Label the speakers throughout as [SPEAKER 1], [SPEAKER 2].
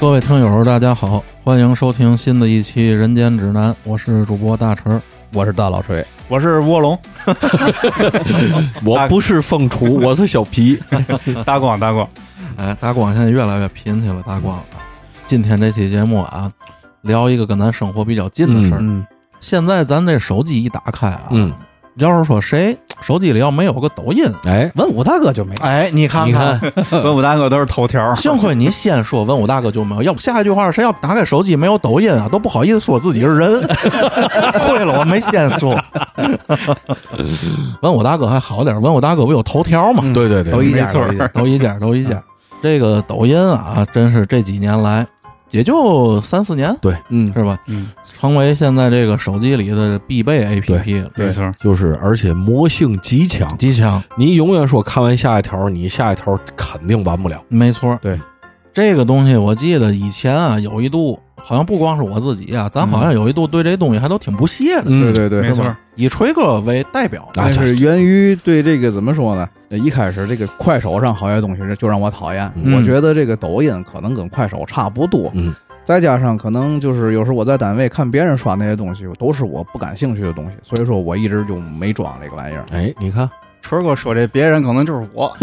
[SPEAKER 1] 各位听友，大家好，欢迎收听新的一期《人间指南》，我是主播大陈儿。
[SPEAKER 2] 我是大老锤，
[SPEAKER 3] 我是卧龙，
[SPEAKER 4] 我不是凤雏，我是小皮。
[SPEAKER 3] 大光大光，
[SPEAKER 1] 哎，大光现在越来越贫气了，大光啊！今天这期节目啊，聊一个跟咱生活比较近的事儿。
[SPEAKER 2] 嗯，
[SPEAKER 1] 现在咱这手机一打开啊，
[SPEAKER 4] 嗯，
[SPEAKER 1] 要是说谁手机里要没有个抖音，
[SPEAKER 4] 哎，
[SPEAKER 2] 文武大哥就没
[SPEAKER 1] 哎，你看
[SPEAKER 4] 你看，
[SPEAKER 3] 文武大哥都是头 条，
[SPEAKER 1] 幸亏你先说文武大哥就没有，要不下一句话是谁要打开手机没有抖音啊，都不好意思说自己是人。 亏了我没先说。 文武大哥还好点儿，文武大哥不有头条嘛？
[SPEAKER 4] 对对对，
[SPEAKER 2] 抖一
[SPEAKER 3] 没
[SPEAKER 2] 家
[SPEAKER 3] 错儿
[SPEAKER 2] 抖一
[SPEAKER 1] 抖一家，
[SPEAKER 2] 家
[SPEAKER 1] 抖一家。这个抖音啊，真是这几年来也就三四年
[SPEAKER 2] 嗯，
[SPEAKER 1] 是吧？
[SPEAKER 3] 嗯，
[SPEAKER 1] 成为现在这个手机里的必备 APP 了。
[SPEAKER 3] 没错儿，
[SPEAKER 4] 就是而且魔性极强。
[SPEAKER 1] 极强，
[SPEAKER 4] 你永远说看完下一条，你下一条肯定完不了。
[SPEAKER 1] 没错。
[SPEAKER 4] 对，
[SPEAKER 1] 这个东西我记得以前啊，有一度好像不光是我自己啊，咱好像有一度对这东西还都挺不屑的。
[SPEAKER 2] 对对对
[SPEAKER 3] 嗯没，错
[SPEAKER 1] 是
[SPEAKER 3] 儿
[SPEAKER 1] 吧，以锤哥为代表的，
[SPEAKER 4] 啊
[SPEAKER 2] 但
[SPEAKER 4] 这
[SPEAKER 2] 是源于对这个怎么说呢？呃一开始这个快手上好些东西就让我讨厌，
[SPEAKER 4] 嗯
[SPEAKER 2] 我觉得这个抖音可能跟快手差不多，
[SPEAKER 4] 嗯，
[SPEAKER 2] 再加上可能就是有时候我在单位看别人刷那些东西，都是我不感兴趣的东西，所以说我一直就没装这个玩意儿。
[SPEAKER 4] 哎，你看，
[SPEAKER 3] 春哥说这别人可能就是我，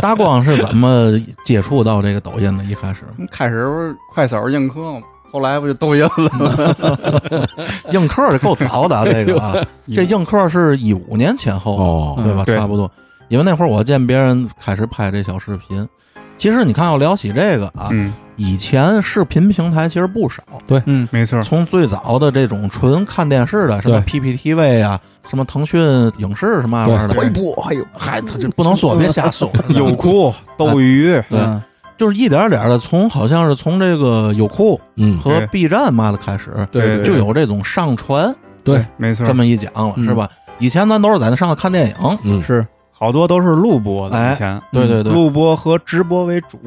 [SPEAKER 1] 大光是怎么接触到这个抖音的？一开始
[SPEAKER 3] 开始不是快手映客嘛，后来不就抖音了？
[SPEAKER 1] 映客就够早的啊，这个啊，这映客是一五年前后
[SPEAKER 4] 哦，
[SPEAKER 1] 对吧？
[SPEAKER 3] 嗯对
[SPEAKER 1] 差不多，因为那会儿我见别人开始拍这小视频。其实你看，要聊起这个啊，
[SPEAKER 3] 嗯，
[SPEAKER 1] 以前视频平台其实不少，
[SPEAKER 3] 嗯，没错儿，
[SPEAKER 1] 从最早的这种纯看电视的，什么 PPTV 啊，什么腾讯影视什么玩意儿的，
[SPEAKER 2] 退步，哎呦，还他
[SPEAKER 1] 这不能说，别 瞎说。
[SPEAKER 3] 优酷、斗鱼，
[SPEAKER 1] 对，就是一点点的从好像是从这个优酷
[SPEAKER 4] 嗯，
[SPEAKER 1] 和
[SPEAKER 3] 对
[SPEAKER 1] B 站嘛的开始，
[SPEAKER 2] 对
[SPEAKER 3] 对
[SPEAKER 1] 就有这种上传
[SPEAKER 4] 对，
[SPEAKER 3] 没错儿，
[SPEAKER 1] 这么一讲了，
[SPEAKER 2] 嗯
[SPEAKER 1] 是吧？以前咱都是在那上头看电影，
[SPEAKER 4] 嗯，
[SPEAKER 2] 是
[SPEAKER 3] 好多都是录播的，
[SPEAKER 1] 哎
[SPEAKER 3] 以前嗯
[SPEAKER 1] 对对对
[SPEAKER 3] 录播和直播为主，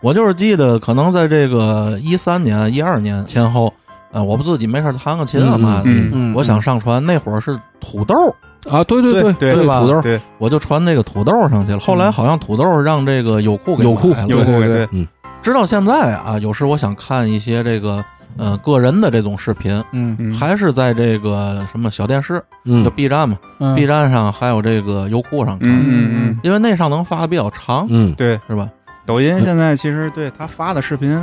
[SPEAKER 1] 我就是记得可能在这个一三年、一二年前后，呃，我不自己没事儿弹个琴啊嘛的，
[SPEAKER 3] 嗯
[SPEAKER 2] 嗯，
[SPEAKER 1] 我想上传那会儿是土豆，
[SPEAKER 4] 啊，对对
[SPEAKER 3] 对
[SPEAKER 4] 对
[SPEAKER 3] 对
[SPEAKER 1] 吧
[SPEAKER 4] 土豆，
[SPEAKER 3] 对，
[SPEAKER 1] 我就传这个土豆上去了。后来好像土豆让这个优酷给
[SPEAKER 4] 优酷
[SPEAKER 1] 买了
[SPEAKER 3] 优
[SPEAKER 2] 对
[SPEAKER 3] 酷
[SPEAKER 2] 对
[SPEAKER 3] 对，
[SPEAKER 1] 直到现在啊，有时我想看一些这个呃个人的这种视频，
[SPEAKER 2] 嗯
[SPEAKER 3] 嗯
[SPEAKER 1] 还是在这个什么小电视，就
[SPEAKER 4] 嗯，
[SPEAKER 1] B 站嘛、
[SPEAKER 2] 嗯
[SPEAKER 1] b 站上还有这个优酷上看，
[SPEAKER 3] 嗯嗯嗯，
[SPEAKER 1] 因为那上能发的比较长，
[SPEAKER 4] 嗯，
[SPEAKER 3] 对，
[SPEAKER 1] 是吧？
[SPEAKER 3] 抖音现在其实对他发的视频。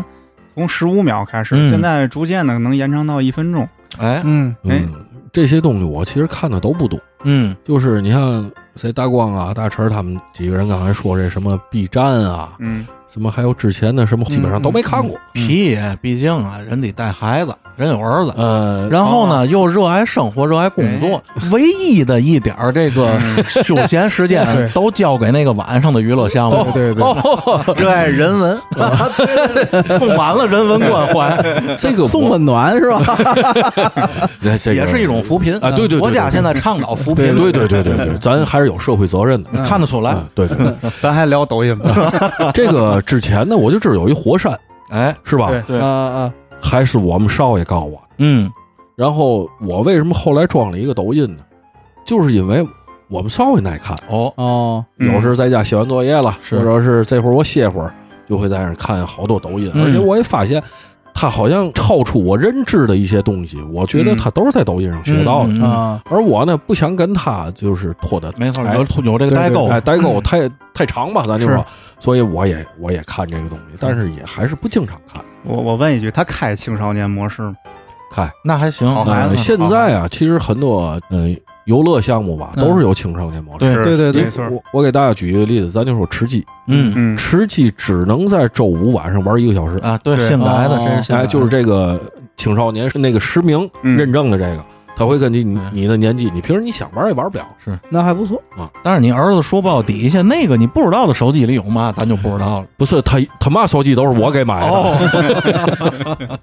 [SPEAKER 3] 从十五秒开始，
[SPEAKER 1] 嗯
[SPEAKER 3] 现在逐渐的能延长到一分钟。
[SPEAKER 1] 哎，
[SPEAKER 2] 嗯
[SPEAKER 4] 嗯，这些东西我其实看的都不多，
[SPEAKER 1] 嗯
[SPEAKER 4] 就是你看谁大光啊、大陈儿他们几个人刚才说这什么 B 站啊，
[SPEAKER 3] 嗯，
[SPEAKER 4] 什么还有之前的什么，基本上都没看过。
[SPEAKER 1] 皮也毕竟啊，人得带孩子，人有儿子。
[SPEAKER 4] 呃，
[SPEAKER 1] 然后呢，又热爱生活，热爱工作，
[SPEAKER 4] 哎
[SPEAKER 1] 唯一的一点儿这个
[SPEAKER 4] 嗯
[SPEAKER 1] 休闲时
[SPEAKER 2] 对
[SPEAKER 1] 间都交给那个晚上的娱乐项
[SPEAKER 4] 哦
[SPEAKER 1] 目，
[SPEAKER 2] 对对对，
[SPEAKER 3] 热爱人 文，
[SPEAKER 4] 啊
[SPEAKER 1] 充满了人文关怀，
[SPEAKER 4] 这个我
[SPEAKER 2] 送温暖是吧？
[SPEAKER 4] 这这个
[SPEAKER 1] 也是一种扶贫嗯
[SPEAKER 4] 啊对对对
[SPEAKER 1] 国家
[SPEAKER 4] 对对
[SPEAKER 1] 现在倡导扶贫，
[SPEAKER 4] 对对对对对 对，咱还是有社会责任的。
[SPEAKER 1] 你看得出来
[SPEAKER 4] 嗯，，对对，对
[SPEAKER 3] 咱还聊抖音吧。
[SPEAKER 4] 这个之前呢，我就知道有一火山，
[SPEAKER 1] 哎，
[SPEAKER 4] 是吧？
[SPEAKER 3] 对
[SPEAKER 2] 啊啊，
[SPEAKER 4] 还是我们少爷告我的。
[SPEAKER 1] 嗯，
[SPEAKER 4] 然后我为什么后来装了一个抖音呢？就是因为我们少爷爱看，
[SPEAKER 1] 哦，
[SPEAKER 2] 哦，
[SPEAKER 3] 嗯
[SPEAKER 4] 有时候在家写完作业了，
[SPEAKER 1] 是
[SPEAKER 4] 或者是这会儿我歇会儿，就会在那儿看好多抖音。
[SPEAKER 1] 嗯
[SPEAKER 4] 而且我也发现，他好像超出我认知的一些东西，我觉得
[SPEAKER 3] 嗯
[SPEAKER 4] 他都是在抖音上学到的。
[SPEAKER 1] 嗯
[SPEAKER 2] 啊，
[SPEAKER 4] 而我呢，不想跟他就是拖得
[SPEAKER 1] 没错，
[SPEAKER 4] 哎
[SPEAKER 1] 有有这个代沟，
[SPEAKER 4] 哎，代购太太长吧，咱就是说，所以我也我也看这个东西，但是也还是不经常看。
[SPEAKER 3] 我我问一句，他开青少年模式吗？
[SPEAKER 4] 看，
[SPEAKER 1] 那还行，
[SPEAKER 3] 好孩
[SPEAKER 4] 呃，
[SPEAKER 3] 子
[SPEAKER 4] 现在啊，其实很多嗯游乐项目吧，
[SPEAKER 2] 嗯
[SPEAKER 4] 都是有青少年模式。
[SPEAKER 1] 对
[SPEAKER 3] 是
[SPEAKER 2] 哎对对对
[SPEAKER 3] 没错。
[SPEAKER 4] 我我给大家举一个例子，咱就说吃鸡，
[SPEAKER 1] 嗯
[SPEAKER 3] 嗯
[SPEAKER 4] 吃鸡只能在周五晚上玩一个小时，
[SPEAKER 1] 啊，对，
[SPEAKER 3] 对
[SPEAKER 1] 新来的，
[SPEAKER 2] 哦
[SPEAKER 1] 这是新来
[SPEAKER 4] 嗯哎，
[SPEAKER 1] 的，
[SPEAKER 4] 就是这个青少年是那个实名
[SPEAKER 3] 嗯
[SPEAKER 4] 认证的这个，他会根据你
[SPEAKER 1] 嗯
[SPEAKER 4] 你的年纪，你平时你想玩也玩不了。
[SPEAKER 2] 那还不错，
[SPEAKER 1] 但是你儿子书包底下那个你不知道的手机里有嘛，咱就不知道了。
[SPEAKER 4] 不是他他嘛手机都是我给买
[SPEAKER 3] 哦
[SPEAKER 4] 的，，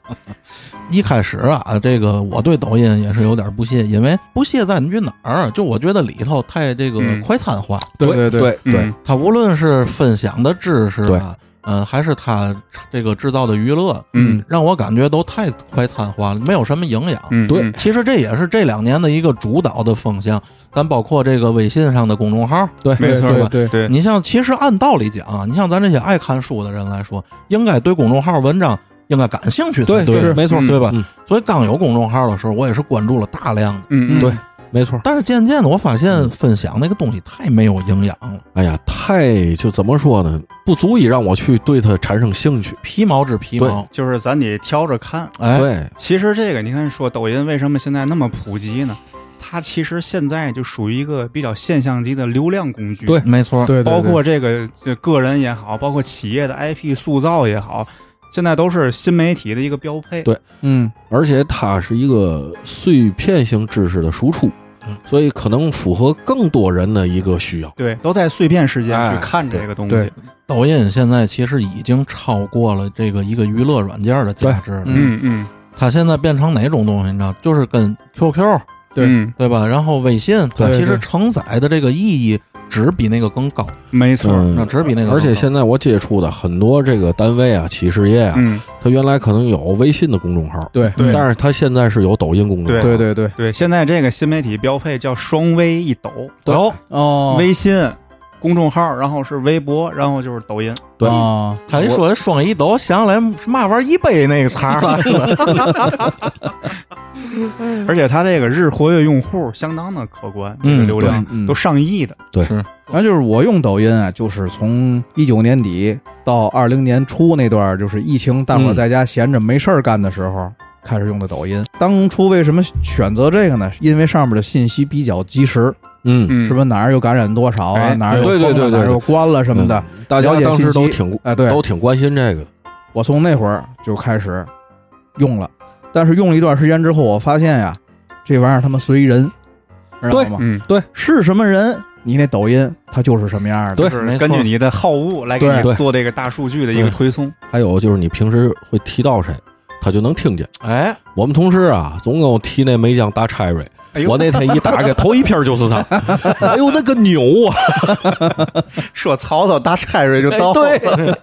[SPEAKER 1] 一开始啊，这个我对抖音也是有点不屑，因为不屑在于哪儿？就我觉得里头太这个
[SPEAKER 3] 嗯
[SPEAKER 1] 快餐化，
[SPEAKER 2] 对对
[SPEAKER 4] 对
[SPEAKER 2] 对
[SPEAKER 4] 对，
[SPEAKER 3] 嗯
[SPEAKER 1] 它无论是分享的知识啊，嗯，还是他这个制造的娱乐，
[SPEAKER 3] 嗯，
[SPEAKER 1] 让我感觉都太快餐化了，没有什么营养。
[SPEAKER 3] 嗯，
[SPEAKER 4] 对
[SPEAKER 3] 嗯
[SPEAKER 1] 其实这也是这两年的一个主导的风向，咱包括这个微信上的公众号。
[SPEAKER 4] 对，
[SPEAKER 3] 没错
[SPEAKER 1] 对吧
[SPEAKER 2] 对
[SPEAKER 3] 对，
[SPEAKER 1] 你像，其实按道理讲啊，你像咱这些爱看书的人来说，应该对公众号文章应该感兴趣才
[SPEAKER 4] 对
[SPEAKER 1] 对
[SPEAKER 4] 是没错
[SPEAKER 3] 嗯
[SPEAKER 1] 对吧
[SPEAKER 4] 嗯？
[SPEAKER 1] 所以刚有公众号的时候，我也是关注了大量的。
[SPEAKER 3] 嗯嗯，
[SPEAKER 4] 对没错。
[SPEAKER 1] 但是渐渐的，我发现分享那个东西太没有营养了，
[SPEAKER 4] 哎呀，太就怎么说呢，不足以让我去对它产生兴趣。
[SPEAKER 1] 皮毛之皮毛。
[SPEAKER 3] 就是咱得挑着看。
[SPEAKER 1] 哎，
[SPEAKER 4] 对，
[SPEAKER 3] 其实这个，你看说抖音为什么现在那么普及呢？它其实现在就属于一个比较现象级的流量工具。
[SPEAKER 4] 对
[SPEAKER 1] 没错，
[SPEAKER 2] 对，对
[SPEAKER 3] 包括这个这个人也好，包括企业的 IP 塑造也好，现在都是新媒体的一个标配。
[SPEAKER 4] 对
[SPEAKER 2] 嗯，
[SPEAKER 4] 而且它是一个碎片性知识的输出
[SPEAKER 1] 嗯，
[SPEAKER 4] 所以可能符合更多人的一个需要。
[SPEAKER 3] 对都在碎片时间
[SPEAKER 4] 哎
[SPEAKER 3] 去看这个东西。
[SPEAKER 2] 对
[SPEAKER 1] 抖音现在其实已经超过了这个一个娱乐软件的价值了。
[SPEAKER 2] 对
[SPEAKER 3] 嗯嗯，
[SPEAKER 1] 它现在变成哪种东西？你知道，就是跟 QQ
[SPEAKER 2] 对
[SPEAKER 3] 嗯，
[SPEAKER 1] 对吧？然后微信，它
[SPEAKER 2] 对对
[SPEAKER 1] 其实承载的这个意义只比那个更高，
[SPEAKER 3] 没错。
[SPEAKER 1] 那只比那个更高。
[SPEAKER 4] 嗯而且现在我接触的很多这个单位啊、企事业啊，
[SPEAKER 3] 嗯，
[SPEAKER 4] 它原来可能有微信的公众号，
[SPEAKER 2] 对
[SPEAKER 3] 对
[SPEAKER 4] 但是它现在是有抖音公众号，
[SPEAKER 3] 对
[SPEAKER 2] 对对对，
[SPEAKER 3] 对，现在这个新媒体标配叫双微一抖，
[SPEAKER 1] 有
[SPEAKER 2] 哦，
[SPEAKER 3] 微信公众号，然后是微博，然后就是抖音。
[SPEAKER 4] 对
[SPEAKER 2] 啊，
[SPEAKER 1] 他一说双一抖，想起来嘛玩一杯那个茬来了。
[SPEAKER 4] 嗯
[SPEAKER 3] 而且它这个日活跃用户相当的可观，这个
[SPEAKER 1] 嗯
[SPEAKER 3] 流量
[SPEAKER 2] 嗯
[SPEAKER 3] 都上亿的。
[SPEAKER 2] 然后就是我用抖音啊，就是从一九年底到二零年初那段儿，就是疫情大
[SPEAKER 4] 嗯
[SPEAKER 2] 伙儿在家闲着没事儿干的时候。开始用的抖音，当初为什么选择这个呢？因为上面的信息比较及时，
[SPEAKER 4] 嗯，
[SPEAKER 3] 嗯
[SPEAKER 2] 是不是哪儿有感染多少啊，
[SPEAKER 3] 哎
[SPEAKER 2] 哪儿有
[SPEAKER 4] 对对
[SPEAKER 2] 封
[SPEAKER 4] 对对
[SPEAKER 2] 了哪儿
[SPEAKER 4] 对
[SPEAKER 2] 有关了什么的。
[SPEAKER 4] 嗯，大家
[SPEAKER 2] 了解
[SPEAKER 4] 当时
[SPEAKER 2] 信
[SPEAKER 4] 都
[SPEAKER 2] 息
[SPEAKER 4] 挺
[SPEAKER 2] 哎，对，
[SPEAKER 4] 都挺关心这个的。
[SPEAKER 2] 我从那会儿就开始用了，但是用了一段时间之后，我发现呀，这玩意儿他妈随人，知道
[SPEAKER 4] 对
[SPEAKER 2] 吗？
[SPEAKER 3] 嗯，
[SPEAKER 2] 是什么人，你那抖音它就是什么样的。
[SPEAKER 4] 对
[SPEAKER 3] 就是
[SPEAKER 1] 没错
[SPEAKER 3] 根据你的好恶来给
[SPEAKER 2] 对
[SPEAKER 3] 你
[SPEAKER 4] 对
[SPEAKER 3] 做这个大数据的一个
[SPEAKER 4] 对
[SPEAKER 3] 推送。
[SPEAKER 4] 还有就是你平时会提到谁，他就能听见。
[SPEAKER 1] 哎，
[SPEAKER 4] 我们同事啊，总跟我提那梅江大柴瑞
[SPEAKER 3] 哎。呦
[SPEAKER 4] 我那天一打开，头一篇就是 他。哎呦，那个牛啊！
[SPEAKER 3] 说曹操大柴瑞就到，
[SPEAKER 4] 哎对，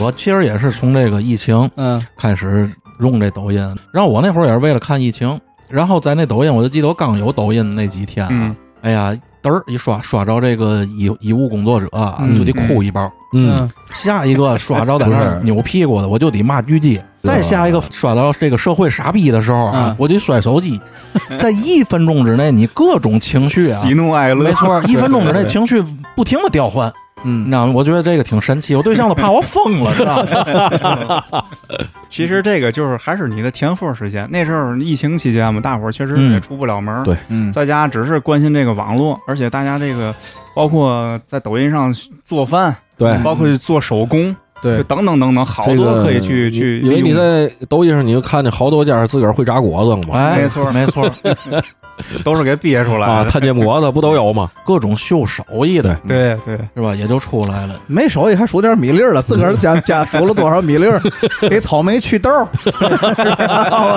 [SPEAKER 1] 我其实也是从这个疫情
[SPEAKER 2] 嗯
[SPEAKER 1] 开始用这抖音，然后我那会儿也是为了看疫情，然后在那抖音，我就记得我刚有抖音那几天啊，
[SPEAKER 3] 嗯
[SPEAKER 1] 哎呀，嘚儿一刷刷着这个医医务工作者啊、
[SPEAKER 2] 嗯
[SPEAKER 1] 就得哭一包，
[SPEAKER 4] 嗯，
[SPEAKER 1] 下一个刷着在那
[SPEAKER 4] 不
[SPEAKER 1] 儿
[SPEAKER 4] 是
[SPEAKER 1] 扭屁股的，我就得骂狙击。再下一个刷到这个社会傻逼的时候啊
[SPEAKER 2] 嗯，
[SPEAKER 1] 我得摔手 机。在一分钟之内，你各种情绪啊，
[SPEAKER 3] 喜怒 哀乐
[SPEAKER 1] 没。错，一分钟之内情绪不停的调换，你知
[SPEAKER 2] 嗯，
[SPEAKER 1] 道吗？我觉得这个挺神奇，我对象都怕我疯了，知道吗？
[SPEAKER 3] 其
[SPEAKER 4] 嗯
[SPEAKER 3] 实这个就是还是你的填缝时间。那时候疫情期间嘛，大伙儿确实也
[SPEAKER 1] 嗯
[SPEAKER 3] 出不了门儿，
[SPEAKER 4] 对
[SPEAKER 2] 嗯
[SPEAKER 3] 在家只是关心这个网络，而且大家这个包括在抖音上做饭，
[SPEAKER 4] 对，
[SPEAKER 3] 包括去做手工，就
[SPEAKER 2] 对，
[SPEAKER 3] 等等等等，好
[SPEAKER 4] 这
[SPEAKER 3] 多
[SPEAKER 4] 个
[SPEAKER 3] 可以去
[SPEAKER 4] 你
[SPEAKER 3] 去
[SPEAKER 4] 因为
[SPEAKER 3] 利
[SPEAKER 4] 你
[SPEAKER 3] 用，
[SPEAKER 4] 在抖音上你就看见好多家自个儿会炸果子嘛，
[SPEAKER 1] 哎，
[SPEAKER 3] 没错
[SPEAKER 1] 没错，
[SPEAKER 3] 都是给憋出来
[SPEAKER 4] 啊，
[SPEAKER 3] 的。
[SPEAKER 4] 摊煎果子不都有 吗？
[SPEAKER 1] 各种秀手艺的
[SPEAKER 3] 对对，
[SPEAKER 1] 是吧，也就出来了。
[SPEAKER 2] 没手艺还数点米粒儿了，自个儿家家数了多少米粒儿，给草莓祛痘儿。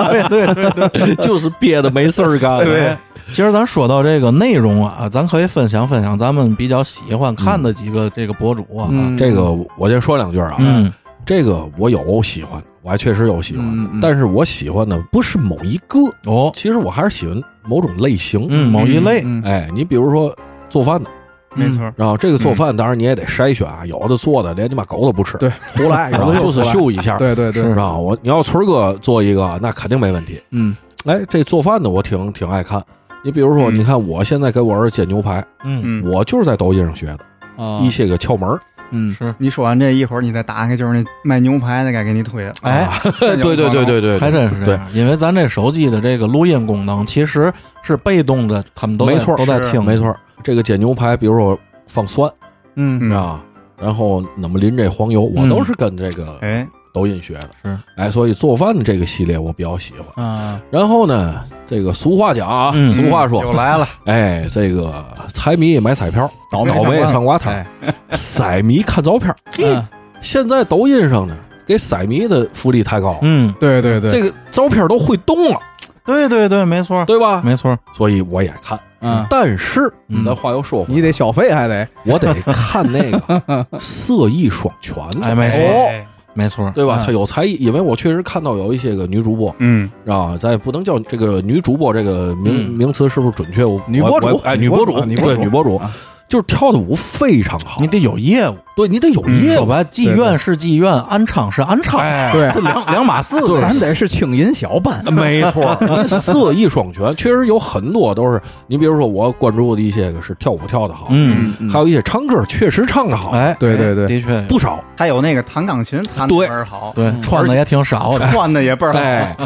[SPEAKER 1] 对对对对。
[SPEAKER 4] 就是憋的没事儿干。啊
[SPEAKER 3] 对，
[SPEAKER 1] 其实咱说到这个内容啊，咱可以分享分享咱们比较喜欢看的几个这个博主啊。
[SPEAKER 2] 嗯
[SPEAKER 3] 嗯
[SPEAKER 4] 这个我先说两句啊，
[SPEAKER 1] 嗯，
[SPEAKER 4] 这个我有喜欢，我还确实有喜欢，
[SPEAKER 2] 嗯嗯
[SPEAKER 4] 但是我喜欢的不是某一个，
[SPEAKER 1] 哦，
[SPEAKER 4] 其实我还是喜欢某种类型。
[SPEAKER 1] 嗯，某一类，
[SPEAKER 2] 嗯
[SPEAKER 4] 哎，你比如说做饭的，
[SPEAKER 3] 没错，
[SPEAKER 4] 然后这个做饭当然你也得筛选啊，有的做的连你妈狗都不吃，
[SPEAKER 2] 对，胡来，
[SPEAKER 4] 然
[SPEAKER 2] 有
[SPEAKER 4] 后
[SPEAKER 2] 的
[SPEAKER 4] 就是
[SPEAKER 2] 胡来。
[SPEAKER 4] 秀一下，
[SPEAKER 2] 对对对，
[SPEAKER 4] 是吧？我你要村儿哥做一个，那肯定没问题。
[SPEAKER 2] 嗯
[SPEAKER 4] 哎，这做饭的我挺挺爱看。你比如说，
[SPEAKER 3] 嗯
[SPEAKER 4] 你看我现在给我儿子煎牛排，
[SPEAKER 1] 嗯，
[SPEAKER 3] 嗯，
[SPEAKER 4] 我就是在抖音上学的
[SPEAKER 2] 啊
[SPEAKER 4] 一些个窍门儿。
[SPEAKER 2] 嗯
[SPEAKER 1] 是，
[SPEAKER 3] 你说完这一会儿，你再打开就是那卖牛排的该给你推啊了。
[SPEAKER 1] 哎，
[SPEAKER 4] 对对对对对对，
[SPEAKER 1] 还真是这样，因为咱这手机的这个录音功能其实是被动的，他们都在
[SPEAKER 4] 没错
[SPEAKER 1] 都在
[SPEAKER 3] 是
[SPEAKER 1] 听，
[SPEAKER 4] 嗯没错。这个煎牛排，比如说放蒜
[SPEAKER 2] 嗯
[SPEAKER 3] 嗯
[SPEAKER 4] 啊，然后怎么淋这黄油，我
[SPEAKER 1] 嗯
[SPEAKER 4] 都是跟这个
[SPEAKER 3] 哎，
[SPEAKER 4] 抖音学的。
[SPEAKER 1] 是，
[SPEAKER 4] 哎，所以做饭的这个系列我比较喜欢。
[SPEAKER 2] 啊，
[SPEAKER 4] 然后呢，这个俗话讲啊，
[SPEAKER 1] 嗯
[SPEAKER 4] 俗话说，
[SPEAKER 3] 又来了，
[SPEAKER 4] 哎，这个财迷买彩票，
[SPEAKER 2] 倒
[SPEAKER 4] 倒霉上瓜摊
[SPEAKER 2] 摊
[SPEAKER 4] 儿，色迷看照片儿。
[SPEAKER 2] 哎嗯
[SPEAKER 4] 现在抖音上呢，给色迷的福利太高了，
[SPEAKER 1] 嗯，
[SPEAKER 2] 对对对，啊
[SPEAKER 4] 这个照片都会动了。
[SPEAKER 1] 对对对，没错，
[SPEAKER 4] 对吧？
[SPEAKER 1] 没错，
[SPEAKER 4] 所以我也看，
[SPEAKER 2] 嗯
[SPEAKER 4] 但是
[SPEAKER 1] 嗯
[SPEAKER 4] 咱话又说回来，
[SPEAKER 2] 你得消费还得
[SPEAKER 4] 我得看那 个色艺双全的，
[SPEAKER 1] 哎，没错，
[SPEAKER 4] 哦
[SPEAKER 3] 哎
[SPEAKER 1] 没错，
[SPEAKER 4] 对吧？
[SPEAKER 2] 嗯
[SPEAKER 4] 他有才艺，因为我确实看到有一些个女主播
[SPEAKER 3] 嗯，
[SPEAKER 4] 啊，咱也不能叫这个女主播这个名
[SPEAKER 1] 嗯
[SPEAKER 4] 名词是不是准确？我
[SPEAKER 2] 女博主
[SPEAKER 4] 我我哎，
[SPEAKER 2] 女
[SPEAKER 4] 女
[SPEAKER 2] 博
[SPEAKER 4] 博
[SPEAKER 2] 主
[SPEAKER 4] 主，
[SPEAKER 2] 女博主
[SPEAKER 4] 对女博主
[SPEAKER 2] 啊，
[SPEAKER 4] 就是跳的舞非常好
[SPEAKER 1] 你，得有业务。
[SPEAKER 4] 对你得有
[SPEAKER 1] 嗯
[SPEAKER 4] 业
[SPEAKER 1] 说
[SPEAKER 4] 务，
[SPEAKER 1] 白，妓院是妓院，安昌 是安昌，
[SPEAKER 4] 哎
[SPEAKER 2] 对
[SPEAKER 1] 这两两码事。
[SPEAKER 2] 咱得是轻银小班，
[SPEAKER 4] 没错，色艺双全，确实有很多都是。你比如说，我关注的一些个是跳舞跳的好，
[SPEAKER 1] 嗯，
[SPEAKER 4] 还有一些唱歌确实唱的好，
[SPEAKER 1] 哎，
[SPEAKER 2] 对对对
[SPEAKER 1] 的确有，
[SPEAKER 4] 不少。
[SPEAKER 3] 他有那个弹钢琴弹的
[SPEAKER 4] 对
[SPEAKER 3] 倍儿好，
[SPEAKER 4] 嗯
[SPEAKER 1] 对，穿的也挺 少的。
[SPEAKER 3] 哦换的也倍儿好。
[SPEAKER 4] 哎，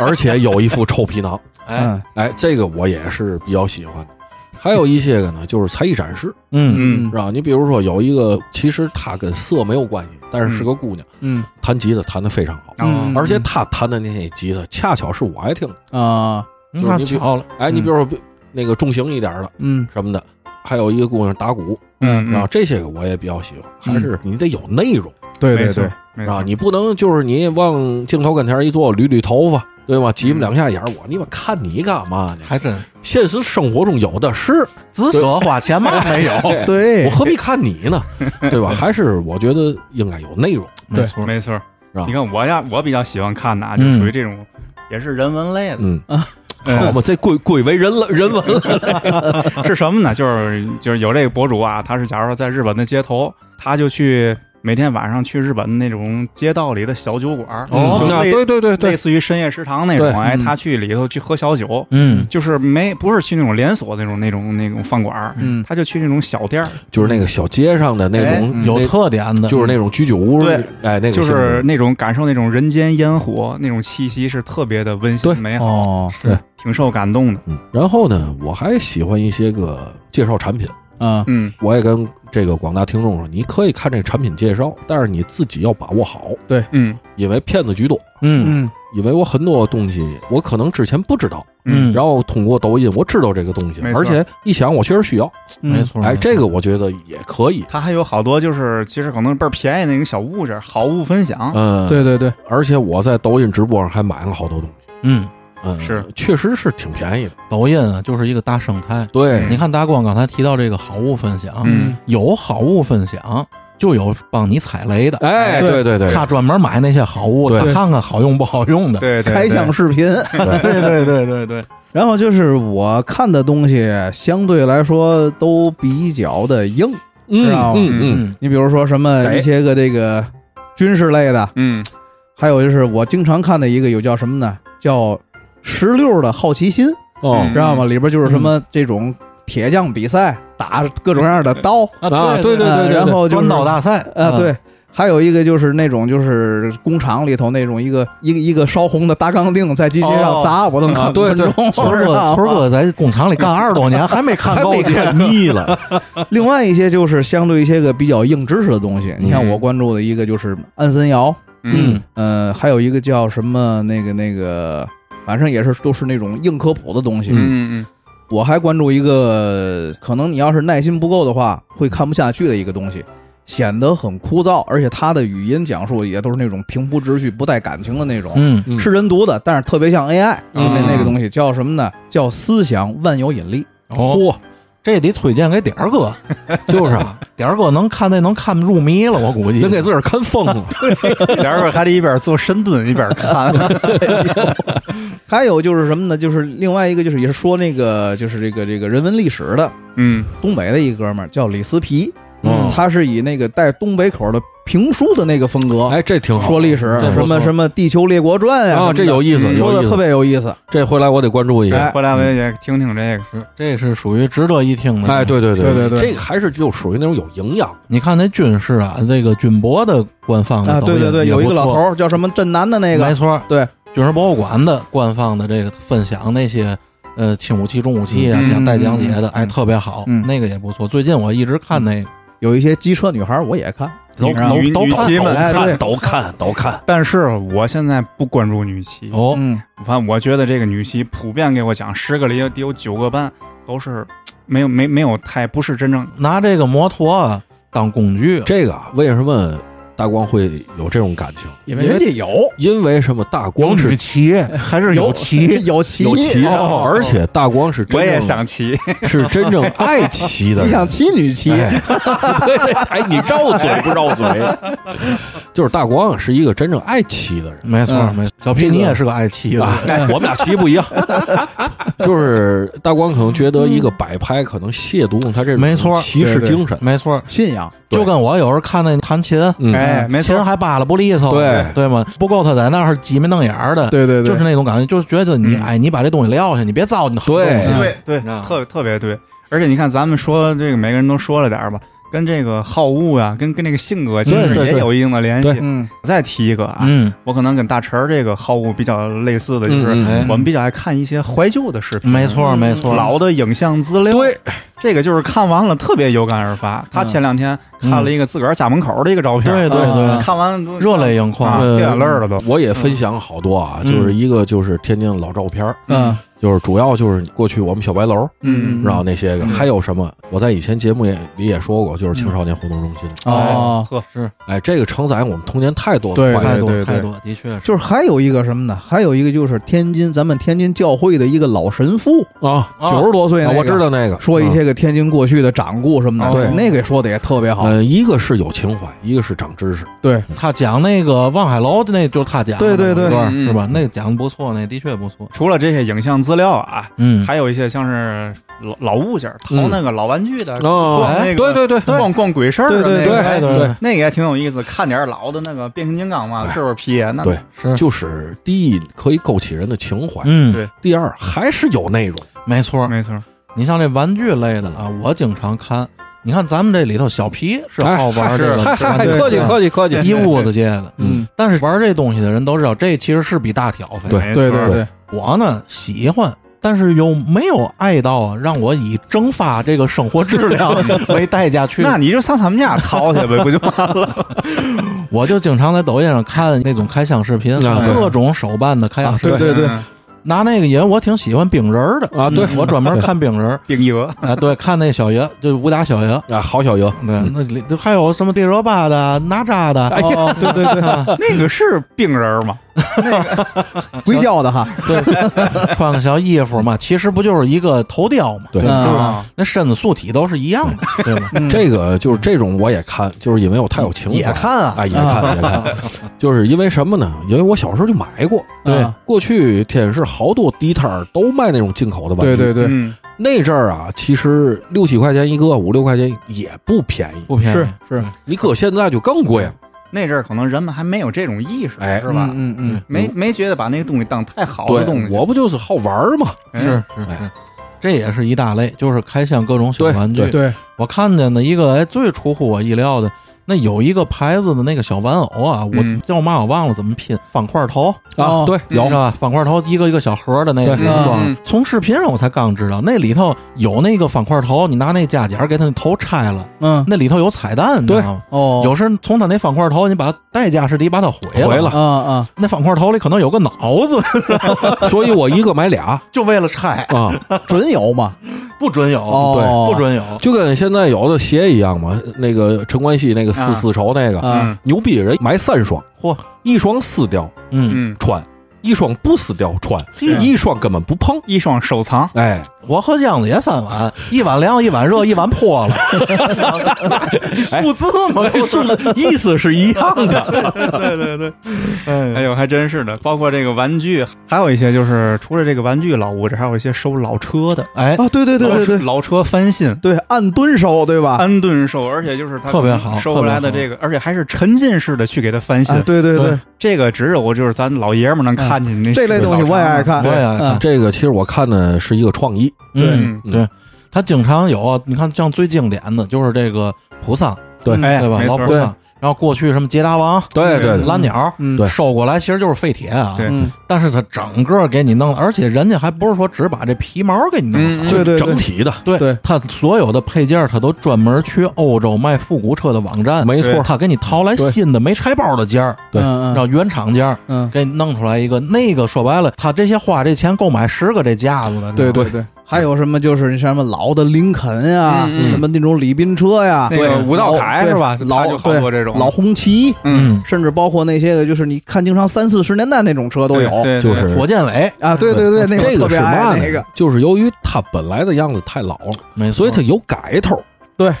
[SPEAKER 4] 而且有一副臭皮囊，
[SPEAKER 1] 哎，
[SPEAKER 2] 嗯
[SPEAKER 4] 哎，这个我也是比较喜欢的。还有一些个呢，就是才艺展示，
[SPEAKER 1] 嗯
[SPEAKER 3] 嗯
[SPEAKER 4] 是吧？你比如说有一个，其实她跟色没有关系，但是是个姑娘，
[SPEAKER 2] 嗯
[SPEAKER 4] 弹吉他弹得非常好，
[SPEAKER 3] 嗯
[SPEAKER 4] 而且她弹的那些吉他恰巧是我爱听的。
[SPEAKER 2] 啊
[SPEAKER 1] 你
[SPEAKER 4] 就是
[SPEAKER 1] 看
[SPEAKER 4] 你比
[SPEAKER 1] 巧了，
[SPEAKER 4] 哎，你比如说那个重型一点的
[SPEAKER 2] 嗯
[SPEAKER 4] 什么的，还有一个姑娘打鼓，
[SPEAKER 3] 嗯
[SPEAKER 4] 啊，这些个我也比较喜欢，还是你得有内容
[SPEAKER 2] 对
[SPEAKER 3] 没
[SPEAKER 2] 对
[SPEAKER 3] 错
[SPEAKER 2] 对，
[SPEAKER 3] 没
[SPEAKER 4] 啊，
[SPEAKER 3] 错，
[SPEAKER 4] 你不能就是你往镜头跟前一坐捋捋头发，对吧？挤么两下眼儿，我你们看你干嘛呢？
[SPEAKER 1] 还真
[SPEAKER 4] 现实生活中有的是，
[SPEAKER 1] 只舍花钱嘛没 有，
[SPEAKER 4] 对
[SPEAKER 2] 对
[SPEAKER 4] 我何必看你呢？对吧？还是我觉得应该有内容，
[SPEAKER 1] 没错，
[SPEAKER 3] 没错
[SPEAKER 4] 是吧。
[SPEAKER 3] 你看我呀，我比较喜欢看的啊，就
[SPEAKER 1] 嗯
[SPEAKER 3] 属于这种，也是人文类的。
[SPEAKER 4] 嗯，
[SPEAKER 3] 嗯
[SPEAKER 4] 好嘛，这归归为人了，人文了，
[SPEAKER 3] 是什么呢？就是就是有这个博主啊，他是假如说在日本的街头，他就去每天晚上去日本那种街道里的小酒馆儿，嗯
[SPEAKER 1] 哦
[SPEAKER 3] 就
[SPEAKER 4] 嗯那
[SPEAKER 3] 类
[SPEAKER 4] 对对对
[SPEAKER 3] 类
[SPEAKER 4] 对，
[SPEAKER 3] 似于深夜食堂那
[SPEAKER 4] 对
[SPEAKER 3] 种，哎，
[SPEAKER 2] 嗯
[SPEAKER 3] 他去里头去喝小酒。
[SPEAKER 1] 嗯，
[SPEAKER 3] 就是没不是去那种连锁那种那种那种饭馆儿，
[SPEAKER 2] 嗯
[SPEAKER 3] 他就去那种小店儿，
[SPEAKER 4] 就是那个小街上的那种
[SPEAKER 1] 有
[SPEAKER 4] 嗯那
[SPEAKER 1] 特点的，
[SPEAKER 4] 就是那种居酒屋，
[SPEAKER 3] 对
[SPEAKER 4] 哎，那个
[SPEAKER 3] 就是
[SPEAKER 4] 性质
[SPEAKER 3] 那种感受那种人间烟火那种气息是特别的温馨
[SPEAKER 4] 对
[SPEAKER 3] 美好，
[SPEAKER 2] 哦
[SPEAKER 3] 挺受感动的。
[SPEAKER 4] 嗯。然后呢，我还喜欢一些个介绍产品。
[SPEAKER 2] 啊
[SPEAKER 3] 嗯，
[SPEAKER 4] 我也跟这个广大听众说，你可以看这个产品介绍，但是你自己要把握好，
[SPEAKER 3] 嗯
[SPEAKER 4] 因为骗子居多。
[SPEAKER 1] 嗯
[SPEAKER 2] 嗯
[SPEAKER 4] 因为我很多东西我可能之前不知道，
[SPEAKER 1] 嗯，
[SPEAKER 4] 然后通过抖音我知道这个东西
[SPEAKER 3] 没，错
[SPEAKER 4] 而且一想我确实需要，
[SPEAKER 2] 嗯
[SPEAKER 1] 没错，
[SPEAKER 4] 哎，这个我觉得也可以，
[SPEAKER 3] 它还有好多就是其实可能倍儿便宜那种小物件，好物分享。
[SPEAKER 4] 嗯，，
[SPEAKER 2] 对对对
[SPEAKER 4] 而且我在抖音直播上还买了好多东西，
[SPEAKER 1] 嗯，
[SPEAKER 4] 嗯，
[SPEAKER 3] 是，
[SPEAKER 4] 确实是挺便宜的，
[SPEAKER 1] 抖音啊就是一个大生态。
[SPEAKER 4] 对，
[SPEAKER 1] 你看大光刚才提到这个好物分享，
[SPEAKER 3] 嗯
[SPEAKER 1] 有好物分享，就有帮你踩雷的。
[SPEAKER 4] 哎，
[SPEAKER 2] 对
[SPEAKER 4] 对对对，
[SPEAKER 1] 他专门买那些好物，
[SPEAKER 4] 对
[SPEAKER 1] 他看看好用不好用的。
[SPEAKER 3] 对对，
[SPEAKER 2] 开箱视频，
[SPEAKER 4] 对
[SPEAKER 1] 对对对对对，
[SPEAKER 2] 然后就是我看的东西相对来说都比较的硬，
[SPEAKER 4] 嗯
[SPEAKER 2] 知道吗
[SPEAKER 4] 嗯嗯，
[SPEAKER 2] 你比如说什么一些个这个军事类的，
[SPEAKER 3] 嗯
[SPEAKER 2] 还有就是我经常看的一个有叫什么呢？叫十六的好奇心，
[SPEAKER 4] 哦
[SPEAKER 2] 知道吗？里边就是什么这种铁匠比赛，打各种各样的刀，
[SPEAKER 4] 啊，对
[SPEAKER 1] 嗯对
[SPEAKER 4] 对对，
[SPEAKER 2] 呃然后就
[SPEAKER 1] 端
[SPEAKER 2] 是
[SPEAKER 1] 刀大嗯赛
[SPEAKER 2] 啊，，对。还有一个就是那种，就是工厂里头那种一个一个一个烧红的大钢锭在机器上
[SPEAKER 3] 哦
[SPEAKER 2] 砸，我都能看
[SPEAKER 4] 啊
[SPEAKER 2] 五
[SPEAKER 4] 对
[SPEAKER 2] 分
[SPEAKER 4] 对
[SPEAKER 2] 钟。
[SPEAKER 1] 村儿
[SPEAKER 2] 知道
[SPEAKER 1] 哥，
[SPEAKER 2] 吗
[SPEAKER 1] 村儿哥在工厂里干二十多年，还没看
[SPEAKER 4] 还
[SPEAKER 1] 够
[SPEAKER 4] 没
[SPEAKER 1] 劲。
[SPEAKER 4] 看腻了，
[SPEAKER 2] 另外一些就是相对一些个比较硬知识的东西，你看
[SPEAKER 3] 嗯
[SPEAKER 2] 我关注的一个就是安森瑶，
[SPEAKER 3] 嗯
[SPEAKER 2] 呃，还有一个叫什么那个那个，反正也是都是那种硬科普的东西。
[SPEAKER 3] 嗯嗯
[SPEAKER 2] 我还关注一个，可能你要是耐心不够的话，会看不下去的一个东西，显得很枯燥，而且它的语音讲述也都是那种平铺直叙、不带感情的那种，
[SPEAKER 1] 嗯
[SPEAKER 4] 嗯
[SPEAKER 2] 是人读的，但是特别像 AI，、就那
[SPEAKER 4] 嗯
[SPEAKER 2] 那个东西叫什么呢？叫思想万有引力。
[SPEAKER 1] 哦，
[SPEAKER 4] 嚯，
[SPEAKER 1] 这得推荐给点儿哥，
[SPEAKER 4] 就是啊，
[SPEAKER 1] 点儿哥能看那能看入迷 了，我估计
[SPEAKER 4] 能给自个儿看疯了，
[SPEAKER 3] 嗯，俩人还得一边做深蹲一边看。
[SPEAKER 2] 还有就是什么呢？就是另外一个就是也是说那个就是这个这个人文历史的，
[SPEAKER 3] 嗯
[SPEAKER 2] 东北的一哥们儿叫李思皮，
[SPEAKER 4] 嗯
[SPEAKER 2] 他是以那个带东北口的评书的那个风格，
[SPEAKER 4] 哎，这挺好，
[SPEAKER 2] 哦说历史，啊
[SPEAKER 4] 这不
[SPEAKER 2] 什么
[SPEAKER 4] 错
[SPEAKER 2] 什么《地球列国传》呀，
[SPEAKER 4] 啊，这有意思，
[SPEAKER 2] 什么
[SPEAKER 4] 有意
[SPEAKER 2] 的嗯说的
[SPEAKER 4] 思
[SPEAKER 2] 特别有意思。啊
[SPEAKER 4] 这回来我得关注一下。
[SPEAKER 2] 哎
[SPEAKER 3] 回来我也听听这个。
[SPEAKER 1] 是这是属于值得一听的。
[SPEAKER 4] 哎，，对对
[SPEAKER 2] 对对对
[SPEAKER 4] 这个还是就属于那种有营养。
[SPEAKER 1] 你看那军事啊，这个军博的官方的
[SPEAKER 4] 嗯
[SPEAKER 2] 啊，
[SPEAKER 1] 抖音
[SPEAKER 2] 对对对，
[SPEAKER 1] 也
[SPEAKER 2] 有
[SPEAKER 1] 不
[SPEAKER 2] 一个老
[SPEAKER 1] 错
[SPEAKER 2] 头儿叫什么镇南的那
[SPEAKER 1] 没
[SPEAKER 2] 个，
[SPEAKER 1] 错，
[SPEAKER 2] 对，
[SPEAKER 1] 军事博物馆的官方的这个分享那些呃轻武器、重武器啊，
[SPEAKER 3] 嗯
[SPEAKER 1] 讲带讲解
[SPEAKER 2] 嗯
[SPEAKER 1] 的
[SPEAKER 2] 嗯，
[SPEAKER 1] 哎，特别好
[SPEAKER 2] 嗯，
[SPEAKER 1] 那个也不错。最近我一直看那个，
[SPEAKER 2] 有一些机车女孩儿我也看，
[SPEAKER 1] 都
[SPEAKER 3] 女女
[SPEAKER 1] 都
[SPEAKER 3] 女
[SPEAKER 1] 都看
[SPEAKER 3] 骑
[SPEAKER 1] 抖
[SPEAKER 3] 们
[SPEAKER 1] 音
[SPEAKER 2] 哎对
[SPEAKER 4] 都看都看，
[SPEAKER 3] 但是我现在不关注女骑，
[SPEAKER 1] 哦，
[SPEAKER 2] 嗯，
[SPEAKER 3] 反正我觉得这个女骑普遍给我讲十个里有得有九个半都是没有没没有太不是真正
[SPEAKER 1] 拿这个摩托啊当工具，
[SPEAKER 4] 这个啊为什么大光会有这种感情，
[SPEAKER 2] 因为人家有
[SPEAKER 4] 因为什么？大光
[SPEAKER 1] 是
[SPEAKER 4] 是
[SPEAKER 1] 旗还是有旗？
[SPEAKER 2] 有旗
[SPEAKER 4] 有旗，
[SPEAKER 2] 哦
[SPEAKER 4] 而且大光是真
[SPEAKER 3] 我也
[SPEAKER 4] 正
[SPEAKER 3] 想骑，
[SPEAKER 4] 是真正爱骑的人。
[SPEAKER 2] 你
[SPEAKER 4] 哎
[SPEAKER 2] 想骑女 骑，
[SPEAKER 4] 对对，哎，你绕嘴不绕嘴？ 就是大光是一个真正爱骑的人。
[SPEAKER 1] 没错，
[SPEAKER 2] 嗯
[SPEAKER 1] 没错。小皮，你也是个爱骑
[SPEAKER 4] 啊
[SPEAKER 1] 的，，
[SPEAKER 4] 我们俩骑不一样， 就是大光可能觉得一个摆拍可能亵渎他这种
[SPEAKER 1] 没错
[SPEAKER 4] 骑士精神，
[SPEAKER 1] 没错。
[SPEAKER 2] 信仰
[SPEAKER 1] 就跟我有时候看那弹琴，
[SPEAKER 4] 嗯，
[SPEAKER 3] 哎，没
[SPEAKER 1] 琴
[SPEAKER 3] 错，
[SPEAKER 1] 还扒拉不利索，
[SPEAKER 4] 对
[SPEAKER 1] 对吗？不够他在那儿挤眉弄眼儿的，
[SPEAKER 2] 对对对
[SPEAKER 1] 就是那种感觉，就是觉得你
[SPEAKER 3] 嗯
[SPEAKER 1] 哎，你把这东西撂下，你别糟践好东
[SPEAKER 4] 对
[SPEAKER 1] 西。
[SPEAKER 3] 对对，嗯
[SPEAKER 1] 啊
[SPEAKER 3] 特特别对。而且你看，咱们说这个，每个人都说了点儿吧，跟这个好恶啊，跟跟这个性格其
[SPEAKER 4] 对嗯
[SPEAKER 3] 实
[SPEAKER 4] 对
[SPEAKER 3] 也
[SPEAKER 4] 对
[SPEAKER 3] 有一定的联
[SPEAKER 4] 对
[SPEAKER 3] 系。
[SPEAKER 2] 嗯
[SPEAKER 3] 我再提一个啊，
[SPEAKER 1] 嗯，
[SPEAKER 3] 我可能跟大陈儿这个好恶比较类似的，就是
[SPEAKER 2] 哎
[SPEAKER 4] 嗯嗯嗯
[SPEAKER 1] 嗯
[SPEAKER 3] 我们比较爱看一些怀旧的视频，
[SPEAKER 1] 没错没错，
[SPEAKER 3] 老的影像资料。
[SPEAKER 4] 对，嗯
[SPEAKER 3] 这个就是看完了特别有感而发。他前两天看了一个自个儿家门口的一个照片，
[SPEAKER 1] 对对
[SPEAKER 3] 啊
[SPEAKER 1] 对，
[SPEAKER 3] 看完都
[SPEAKER 1] 热泪盈
[SPEAKER 3] 啊
[SPEAKER 1] 眶。
[SPEAKER 4] 嗯
[SPEAKER 3] 掉眼泪儿了都。
[SPEAKER 4] 我也分享好多啊，
[SPEAKER 1] 嗯
[SPEAKER 4] 就是一个就是天津老照片儿，
[SPEAKER 2] 嗯
[SPEAKER 4] 就是主要就是过去我们小白楼，
[SPEAKER 3] 嗯
[SPEAKER 4] 然后那些个，
[SPEAKER 3] 嗯
[SPEAKER 4] 还有什么？我在以前节目也里也说过，就是青少年活动中心，
[SPEAKER 2] 哦，
[SPEAKER 3] 呵，
[SPEAKER 1] 哎是
[SPEAKER 4] 哎，这个承载我们童年太多
[SPEAKER 2] 对
[SPEAKER 4] 的快
[SPEAKER 1] 太
[SPEAKER 4] 乐，
[SPEAKER 1] 多
[SPEAKER 2] 对对
[SPEAKER 1] 太多，的确是
[SPEAKER 2] 就是还有一个什么呢？还有一个就是天津咱们天津教会的一个老神父，
[SPEAKER 4] 啊，
[SPEAKER 2] 九十多岁
[SPEAKER 4] 啊
[SPEAKER 2] 那个
[SPEAKER 4] 我知道那个
[SPEAKER 2] 说一。些个天津过去的掌故什么的，
[SPEAKER 3] 哦对
[SPEAKER 2] 那个说的也特别好。
[SPEAKER 4] 嗯，呃一个是有情怀，一个是长知识。
[SPEAKER 2] 对，
[SPEAKER 1] 他讲那个望海楼，那就是他讲的
[SPEAKER 2] 对对对
[SPEAKER 1] 那段
[SPEAKER 3] 嗯
[SPEAKER 1] 是吧？那个讲的不错，那的确不错。
[SPEAKER 3] 除了这些影像资料啊，
[SPEAKER 1] 嗯，
[SPEAKER 3] 还有一些像是老老物件儿，淘
[SPEAKER 4] 嗯
[SPEAKER 3] 那个老玩具的，
[SPEAKER 4] 哦
[SPEAKER 3] 逛那个
[SPEAKER 4] 对对对
[SPEAKER 3] 逛逛鬼市儿的
[SPEAKER 1] 对对
[SPEAKER 3] 那
[SPEAKER 4] 对
[SPEAKER 3] 个，哎
[SPEAKER 1] 对
[SPEAKER 4] 对
[SPEAKER 3] 那个也挺有意思。看点儿老的那个变形金刚嘛，是不是皮爷？那
[SPEAKER 4] 对，
[SPEAKER 1] 是
[SPEAKER 4] 就是第一可以勾起人的情怀，
[SPEAKER 1] 嗯，
[SPEAKER 3] 对
[SPEAKER 4] 第二还是有内容。
[SPEAKER 1] 没错。
[SPEAKER 3] 没错，
[SPEAKER 1] 你像这玩具类的啊，我经常看。你看咱们这里头，小皮是好玩这个
[SPEAKER 3] 哎是
[SPEAKER 1] 玩具的，气
[SPEAKER 4] 气客
[SPEAKER 1] 一屋子界的。
[SPEAKER 2] 嗯，
[SPEAKER 1] 但是玩这东西的人都知道，这其实是笔大挑费。
[SPEAKER 4] 对
[SPEAKER 3] 没
[SPEAKER 2] 对
[SPEAKER 3] 错
[SPEAKER 2] 对
[SPEAKER 3] 儿
[SPEAKER 2] 对，
[SPEAKER 1] 我呢喜欢，但是又没有爱到啊，让我以蒸发这个生活质量为代价去。
[SPEAKER 3] 那你就上他们家淘去呗，不就完了？
[SPEAKER 1] 我就经常在抖音上看那种开箱视频，
[SPEAKER 4] 啊对
[SPEAKER 1] 各种手办的开箱视频。
[SPEAKER 2] 对对对，
[SPEAKER 3] 嗯，
[SPEAKER 1] 拿那个人，我挺喜欢饼人儿的
[SPEAKER 4] 啊对
[SPEAKER 1] 嗯我专门看饼人儿
[SPEAKER 3] 冰一鹅，
[SPEAKER 1] 啊，对，看那小爷，就武打小爷。
[SPEAKER 4] 啊，郝小莹，
[SPEAKER 1] 对，那里头还有什么地热巴的、哪吒的，
[SPEAKER 4] 哎
[SPEAKER 1] 哦，对对对，啊
[SPEAKER 3] 那个是病人儿吗？
[SPEAKER 2] 回教的哈，
[SPEAKER 1] 对，穿个小衣服嘛，其实不就是一个头雕嘛，
[SPEAKER 4] 对
[SPEAKER 1] 吧
[SPEAKER 2] 啊
[SPEAKER 1] 那身子素体都是一样的，对吧？
[SPEAKER 3] 嗯
[SPEAKER 4] 这个就是这种我也看，就是因为我太有情怀，
[SPEAKER 1] 也看啊
[SPEAKER 4] 啊，也看也看，就是因为什么呢？因为我小时候就买过，
[SPEAKER 2] 对
[SPEAKER 4] 啊过去天津市好多地摊儿都卖那种进口的玩具，
[SPEAKER 2] 对对对，
[SPEAKER 3] 嗯，
[SPEAKER 4] 那阵儿啊，其实六七块钱一个，五六块钱也不便宜，
[SPEAKER 1] 不便宜，
[SPEAKER 2] 是是，
[SPEAKER 4] 你搁现在就更贵了。
[SPEAKER 3] 那阵儿可能人们还没有这种意识，
[SPEAKER 4] 哎
[SPEAKER 3] 是吧？
[SPEAKER 2] 嗯嗯
[SPEAKER 3] 没没觉得把那个东西当太好的
[SPEAKER 4] 对
[SPEAKER 3] 东，西，
[SPEAKER 4] 我不就是好玩儿嘛？
[SPEAKER 3] 哎
[SPEAKER 1] 是是是
[SPEAKER 4] 哎，
[SPEAKER 1] 这也是一大类，就是开箱各种小
[SPEAKER 4] 对
[SPEAKER 1] 玩
[SPEAKER 2] 嗯，
[SPEAKER 1] 具。
[SPEAKER 2] 对，
[SPEAKER 1] 我看见的一个，哎，最出乎我意料的，那有一个牌子的那个小玩偶啊，我
[SPEAKER 3] 嗯
[SPEAKER 1] 叫嘛我忘了怎么拼，方块头
[SPEAKER 2] 哦
[SPEAKER 4] 啊，对，
[SPEAKER 1] 你
[SPEAKER 4] 有
[SPEAKER 1] 知，道吧？方块头一个一个小盒的那个
[SPEAKER 4] 对
[SPEAKER 1] 那
[SPEAKER 3] 嗯
[SPEAKER 1] 装
[SPEAKER 3] 嗯，
[SPEAKER 1] 从视频上我才刚知道，那里头有那个方块头，你拿那夹夹给它那头拆了，
[SPEAKER 2] 嗯
[SPEAKER 1] 那里头有彩蛋，你知道吗？
[SPEAKER 2] 哦，
[SPEAKER 1] 有时从它那方块头，你把它代价是得把它毁了，
[SPEAKER 4] 毁了
[SPEAKER 2] 啊啊，
[SPEAKER 1] 那方块头里可能有个脑子，
[SPEAKER 4] 所以我一个买俩
[SPEAKER 1] 就为了拆，
[SPEAKER 4] 啊，
[SPEAKER 2] 准有嘛？
[SPEAKER 1] 不准有，
[SPEAKER 2] 哦，
[SPEAKER 1] 不准有。
[SPEAKER 4] 就跟现在有的鞋一样嘛。那个陈冠希那个丝
[SPEAKER 3] 啊
[SPEAKER 4] 丝绸那个，
[SPEAKER 2] 啊，
[SPEAKER 3] 嗯
[SPEAKER 4] 牛逼人买三双，
[SPEAKER 1] 嚯，
[SPEAKER 4] 一双撕掉
[SPEAKER 1] 嗯，
[SPEAKER 3] 嗯，
[SPEAKER 4] 穿，一双不撕掉穿，一双根本不碰。
[SPEAKER 3] 一双收藏，
[SPEAKER 4] 哎，
[SPEAKER 1] 我和姜子也三碗，一碗凉，一碗热，一碗破了。
[SPEAKER 2] 哎
[SPEAKER 1] 数字嘛，数字
[SPEAKER 4] 意思是一样的。
[SPEAKER 1] 对对对，哎
[SPEAKER 3] 哎呦，还真是的。包括这个玩具，还有一些就是除了这个玩具老物质，还有一些收老车的，
[SPEAKER 1] 哎，
[SPEAKER 2] 啊，对对对
[SPEAKER 3] 老
[SPEAKER 2] 对
[SPEAKER 3] 车
[SPEAKER 2] 对啊
[SPEAKER 3] 老车翻新。
[SPEAKER 2] 对，按吨收对吧？
[SPEAKER 3] 安顿收，而且就是它
[SPEAKER 1] 特别好
[SPEAKER 3] 收回来的
[SPEAKER 1] 特别
[SPEAKER 3] 这个，而且还是沉浸式的去给它翻新
[SPEAKER 2] 啊，，对对对，
[SPEAKER 3] 这个只有就是咱老爷们儿能看见那
[SPEAKER 2] 嗯这类东西我也爱看，
[SPEAKER 1] 我也爱看
[SPEAKER 2] 嗯
[SPEAKER 4] 这个其实我看的是一个创意，
[SPEAKER 1] 嗯
[SPEAKER 4] 对
[SPEAKER 1] 对，他经常有啊，你看像最经典的就是这个扶桑，
[SPEAKER 4] 对
[SPEAKER 3] 哎
[SPEAKER 1] 对吧？
[SPEAKER 3] 没
[SPEAKER 1] 老
[SPEAKER 3] 错
[SPEAKER 1] 扶桑，然后过去什么捷达王、
[SPEAKER 4] 对对对
[SPEAKER 1] 蓝鸟，
[SPEAKER 2] 嗯，
[SPEAKER 4] 对
[SPEAKER 1] 收过来其实就是废铁啊，
[SPEAKER 3] 对
[SPEAKER 2] 嗯，
[SPEAKER 1] 但是他整个给你弄，而且人家还不是说只把这皮毛给你弄好
[SPEAKER 3] 嗯。
[SPEAKER 2] 对对
[SPEAKER 4] 整
[SPEAKER 2] 对
[SPEAKER 4] 体的，
[SPEAKER 1] 对
[SPEAKER 2] 对
[SPEAKER 1] 他所有的配件儿，他都专门去欧洲卖复古车的网站，
[SPEAKER 4] 没错
[SPEAKER 3] 对。
[SPEAKER 1] 他给你淘来
[SPEAKER 4] 对
[SPEAKER 1] 新的没拆包的件儿，
[SPEAKER 4] 对
[SPEAKER 2] 嗯
[SPEAKER 1] 然后
[SPEAKER 2] 嗯
[SPEAKER 1] 原厂件儿
[SPEAKER 2] 嗯，
[SPEAKER 1] 给你弄出来一个。那个说白了，他这些花这钱购买十个这架子呢，
[SPEAKER 2] 嗯对
[SPEAKER 1] 对
[SPEAKER 2] 对对，还有什么就是你像什么老的林肯呀，
[SPEAKER 3] 嗯嗯
[SPEAKER 2] 什么那种礼宾车呀，
[SPEAKER 3] 那个
[SPEAKER 1] 对
[SPEAKER 3] 吴道台
[SPEAKER 2] 老
[SPEAKER 3] 是吧？
[SPEAKER 2] 对
[SPEAKER 3] 他就
[SPEAKER 2] 老
[SPEAKER 3] 好多
[SPEAKER 2] 对
[SPEAKER 3] 这种
[SPEAKER 2] 老红旗，
[SPEAKER 3] 嗯，
[SPEAKER 2] 甚至包括那些个就是你看经常三四十年代那种车都有
[SPEAKER 3] 对，对
[SPEAKER 4] 就
[SPEAKER 3] 对
[SPEAKER 4] 是
[SPEAKER 1] 嗯火箭尾，
[SPEAKER 2] 啊，对对对，那
[SPEAKER 4] 这是
[SPEAKER 2] 我特别
[SPEAKER 4] 嘛
[SPEAKER 2] 爱
[SPEAKER 4] 呢？
[SPEAKER 2] 那个，
[SPEAKER 4] 就是由于它本来的样子太老了，
[SPEAKER 1] 没错
[SPEAKER 4] 所以它有改头，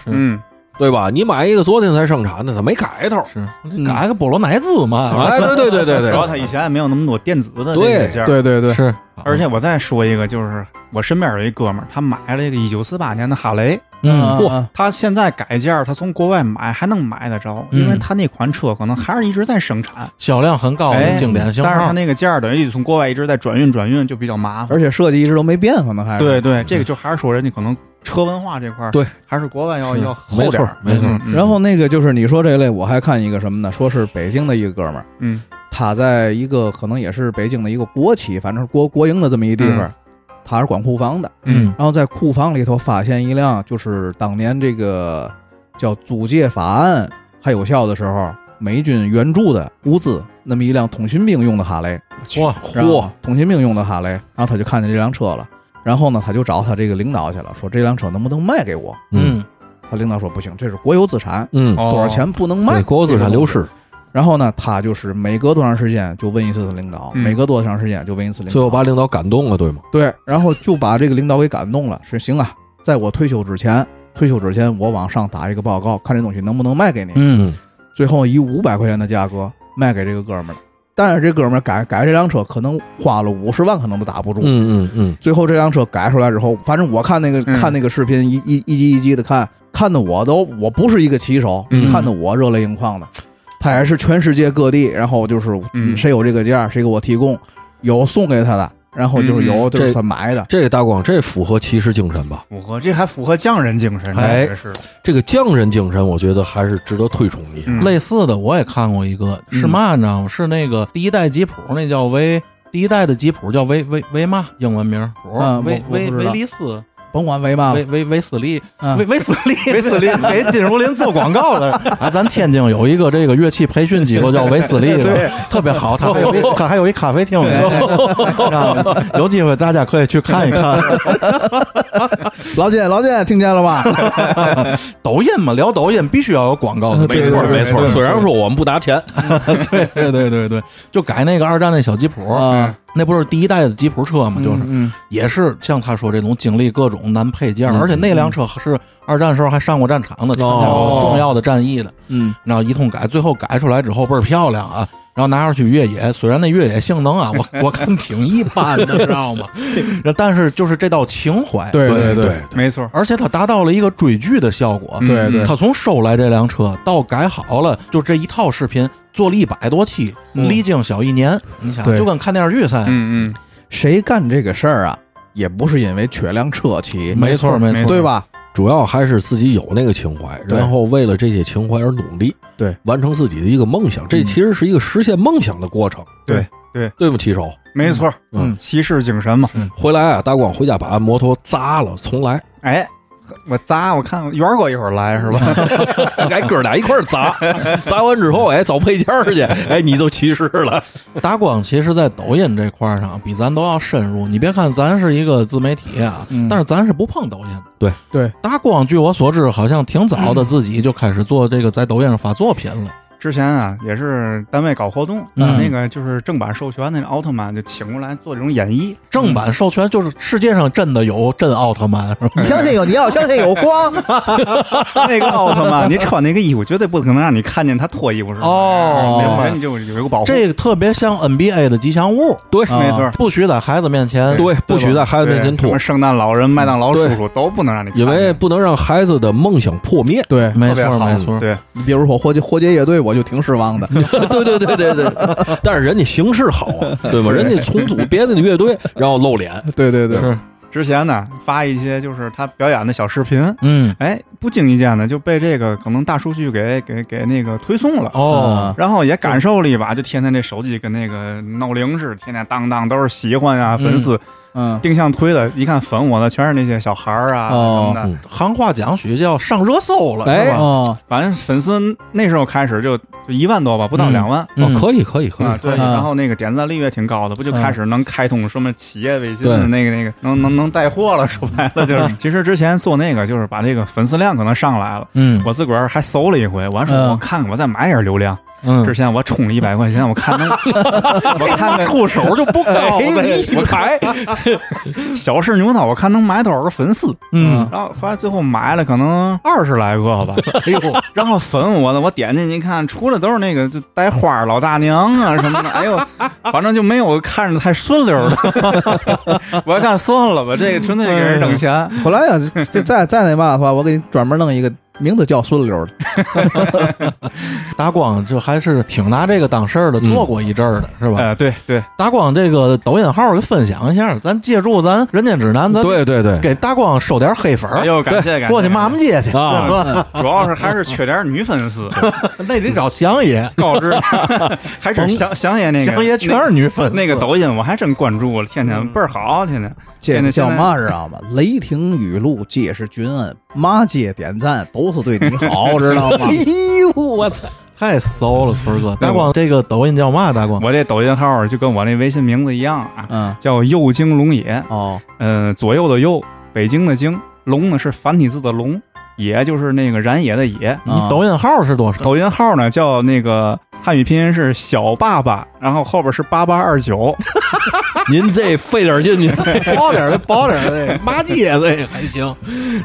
[SPEAKER 3] 嗯，
[SPEAKER 4] 对吧？你买一个昨天才生产的，它没改头。
[SPEAKER 1] 是改个菠萝奶滋嘛，
[SPEAKER 4] 哎，对对对对
[SPEAKER 3] 主
[SPEAKER 4] 对，
[SPEAKER 3] 要他以前也没有那么多电子
[SPEAKER 4] 对
[SPEAKER 3] 的这个劲儿。
[SPEAKER 2] 对对对，
[SPEAKER 1] 是，嗯
[SPEAKER 3] 而且我再说一个，就是我身边有一哥们儿，他买了一个一九四八年的哈雷，
[SPEAKER 1] 嗯，
[SPEAKER 2] 嚯，啊
[SPEAKER 3] 他现在改件儿，他从国外买还能买得着，
[SPEAKER 1] 嗯
[SPEAKER 3] 因为他那款车可能还是一直在生产，
[SPEAKER 1] 销量很高
[SPEAKER 3] 哎
[SPEAKER 1] 的经典型
[SPEAKER 3] 但是他
[SPEAKER 1] 号，
[SPEAKER 3] 那个件儿等于从国外一直在转运，转运就比较麻烦。嗯
[SPEAKER 2] 而且设计一直都没变，可能还是
[SPEAKER 3] 对对，这个就还是说人家可能车文化这块儿，
[SPEAKER 4] 对，
[SPEAKER 3] 还是国外要
[SPEAKER 1] 是
[SPEAKER 3] 要厚点儿，
[SPEAKER 4] 没错没错
[SPEAKER 3] 嗯。嗯
[SPEAKER 2] 然后那个就是你说这类，我还看一个什么呢？说是北京的一个哥们儿，
[SPEAKER 3] 嗯，
[SPEAKER 2] 他在一个可能也是北京的一个国企，反正是国国营的这么一地方，他是管库房的。
[SPEAKER 3] 嗯
[SPEAKER 2] 然后在库房里头发现一辆，就是当年这个叫租借法案还有效的时候，美军援助的乌兹那么一辆通讯兵用的哈雷，
[SPEAKER 1] 嚯，
[SPEAKER 2] 嚯，通讯兵用的哈雷，然后他就看见这辆车了，然后呢，他就找他这个领导去了，说这辆车能不能卖给我？
[SPEAKER 1] 嗯，
[SPEAKER 2] 他领导说不行，这是国有资产，
[SPEAKER 4] 嗯，
[SPEAKER 3] 哦
[SPEAKER 2] 多少钱不能卖
[SPEAKER 4] 对，，国有资产流失，
[SPEAKER 2] 然后呢，他就是每隔多长时间就问一次领导，
[SPEAKER 3] 嗯
[SPEAKER 2] 每隔多长时间就问一次领导，
[SPEAKER 4] 最后把领导感动了，对吗？
[SPEAKER 2] 对，然后就把这个领导给感动了，是行啊，在我退休之前，退休之前我往上打一个报告，看这东西能不能卖给你。
[SPEAKER 1] 嗯，
[SPEAKER 2] 最后以五百块钱的价格卖给这个哥们儿了，但是这哥们儿改改这辆车可能花了五十万，可能都打不住。
[SPEAKER 4] 嗯嗯嗯，
[SPEAKER 2] 最后这辆车改出来之后，反正我看那个、
[SPEAKER 3] 嗯
[SPEAKER 2] 看那个视频一一一集一集的看，看的我都我不是一个骑手，
[SPEAKER 3] 嗯
[SPEAKER 2] 看的我热泪盈眶的。他也是全世界各地，然后就是、
[SPEAKER 3] 嗯
[SPEAKER 2] 谁有这个件儿，谁给我提供，有送给他的，然后就是有就是
[SPEAKER 4] 这
[SPEAKER 2] 他买的，
[SPEAKER 4] 这个大光，这符合骑士精神吧？
[SPEAKER 3] 符哦合这还符合匠人精神，
[SPEAKER 1] 哎
[SPEAKER 3] 这个是
[SPEAKER 4] 这个匠人精神，我觉得还是值得推崇一下。
[SPEAKER 3] 嗯
[SPEAKER 1] 类似的我也看过一个，
[SPEAKER 2] 嗯
[SPEAKER 1] 是嘛你知道吗？是那个第一代吉普，那叫维，第一代的吉普叫维维维嘛，英文名普
[SPEAKER 2] 嗯，
[SPEAKER 1] 维
[SPEAKER 2] 我我
[SPEAKER 1] 维
[SPEAKER 2] 不知
[SPEAKER 1] 维
[SPEAKER 2] 道啊
[SPEAKER 1] 利斯，
[SPEAKER 2] 甭管为嘛
[SPEAKER 1] 维
[SPEAKER 2] 了。
[SPEAKER 1] 维维斯利，
[SPEAKER 2] 嗯
[SPEAKER 1] 维维斯利， 维斯 利给金如林做广告的啊！咱天津有一个这个乐器培训机构 叫维斯利，
[SPEAKER 2] 对，哦
[SPEAKER 1] 特别好，它还有一它还有一咖啡厅呢，啊 有机会大家可以去看一 看。
[SPEAKER 2] 老金，老金，听见 了吧？
[SPEAKER 1] 抖音嘛，聊抖音必须要有广告
[SPEAKER 2] 啊
[SPEAKER 1] 的，
[SPEAKER 3] 没错
[SPEAKER 4] 没
[SPEAKER 3] 没
[SPEAKER 4] 错，
[SPEAKER 3] 错
[SPEAKER 4] 虽然说我们不拿钱，
[SPEAKER 1] 对对对对对，就改那个二战那小吉普，
[SPEAKER 2] 啊，
[SPEAKER 1] 那不是第一代的吉普车嘛，就是
[SPEAKER 2] 嗯，
[SPEAKER 1] 也是像他说这种经历各种难配件，而且那辆车是二战时候还上过战场的，参加过重要的战役的，
[SPEAKER 2] 哦嗯
[SPEAKER 1] 然后一通改，最后改出来之后倍儿漂亮啊。然后拿出去越野，虽然那越野性能啊， 我我看挺一般的，知道吗？然后但是就是这道情怀，
[SPEAKER 2] 对对对
[SPEAKER 4] 对，
[SPEAKER 3] 没错，
[SPEAKER 1] 而且它达到了一个追剧的效果。
[SPEAKER 3] 嗯
[SPEAKER 2] 对对
[SPEAKER 1] 他从收来这辆车到改好了，就这一套视频做了一百多期，
[SPEAKER 2] 嗯
[SPEAKER 1] 历经小一年，你想
[SPEAKER 2] 对
[SPEAKER 1] 就跟看电视剧似的。
[SPEAKER 3] 嗯嗯，
[SPEAKER 2] 谁干这个事儿啊，也不是因为缺辆车骑，
[SPEAKER 1] 没错，没
[SPEAKER 3] 没
[SPEAKER 1] 错
[SPEAKER 3] 错，
[SPEAKER 2] 对吧？
[SPEAKER 4] 主要还是自己有那个情怀，
[SPEAKER 2] 对
[SPEAKER 4] 然后为了这些情怀而努力，
[SPEAKER 2] 对，
[SPEAKER 4] 完成自己的一个梦想，这其实是一个实现梦想的过程。
[SPEAKER 3] 对对
[SPEAKER 4] 对吗，骑手？
[SPEAKER 3] 没错，
[SPEAKER 4] 嗯，
[SPEAKER 3] 骑士精神嘛，
[SPEAKER 4] 回来啊，大光回家把摩托砸了，重来，
[SPEAKER 3] 哎，我砸，我看元儿哥一会儿来 是吧？
[SPEAKER 4] 哎，哥俩一块儿砸，砸完之后，哎，找配件儿去，哎，你就骑士了。
[SPEAKER 1] 打光其实，在抖音这块儿上比咱都要深入。你别看咱是一个自媒体啊，
[SPEAKER 2] 嗯
[SPEAKER 1] 但是咱是不碰抖音的。
[SPEAKER 4] 对
[SPEAKER 2] 对，
[SPEAKER 1] 打光据我所知，好像挺早的，自己就开始做这个在抖音上发作品了。
[SPEAKER 3] 之前啊，也是单位搞活动，
[SPEAKER 1] 嗯
[SPEAKER 3] 把那个就是正版授权那个奥特曼就请过来做这种演绎，
[SPEAKER 1] 正版授权就是世界上真的有真奥特曼，是吧？
[SPEAKER 2] 你相信有，你要相信有光。
[SPEAKER 3] 那个奥特曼，你穿那个衣服绝对不可能让你看见他脱衣服是吧？
[SPEAKER 1] 哦
[SPEAKER 3] 明
[SPEAKER 1] 明白
[SPEAKER 3] 白，你就有一个保护。
[SPEAKER 1] 这个特别像 NBA 的吉祥物，
[SPEAKER 4] 对
[SPEAKER 2] 啊。
[SPEAKER 3] 没错，
[SPEAKER 1] 不许在孩子面前
[SPEAKER 4] 对，不许在孩子
[SPEAKER 3] 对
[SPEAKER 4] 面前
[SPEAKER 3] 什
[SPEAKER 4] 吐
[SPEAKER 3] 么，圣诞老人、麦当劳叔
[SPEAKER 4] 对
[SPEAKER 3] 叔都不能让你看
[SPEAKER 4] 因
[SPEAKER 3] 见，
[SPEAKER 4] 为不能让孩子的梦想破灭
[SPEAKER 2] 对，
[SPEAKER 1] 没
[SPEAKER 3] 特别
[SPEAKER 1] 错
[SPEAKER 3] 好
[SPEAKER 1] 没错，
[SPEAKER 3] 对，
[SPEAKER 2] 你比如说火街火街乐队，我就挺失望 的。
[SPEAKER 4] 对对对对对，但是人家形式好啊，对吗？人家重组别的乐队，然后露脸，
[SPEAKER 2] 对对对，
[SPEAKER 1] 是
[SPEAKER 3] 之前呢发一些就是他表演的小视频，
[SPEAKER 1] 嗯
[SPEAKER 3] 哎，不经意间的就被这个可能大数据给给给那个推送了。
[SPEAKER 1] 哦，
[SPEAKER 3] 然后也感受了一把，就天天这手机跟那个闹铃似的，天天当当都是喜欢啊，粉丝
[SPEAKER 2] 嗯，
[SPEAKER 3] 定向推的，一看粉我的全是那些小孩儿啊
[SPEAKER 2] 哦
[SPEAKER 3] 什么的，
[SPEAKER 4] 嗯
[SPEAKER 1] 行话讲许叫上热搜了，
[SPEAKER 4] 哎
[SPEAKER 1] 是吧？
[SPEAKER 2] 哦，
[SPEAKER 3] 反正粉丝那时候开始就就一万多吧，不到
[SPEAKER 1] 嗯
[SPEAKER 3] 两万。
[SPEAKER 1] 嗯
[SPEAKER 4] 哦，可以可以可
[SPEAKER 3] 啊，
[SPEAKER 4] 以，
[SPEAKER 3] 对，
[SPEAKER 2] 嗯
[SPEAKER 3] 然后那个点赞率也挺高的，不就开始能开通什么企业微信
[SPEAKER 4] 对
[SPEAKER 3] 的那个那个，能能能带货了，说白了就是，
[SPEAKER 1] 嗯
[SPEAKER 3] 其实之前做那个就是把这个粉丝量可能上来了，
[SPEAKER 1] 嗯
[SPEAKER 3] 我自个儿还搜了一回，我还说
[SPEAKER 2] 嗯
[SPEAKER 3] 我看看我再买点流量，之
[SPEAKER 1] 嗯，
[SPEAKER 3] 前我充了一百块钱，我看 能，我看看
[SPEAKER 1] 出手就不高
[SPEAKER 4] 哎
[SPEAKER 1] 了，
[SPEAKER 4] 我抬，
[SPEAKER 3] 小试牛刀，我看能买多少个粉丝，
[SPEAKER 1] 嗯，
[SPEAKER 3] 然后发现最后买了可能二十来个 吧，
[SPEAKER 1] 哎呦，
[SPEAKER 3] 然后粉我的，我点进去一看，除了都是那个就带花儿老大娘啊什么的，哎呦，反正就没有看着太顺溜 的。我要看算了吧，这个纯粹给人挣钱。
[SPEAKER 2] 后来啊，这这再再那嘛的话，我给你专门弄一个名字叫顺溜的，
[SPEAKER 1] 达光就还是挺拿这个当事儿的，
[SPEAKER 4] 嗯
[SPEAKER 1] 做过一阵儿的，是吧？
[SPEAKER 3] 呃，对对，
[SPEAKER 1] 达光这个抖音号给分享一下，咱借助咱人间指南，咱
[SPEAKER 4] 对对对
[SPEAKER 1] 给达光收点黑粉
[SPEAKER 3] 哎
[SPEAKER 1] 儿，
[SPEAKER 3] 呦，感谢感谢，
[SPEAKER 1] 过去 骂骂街去，
[SPEAKER 4] 啊
[SPEAKER 1] 是吧？
[SPEAKER 3] 主要是还是缺点女粉丝，
[SPEAKER 1] 那得找祥爷，
[SPEAKER 3] 告 知还是祥祥爷那个
[SPEAKER 1] 祥爷全是女粉丝，
[SPEAKER 3] 那个抖音，我还真关注了，天天倍儿好，天天
[SPEAKER 2] 这
[SPEAKER 3] 现
[SPEAKER 2] 个
[SPEAKER 3] 在
[SPEAKER 2] 叫
[SPEAKER 3] 现在
[SPEAKER 2] 嘛知道吗？雷霆雨露皆是君恩，嘛街点赞都是对你 好，知道
[SPEAKER 3] 哎
[SPEAKER 2] 吗？
[SPEAKER 4] 呦，我操！
[SPEAKER 1] 太骚了，村儿哥。达光这个抖音叫嘛？达光，
[SPEAKER 3] 我这抖音号就跟我那微信名字一样啊，
[SPEAKER 2] 嗯，
[SPEAKER 3] 叫右京龙野。
[SPEAKER 2] 哦，
[SPEAKER 3] 嗯，左右的右，北京的京，龙呢是繁体字的龙，野就是那个燃野的野。
[SPEAKER 1] 你
[SPEAKER 2] 啊
[SPEAKER 1] 抖音号是多少？
[SPEAKER 3] 抖音号呢叫那个汉语拼音是小爸爸，然后后边是八八二九，
[SPEAKER 4] 您这费点 劲去，
[SPEAKER 1] 薄点儿的，薄点儿的，骂街的还行。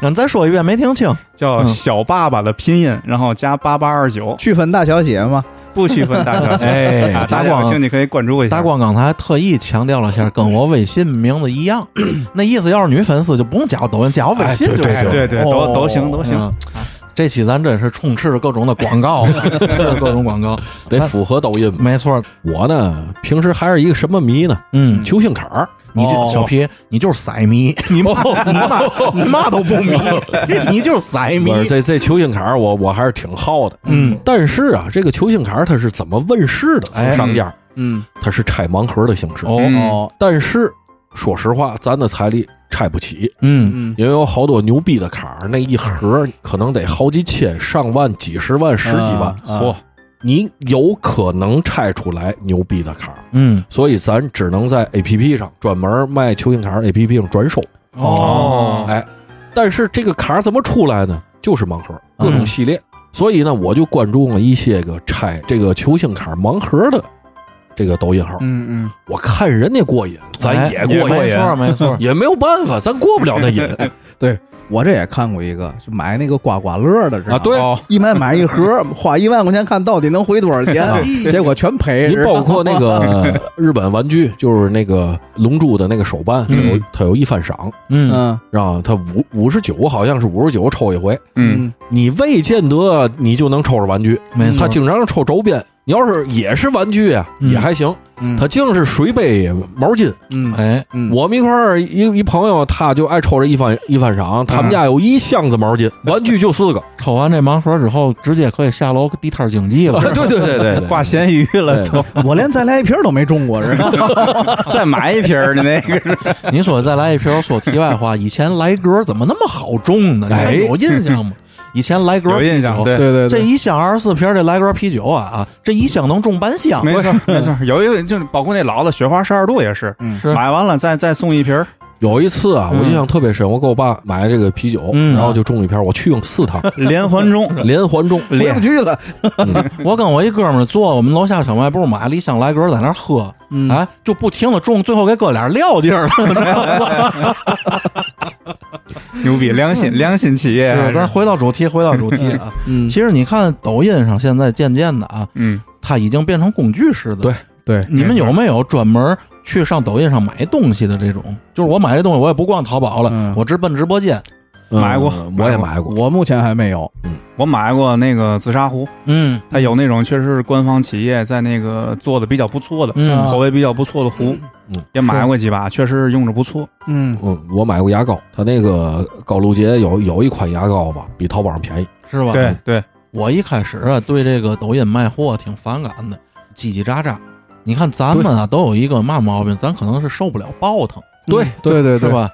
[SPEAKER 1] 让咱说一遍没听清，
[SPEAKER 3] 叫
[SPEAKER 1] 嗯
[SPEAKER 3] 小爸爸的拼音，然后加八八二九，
[SPEAKER 2] 区分大小写嘛，
[SPEAKER 3] 不区分大小写。
[SPEAKER 4] 哎，
[SPEAKER 3] 啊大
[SPEAKER 1] 打
[SPEAKER 3] 家
[SPEAKER 1] 广
[SPEAKER 3] 有兴趣可以关注一下。
[SPEAKER 1] 大光刚才特意强调了一下，跟我微信名字一样，那意思要是女粉丝就不用加我抖音，加我微信就
[SPEAKER 4] 哎
[SPEAKER 1] 行。
[SPEAKER 3] 对对，
[SPEAKER 2] 哦
[SPEAKER 3] 都都行都行。
[SPEAKER 1] 嗯这期咱真是充斥着各种的广告，各种广告，
[SPEAKER 4] 得符合抖音。
[SPEAKER 1] 没错。
[SPEAKER 4] 我呢，平时还是一个什么迷呢？
[SPEAKER 1] 嗯，
[SPEAKER 4] 球星坎儿。哦
[SPEAKER 1] 你就
[SPEAKER 2] 哦
[SPEAKER 1] 小皮，你就是色迷，你嘛你嘛你嘛都不迷，你就是色迷
[SPEAKER 4] 不。是这这球星坎儿，我我还是挺好的。
[SPEAKER 1] 嗯，
[SPEAKER 4] 但是啊，这个球星坎儿它是怎么问世的？
[SPEAKER 1] 哎
[SPEAKER 4] 从商家，
[SPEAKER 2] 嗯，
[SPEAKER 4] 它是拆盲盒的形式。
[SPEAKER 1] 哦
[SPEAKER 3] 嗯
[SPEAKER 2] 哦，
[SPEAKER 4] 但是说实话，咱的财力拆不起，
[SPEAKER 1] 嗯
[SPEAKER 2] 嗯，
[SPEAKER 4] 因为有好多牛逼的坎儿，那一盒可能得好几千、上万、几十万、十几万，
[SPEAKER 2] 啊
[SPEAKER 3] 嚯，
[SPEAKER 4] 你有可能拆出来牛逼的坎儿。
[SPEAKER 1] 嗯，
[SPEAKER 4] 所以咱只能在 A P P 上专门卖球星坎儿 A P P 上转售。
[SPEAKER 1] 哦，
[SPEAKER 4] 哎，但是这个卡怎么出来呢？就是盲盒，各种系列。所以呢，我就关注了一些个拆这个球星卡盲盒的这个抖音号。
[SPEAKER 3] 嗯嗯，
[SPEAKER 4] 我看人家过瘾，咱也过瘾，
[SPEAKER 1] 哎没错没错。
[SPEAKER 4] 也没有办法，咱过不了那瘾啊
[SPEAKER 2] 对我这也看过一个，就买那个刮刮乐的，知道
[SPEAKER 4] 啊。
[SPEAKER 2] 吗，
[SPEAKER 4] 对，
[SPEAKER 3] 哦
[SPEAKER 2] 一买买一盒， 花一万块钱看到底能回多少钱， 结果全赔。
[SPEAKER 4] 你
[SPEAKER 2] 知道吗
[SPEAKER 4] 包括那个日本玩具，就是那个龙珠的那个手办，它有
[SPEAKER 3] 嗯
[SPEAKER 4] 它有一番赏，
[SPEAKER 1] 嗯，
[SPEAKER 2] 嗯
[SPEAKER 4] 啊，它五五十九，好像是五十九抽一回。
[SPEAKER 3] 嗯，
[SPEAKER 4] 你未见得你就能抽着玩具，
[SPEAKER 1] 没错
[SPEAKER 4] 他经常抽周边。你要是也是玩具啊，
[SPEAKER 1] 嗯
[SPEAKER 4] 也还行。
[SPEAKER 2] 嗯，
[SPEAKER 4] 他净是水杯、毛巾。
[SPEAKER 2] 嗯
[SPEAKER 1] 哎，
[SPEAKER 2] 嗯
[SPEAKER 4] 我们一块儿一一朋友，他就爱抽这一番一番赏，他们家有一箱子毛巾，玩具就四个。
[SPEAKER 1] 抽完这盲盒之后，直接可以下楼地摊儿经济了。
[SPEAKER 4] 啊对对对对，对
[SPEAKER 3] 挂咸鱼了
[SPEAKER 4] 对
[SPEAKER 3] 都，
[SPEAKER 2] 嗯我连再来一瓶都没中过，是吧？
[SPEAKER 3] 再买一瓶儿的那个。
[SPEAKER 1] 您说再来一瓶，说题外话，以前莱格怎么那么好中呢？你还
[SPEAKER 4] 哎
[SPEAKER 1] 有印象吗？以前莱格
[SPEAKER 3] 有印象
[SPEAKER 1] 啤酒
[SPEAKER 3] 对
[SPEAKER 2] 对对
[SPEAKER 1] 这
[SPEAKER 2] 对，
[SPEAKER 1] 一箱二十四瓶儿这莱格啤酒啊啊，这一箱能中半箱，
[SPEAKER 3] 没错没错，有一个就是包括那老的雪花十二度也是，
[SPEAKER 2] 嗯
[SPEAKER 1] 是
[SPEAKER 3] 买完了再再送一瓶儿。
[SPEAKER 4] 有一次啊，
[SPEAKER 1] 嗯
[SPEAKER 4] 我印象特别深，我给我爸买这个啤酒，
[SPEAKER 1] 嗯
[SPEAKER 4] 然后就中一瓶，我去用四趟，
[SPEAKER 3] 连环中，
[SPEAKER 4] 连环中。
[SPEAKER 2] 回不去了。
[SPEAKER 1] 我跟我一哥们儿坐我们楼下小卖部买了一箱莱格，在那儿喝，
[SPEAKER 2] 嗯
[SPEAKER 1] 哎，就不停的中，最后给哥俩撂地儿了。
[SPEAKER 3] 牛逼，良心良心企业，还
[SPEAKER 1] 是
[SPEAKER 3] 啊是
[SPEAKER 1] 咱回到主题，回到主题啊。
[SPEAKER 2] 嗯，
[SPEAKER 1] 其实你看抖音上现在渐渐的啊，
[SPEAKER 3] 嗯，
[SPEAKER 1] 它已经变成工具式的。
[SPEAKER 4] 对
[SPEAKER 2] 对，
[SPEAKER 1] 你们有没有专门去上抖音上买东西的这种？就是我买这东西，我也不逛淘宝了，
[SPEAKER 2] 嗯
[SPEAKER 1] 我直奔直播间。
[SPEAKER 4] 嗯
[SPEAKER 3] 买过
[SPEAKER 4] 我也
[SPEAKER 3] 买
[SPEAKER 4] 买过。
[SPEAKER 2] 我目前还没有。
[SPEAKER 3] 我我买过那个紫砂壶，
[SPEAKER 1] 嗯
[SPEAKER 3] 它有那种确实是官方企业在那个做的比较不错的，
[SPEAKER 1] 嗯
[SPEAKER 3] 口味比较不错的壶，
[SPEAKER 4] 嗯
[SPEAKER 3] 也买过几把，确实是用着不错。
[SPEAKER 2] 嗯，
[SPEAKER 4] 嗯，我买过牙膏，它那个高露洁有有一款牙膏吧，比淘宝上便宜。
[SPEAKER 1] 是吧？
[SPEAKER 3] 对对，
[SPEAKER 1] 我一开始啊，对这个抖音卖货挺反感的，叽叽喳喳。你看咱们啊，都有一个嘛毛病，咱可能是受不了爆腾，
[SPEAKER 4] 对对，
[SPEAKER 2] 嗯对对
[SPEAKER 1] 是？吧？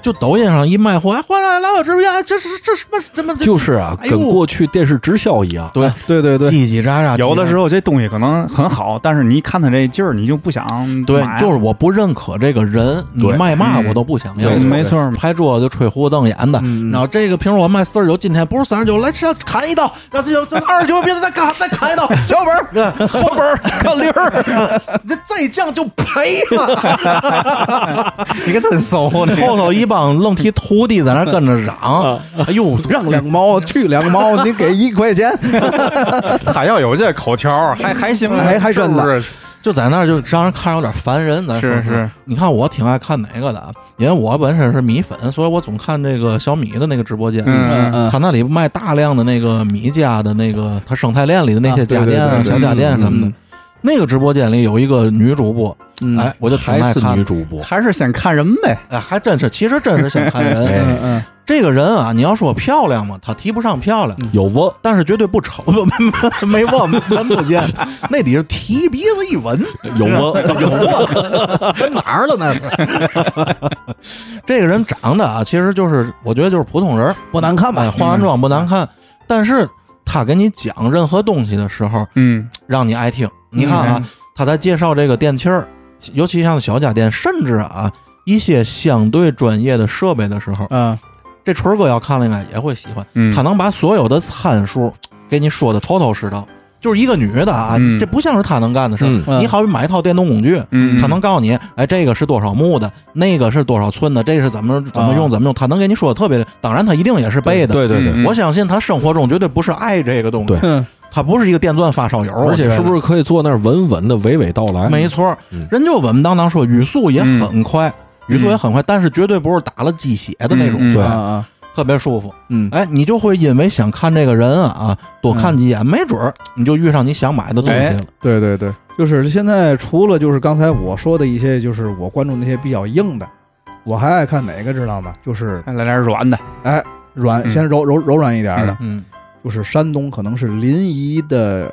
[SPEAKER 1] 就抖音上一卖货，哎，回来来我直播间，哎这是这什么什么？这
[SPEAKER 4] 就是啊，
[SPEAKER 1] 哎呦
[SPEAKER 4] 跟过去电视直销一样。
[SPEAKER 1] 对
[SPEAKER 2] 对对对，
[SPEAKER 1] 叽叽喳喳。
[SPEAKER 3] 有的时
[SPEAKER 1] 候，
[SPEAKER 3] 候这东西可能很好，但是你一看它这劲儿，你就不想
[SPEAKER 1] 对，
[SPEAKER 3] 买
[SPEAKER 1] 就是我不认可这个人，你
[SPEAKER 4] 对
[SPEAKER 1] 卖嘛
[SPEAKER 3] 嗯
[SPEAKER 1] 我都不想要
[SPEAKER 4] 对。
[SPEAKER 3] 没错儿，
[SPEAKER 1] 拍桌子就吹胡子瞪眼的，
[SPEAKER 2] 嗯
[SPEAKER 1] 然后这个瓶我卖四十九，今天不是三十九，来上砍一刀，然后这就这二十九，别再砍再砍一刀，小本儿，
[SPEAKER 4] 后边儿看零儿，
[SPEAKER 1] 这再降就赔了。
[SPEAKER 3] 你可真骚呢。
[SPEAKER 1] 后头一帮愣提徒弟在那跟着嚷，哎呦，
[SPEAKER 2] 让两毛去两毛，你给一块钱，
[SPEAKER 3] 他要有这口条儿，还还行，
[SPEAKER 2] 还还真的
[SPEAKER 3] 是不是
[SPEAKER 1] 就在那儿就让人看着有点烦人。咱说
[SPEAKER 3] 是是，
[SPEAKER 1] 你看我挺爱看哪个的啊，因为我本身是米粉，所以我总看这个小米的那个直播间。
[SPEAKER 3] 嗯
[SPEAKER 2] 嗯
[SPEAKER 1] 他那里卖大量的那个米家的那个，他生态链里的那些
[SPEAKER 2] 啊对
[SPEAKER 1] 家电
[SPEAKER 2] 对对
[SPEAKER 1] 小
[SPEAKER 3] 对
[SPEAKER 1] 家电什么的
[SPEAKER 2] 嗯。
[SPEAKER 1] 那个直播间里有一个女主播，
[SPEAKER 2] 嗯
[SPEAKER 1] 哎，我就挺
[SPEAKER 4] 还
[SPEAKER 1] 爱
[SPEAKER 4] 是
[SPEAKER 1] 看
[SPEAKER 4] 女。主播，
[SPEAKER 3] 还是先看人呗。
[SPEAKER 1] 哎，还真是，其实真是想看人。
[SPEAKER 4] 哎
[SPEAKER 2] 嗯嗯，
[SPEAKER 1] 这个人啊，你要说漂亮嘛，她提不上漂亮，
[SPEAKER 4] 有翁，
[SPEAKER 1] 但是绝对不丑，不没没没忘闻不见， 那得是提鼻子一闻，
[SPEAKER 4] 有翁，
[SPEAKER 1] 有过，跟哪儿了那是？ 这个人长得啊，其实就是我觉得就是普通人，
[SPEAKER 2] 不难看吧
[SPEAKER 1] 哎，化完妆不难看，但是他给你讲任何东西的时候，
[SPEAKER 3] 嗯，
[SPEAKER 1] 让你爱听。你看啊，他在介绍这个电器儿，尤其像小家电，甚至啊一些相对专业的设备的时候，
[SPEAKER 2] 嗯，
[SPEAKER 3] 啊
[SPEAKER 1] 这春儿哥要看了应该也会喜欢。
[SPEAKER 3] 嗯，
[SPEAKER 1] 他能把所有的参数给你说的头头是道，就是一个女的啊，
[SPEAKER 3] 嗯
[SPEAKER 1] 这不像是他能干的事儿。
[SPEAKER 4] 嗯
[SPEAKER 2] 嗯
[SPEAKER 1] 你好比买一套电动工具，
[SPEAKER 3] 嗯，
[SPEAKER 1] 他能告诉你，哎，这个是多少目的，那个是多少寸的，这是怎么怎么用，
[SPEAKER 2] 啊
[SPEAKER 1] 怎么用，他能给你说的特别。当然，他一定也是背的。
[SPEAKER 4] 对对对，
[SPEAKER 3] 嗯
[SPEAKER 1] 我相信他生活中绝对不是爱这个东西
[SPEAKER 4] 对，
[SPEAKER 2] 哼
[SPEAKER 1] 他不是一个电钻发烧友，
[SPEAKER 4] 而且是不
[SPEAKER 1] 是？
[SPEAKER 4] 是可以坐那儿稳稳的娓娓道来？
[SPEAKER 1] 没错
[SPEAKER 4] 嗯，
[SPEAKER 1] 人就稳稳当当说，语速也很快，语速也很
[SPEAKER 4] 嗯
[SPEAKER 1] 快，但是绝对不是打了鸡血的那种
[SPEAKER 3] 嗯嗯
[SPEAKER 1] 快，
[SPEAKER 2] 啊啊，
[SPEAKER 1] 特别舒服。
[SPEAKER 2] 嗯，
[SPEAKER 1] 哎，你就会因为想看这个人啊，多看几眼，
[SPEAKER 4] 嗯
[SPEAKER 1] 没准儿你就遇上你想买的东西
[SPEAKER 4] 哎
[SPEAKER 1] 了。
[SPEAKER 2] 对对对，就是现在除了就是刚才我说的一些，就是我关注那些比较硬的，我还爱看哪个知道吗？就是
[SPEAKER 3] 来点软的，
[SPEAKER 2] 软，
[SPEAKER 3] 嗯
[SPEAKER 2] 先柔柔柔软一点的，
[SPEAKER 1] 嗯，
[SPEAKER 2] 就是山东可能是临沂的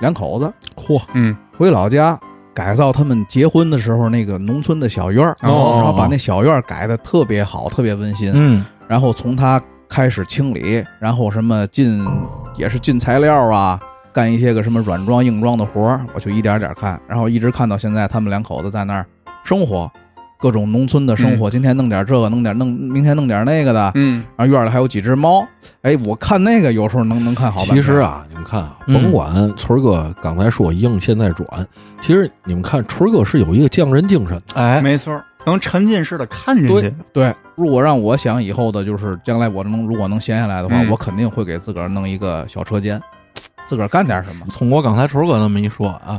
[SPEAKER 2] 两口子
[SPEAKER 4] 嚯，
[SPEAKER 3] 嗯，
[SPEAKER 2] 回老家。改造他们结婚的时候那个农村的小院儿，
[SPEAKER 3] 哦
[SPEAKER 2] 然后把那小院儿改的特别好，特别温馨。
[SPEAKER 1] 嗯，
[SPEAKER 2] 然后从他开始清理，然后什么进也是进材料啊，干一些个什么软装硬装的活儿，我就一点点看，然后一直看到现在，他们两口子在那儿生活，各种农村的生活，今天弄点这个，弄点弄，明天弄点那个的，
[SPEAKER 3] 嗯，
[SPEAKER 2] 然后院里还有几只猫，哎，我看那个有时候能能看好半天。
[SPEAKER 4] 其实啊，你们看啊，
[SPEAKER 1] 嗯
[SPEAKER 4] 甭管春儿哥刚才说硬，现在软，其实你们看春儿哥是有一个匠人精神，
[SPEAKER 1] 哎，
[SPEAKER 3] 没错儿，能沉浸式的看进去
[SPEAKER 4] 对，
[SPEAKER 2] 对，如果让我想以后的，就是将来我能如果能闲下来的话，
[SPEAKER 3] 嗯
[SPEAKER 2] 我肯定会给自个儿弄一个小车间，自个儿干点什么。
[SPEAKER 1] 通过刚才春儿哥那么一说啊，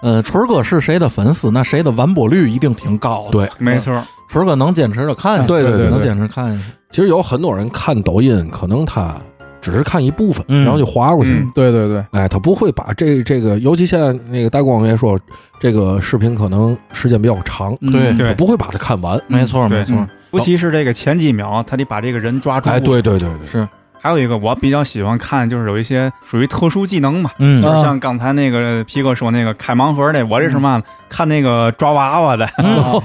[SPEAKER 1] 呃，春儿哥是谁的粉丝，那谁的完播率一定挺高的。，
[SPEAKER 4] 对，
[SPEAKER 3] 没错儿，
[SPEAKER 1] 春儿哥能坚持着看下去，
[SPEAKER 4] 对对对
[SPEAKER 1] 能
[SPEAKER 2] 对
[SPEAKER 1] 坚持看下去。
[SPEAKER 4] 其实有很多人看抖音，可能他只是看一部分，
[SPEAKER 1] 嗯
[SPEAKER 4] 然后就划过去。
[SPEAKER 3] 嗯
[SPEAKER 2] 对对对，
[SPEAKER 4] 哎，他不会把这这个，尤其现在那个大光也说，这个视频可能时间比较长，
[SPEAKER 2] 嗯
[SPEAKER 1] 对
[SPEAKER 4] 他
[SPEAKER 3] 对
[SPEAKER 4] 不会把它看完。
[SPEAKER 1] 没错，
[SPEAKER 3] 对
[SPEAKER 1] 没错，
[SPEAKER 3] 尤其是这个前几秒，他得把这个人抓住。
[SPEAKER 4] 哎，对对对对，
[SPEAKER 1] 是，
[SPEAKER 3] 还有一个我比较喜欢看，就是有一些属于特殊技能嘛，
[SPEAKER 1] 嗯
[SPEAKER 3] 就
[SPEAKER 2] 啊
[SPEAKER 3] 是像刚才那个皮哥说那个开盲盒的，我这是嘛？看那个抓娃娃的，
[SPEAKER 2] 啊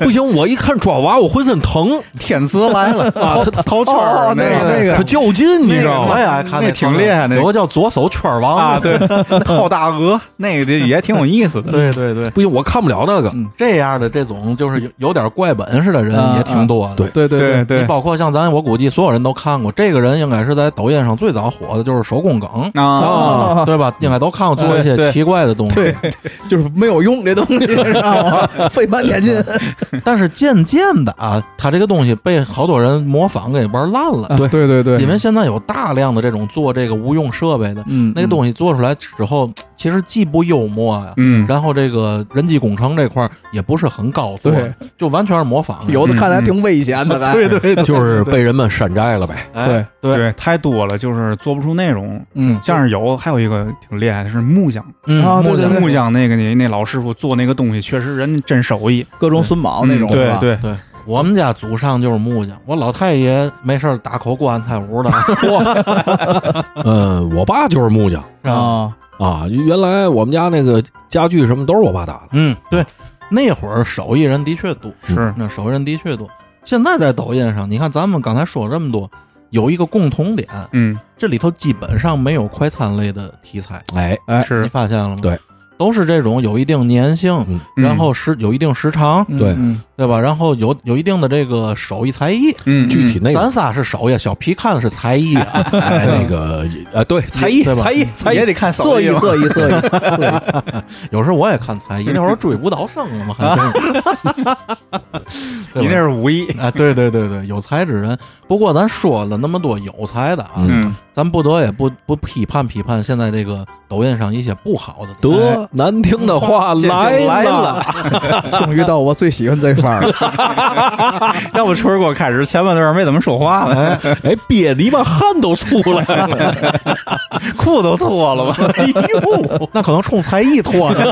[SPEAKER 4] 不行，我一看抓娃，我浑身 疼，
[SPEAKER 3] 天子来了，
[SPEAKER 4] 啊
[SPEAKER 3] 掏掏圈
[SPEAKER 2] 哦
[SPEAKER 3] 儿
[SPEAKER 2] 那
[SPEAKER 3] 个
[SPEAKER 2] 个那
[SPEAKER 4] 他较劲，你知道啊
[SPEAKER 1] 我
[SPEAKER 4] 吗
[SPEAKER 1] 也？爱看
[SPEAKER 3] 那挺厉害那个
[SPEAKER 1] 有个叫左手圈王
[SPEAKER 3] 啊，，对，套大鹅那个也挺有意思的。
[SPEAKER 1] 对对对，
[SPEAKER 4] 不行，我看不了那个。
[SPEAKER 1] 这样的这种就是有有点怪本事的人
[SPEAKER 2] 啊
[SPEAKER 1] 也挺多的。
[SPEAKER 4] 对
[SPEAKER 2] 对对
[SPEAKER 3] 对对
[SPEAKER 1] 你，包括像咱，我估计所有人都看过这个人，应该是在抖音上最早火的，就是手工梗，
[SPEAKER 3] 啊，
[SPEAKER 2] 啊
[SPEAKER 1] 对吧？应该都看过做一
[SPEAKER 3] 哎
[SPEAKER 1] 些
[SPEAKER 3] 对
[SPEAKER 1] 奇怪的东西。
[SPEAKER 2] 对，就是没有用这东西， 知道吗？费半天劲。
[SPEAKER 1] 但是渐渐的啊，他这个东西被好多人模仿给玩烂了，
[SPEAKER 2] 对对啊对对
[SPEAKER 1] 因为现在有大量的这种做这个无用设备的，
[SPEAKER 2] 嗯，
[SPEAKER 1] 那个
[SPEAKER 2] 西，
[SPEAKER 1] 东西做出来之后，其实既不幽默呀、
[SPEAKER 3] 嗯，
[SPEAKER 1] 然后这个人机工程这块儿也不是很高做
[SPEAKER 2] 对，
[SPEAKER 1] 就完全是模仿的。
[SPEAKER 2] 有的看来挺危险的，还
[SPEAKER 1] 对对对
[SPEAKER 4] 就是被人们山寨了呗。
[SPEAKER 1] 哎
[SPEAKER 2] 对
[SPEAKER 3] 对，太多了，就是做不出内容。
[SPEAKER 2] 嗯
[SPEAKER 3] 像是有还有一个挺厉害的是木匠，
[SPEAKER 1] 嗯
[SPEAKER 2] 啊对
[SPEAKER 3] 木
[SPEAKER 2] 对
[SPEAKER 3] 匠
[SPEAKER 2] 对
[SPEAKER 3] 木匠那个那那老师傅做那个东西，确实人真手艺。嗯
[SPEAKER 2] 各种孙宝哦那种，是
[SPEAKER 3] 对
[SPEAKER 2] 吧？嗯
[SPEAKER 3] 对，
[SPEAKER 1] 对我们家祖上就是木匠，我老太爷没事儿打口锅安菜屋 的，是
[SPEAKER 4] 嗯，我爸就是木匠
[SPEAKER 1] 吧？
[SPEAKER 2] 啊，
[SPEAKER 4] 啊，原来我们家那个家具什么都是我爸打的。
[SPEAKER 1] 嗯，对，那会儿手艺人的确多，
[SPEAKER 3] 是
[SPEAKER 1] 那手艺人的确多。现在在抖音上，你看咱们刚才说了这么多，有一个共同点，
[SPEAKER 3] 嗯，
[SPEAKER 1] 这里头基本上没有快餐类的题材，
[SPEAKER 4] 哎，
[SPEAKER 2] 哎
[SPEAKER 1] 你
[SPEAKER 3] 是，
[SPEAKER 1] 发现了吗？
[SPEAKER 4] 对，
[SPEAKER 1] 都是这种有一定粘性，
[SPEAKER 4] 嗯
[SPEAKER 1] 然后时有一定时长，
[SPEAKER 2] 嗯
[SPEAKER 4] 对
[SPEAKER 2] 嗯
[SPEAKER 1] 对吧？然后有有一定的这个手艺才艺。
[SPEAKER 3] 嗯，嗯
[SPEAKER 4] 具体内容
[SPEAKER 1] 咱仨是手艺，小皮看的是才艺啊。
[SPEAKER 4] 哎那个呃，对，才艺
[SPEAKER 1] 对吧
[SPEAKER 4] 才艺才艺
[SPEAKER 3] 也得看手
[SPEAKER 2] 色艺
[SPEAKER 3] 艺吧。
[SPEAKER 2] 色艺色艺，
[SPEAKER 1] 有时候我也看才艺，那会儿追舞蹈生了嘛，还真是。
[SPEAKER 3] 嗯你
[SPEAKER 1] 对
[SPEAKER 3] 那
[SPEAKER 1] 吧
[SPEAKER 3] 是武艺。
[SPEAKER 1] 啊，对对对对，有才之人。不过咱说了那么多有才的啊，
[SPEAKER 4] 嗯
[SPEAKER 3] 嗯，
[SPEAKER 1] 咱不得也不不批判批判现在这个抖音上一些不好的东西。
[SPEAKER 4] 得难听的话
[SPEAKER 3] 这就来
[SPEAKER 4] 了，
[SPEAKER 2] 终于到我最喜欢这范儿了。
[SPEAKER 3] 要不春儿给我开始前半段没怎么说话了，
[SPEAKER 4] 哎，憋的把汗都出来了。
[SPEAKER 3] 裤都脱了吧？
[SPEAKER 1] 哎呦， 那可能冲才艺脱的。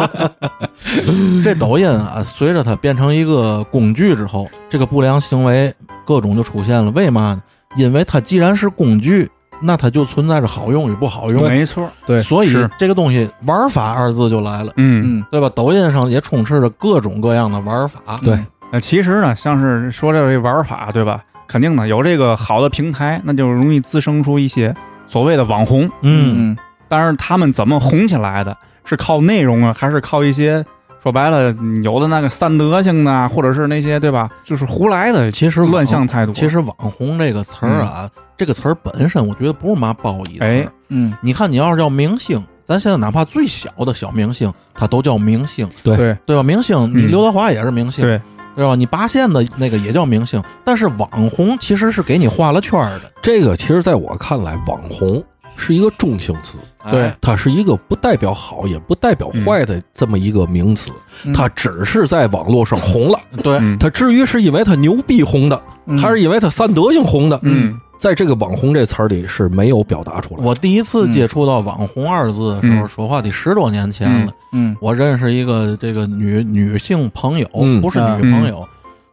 [SPEAKER 1] 这抖音啊，随着它变成一个工具之后，这个不良行为各种就出现了。为嘛呢？因为它既然是工具，那它就存在着好用与不好用。
[SPEAKER 3] 没错，
[SPEAKER 2] 对
[SPEAKER 1] 所以
[SPEAKER 3] 是
[SPEAKER 1] 这个东西“玩法”二字就来了，
[SPEAKER 3] 嗯。
[SPEAKER 2] 嗯，
[SPEAKER 1] 对吧？抖音上也充斥着各种各样的玩法。
[SPEAKER 3] 嗯
[SPEAKER 4] 对
[SPEAKER 3] 那其实呢，像是说到这玩法，对吧？肯定的，有这个好的平台，那就容易滋生出一些所谓的网红。
[SPEAKER 1] 嗯，
[SPEAKER 2] 嗯
[SPEAKER 3] 但是他们怎么红起来的？是靠内容啊，还是靠一些说白了嗯有的那个散德性的啊，或者是那些对吧？就是胡来的，
[SPEAKER 1] 其实
[SPEAKER 3] 乱象太多。
[SPEAKER 1] 其实“网红”这个词儿啊，这个词儿本身我觉得不是嘛褒义词儿。啊
[SPEAKER 3] 哎
[SPEAKER 2] 嗯，
[SPEAKER 1] 你看，你要是叫明星，咱现在哪怕最小的小明星，他都叫明星，
[SPEAKER 2] 对，
[SPEAKER 1] 对吧？明星，你
[SPEAKER 3] 嗯
[SPEAKER 1] 刘德华也是明星，
[SPEAKER 3] 对，
[SPEAKER 1] 对吧？你拔线的那个也叫明星，但是网红其实是给你画了圈儿的，
[SPEAKER 4] 这个其实在我看来，网红是一个中性词，
[SPEAKER 2] 对
[SPEAKER 1] 哎
[SPEAKER 4] 它是一个不代表好也不代表坏的这么一个名词，
[SPEAKER 2] 嗯
[SPEAKER 4] 它只是在网络上红了。
[SPEAKER 1] 对，
[SPEAKER 3] 嗯
[SPEAKER 4] 它至于是因为它牛逼红的，还是因为它散德性红的，
[SPEAKER 3] 嗯，
[SPEAKER 4] 在这个网红这词儿里是没有表达出来的。
[SPEAKER 1] 我第一次接触到“网红”二字的时候，
[SPEAKER 3] 嗯
[SPEAKER 1] 说话得十多年前了。
[SPEAKER 2] 嗯
[SPEAKER 1] 我认识一个这个女女性朋友，
[SPEAKER 4] 嗯
[SPEAKER 1] 不是女朋友，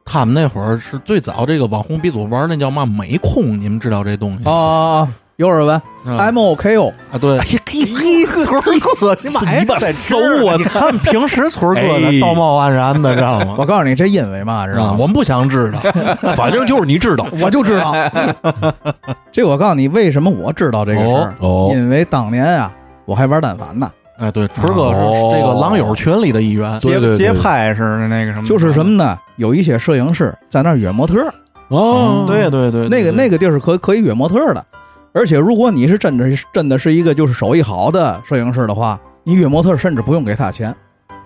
[SPEAKER 1] 他们那会儿是最早这个网红鼻祖玩那叫嘛美控，你们知道这东西吗？
[SPEAKER 2] 啊，有耳闻
[SPEAKER 1] 嗯
[SPEAKER 2] ，M O K O，
[SPEAKER 1] 啊，对，
[SPEAKER 4] 呀，
[SPEAKER 1] 一个村哥，你
[SPEAKER 4] 是你把手我
[SPEAKER 1] 你看平时村儿哥
[SPEAKER 4] 哎
[SPEAKER 1] 的道貌岸然的，知道吗？
[SPEAKER 2] 我告诉你，这因为嘛，知
[SPEAKER 1] 啊，
[SPEAKER 2] 道吗？
[SPEAKER 1] 我们不想知道。
[SPEAKER 4] 反正就是你 知道
[SPEAKER 2] 我就知道，这我告诉你，为什么我知道这个事儿，
[SPEAKER 4] 哦，
[SPEAKER 2] 因为当年啊，我还玩单反呢，
[SPEAKER 1] 哎，对，春哥是
[SPEAKER 4] 哦
[SPEAKER 1] 这个狼友群里的一员。
[SPEAKER 4] 对对
[SPEAKER 3] 街
[SPEAKER 4] 对
[SPEAKER 3] 街拍似的那个什么，
[SPEAKER 2] 就是什么呢？有一些摄影师在那儿约模特儿，
[SPEAKER 4] 哦，
[SPEAKER 1] 对对对，
[SPEAKER 2] 那个那
[SPEAKER 1] 个，
[SPEAKER 2] 个地儿是可可以约模特儿的，而且如果你是真的真的是一个就是手艺好的摄影师的话，你约模特儿甚至不用给他钱，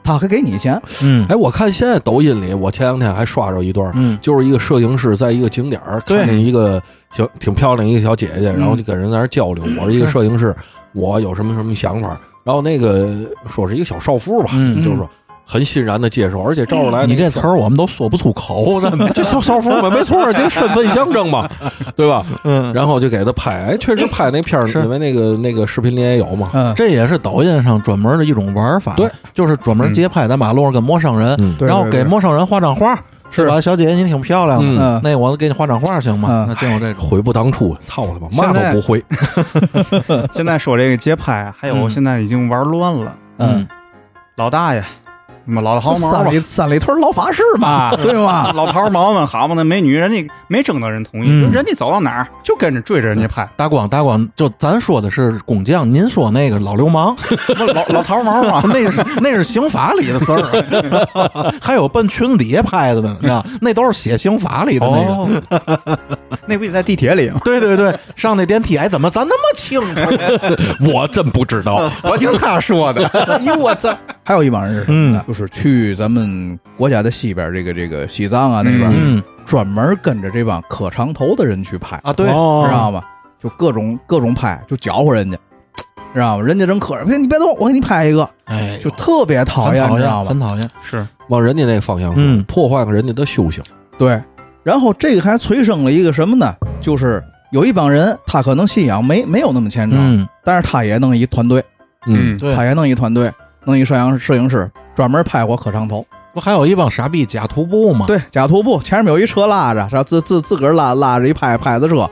[SPEAKER 2] 他还给你钱。
[SPEAKER 1] 嗯
[SPEAKER 4] 哎，我看现在抖音里，我前两天还刷着一段，
[SPEAKER 1] 嗯，
[SPEAKER 4] 就是一个摄影师在一个景点儿
[SPEAKER 1] 对
[SPEAKER 4] 看见一个小挺漂亮一个小姐姐，然后就跟人在那儿交流。
[SPEAKER 1] 嗯
[SPEAKER 4] 我是一个摄影师，我有什么什么想法？然后那个说是一个小少妇吧，
[SPEAKER 1] 嗯
[SPEAKER 4] 就是说很欣然的接受，而且照出来
[SPEAKER 1] 你
[SPEAKER 4] 那
[SPEAKER 1] 这
[SPEAKER 4] 个
[SPEAKER 1] 词儿我们都说不出口，真 的。
[SPEAKER 4] 这小少妇嘛，没错儿，这身份象征 嘛，对吧？
[SPEAKER 1] 嗯，
[SPEAKER 4] 然后就给她拍，哎，确实拍那片儿，
[SPEAKER 1] 是
[SPEAKER 4] 因为那个那个视频里也有嘛。
[SPEAKER 2] 嗯，
[SPEAKER 1] 这也是抖音上专门的一种玩法，
[SPEAKER 4] 对，
[SPEAKER 1] 就是专门街拍，在马路上跟陌生人，
[SPEAKER 4] 嗯
[SPEAKER 2] 对
[SPEAKER 1] 然后
[SPEAKER 2] 对
[SPEAKER 1] 给
[SPEAKER 2] 对
[SPEAKER 1] 陌生人画张画，
[SPEAKER 2] 是
[SPEAKER 1] 吧？小姐姐你挺漂亮的，
[SPEAKER 2] 嗯
[SPEAKER 1] 那我给你画张画行吗？
[SPEAKER 2] 嗯
[SPEAKER 1] 那见过这种。
[SPEAKER 4] 悔不当初，操他妈，嘛
[SPEAKER 3] 现在
[SPEAKER 4] 都不 会。
[SPEAKER 3] 现在说这个街拍啊，还有
[SPEAKER 1] 嗯
[SPEAKER 3] 现在已经玩乱了，
[SPEAKER 2] 嗯，
[SPEAKER 3] 老大爷，那么老
[SPEAKER 2] 好
[SPEAKER 3] 桃毛
[SPEAKER 2] 三
[SPEAKER 3] 吧
[SPEAKER 2] 里三里屯老法师嘛，
[SPEAKER 3] 啊
[SPEAKER 2] 对吗？
[SPEAKER 3] 老桃毛们，好嘛，那美女人家没征得人同意，
[SPEAKER 1] 嗯，
[SPEAKER 3] 就人家走到哪儿就跟着追着人家拍
[SPEAKER 1] 大光，大光，就咱说的是工匠，您说那个老流氓，
[SPEAKER 3] 不老老桃毛嘛，
[SPEAKER 1] 那是那是刑法里的事儿， 还有奔裙底下拍的呢，是吧？那都是写刑法里的那个。
[SPEAKER 3] 哦， 那不也在地铁里吗？
[SPEAKER 1] 对对对，上那电梯，哎，怎么咱那么清楚？
[SPEAKER 4] 我 真不知道，
[SPEAKER 3] 我听他说的，
[SPEAKER 4] 哎呦我操！
[SPEAKER 2] 还有一帮人是什
[SPEAKER 1] 嗯
[SPEAKER 2] 么呢？就是去咱们国家的西边，这个这个西藏啊那边，
[SPEAKER 3] 嗯
[SPEAKER 1] 嗯
[SPEAKER 2] 专门跟着这帮磕长头的人去拍，
[SPEAKER 1] 啊，对，
[SPEAKER 4] 哦
[SPEAKER 2] 知道吗？就各种各种拍，就搅和人家，知道吗？人家正磕着，别你别动，我给你拍一个，
[SPEAKER 1] 哎，
[SPEAKER 2] 就特别讨
[SPEAKER 1] 很
[SPEAKER 2] 厌，
[SPEAKER 1] 讨
[SPEAKER 2] 你知道
[SPEAKER 1] 厌，
[SPEAKER 2] 吗
[SPEAKER 1] 很？讨厌。
[SPEAKER 3] 是
[SPEAKER 4] 往人家那方向说，
[SPEAKER 1] 嗯
[SPEAKER 4] 破坏了人家的修行。
[SPEAKER 2] 对。然后这个还催生了一个什么呢？就是有一帮人，他可能信仰没没有那么虔诚，
[SPEAKER 1] 嗯，
[SPEAKER 2] 但是他也弄一团队，
[SPEAKER 4] 嗯，
[SPEAKER 1] 对
[SPEAKER 2] 他，也弄一团队，弄一摄像摄影师专门拍我磕长头。
[SPEAKER 1] 不还有一帮傻逼假徒步吗？
[SPEAKER 2] 对，假徒步，前面有一车拉着，然后自自自个儿拉拉着一拍拍子车，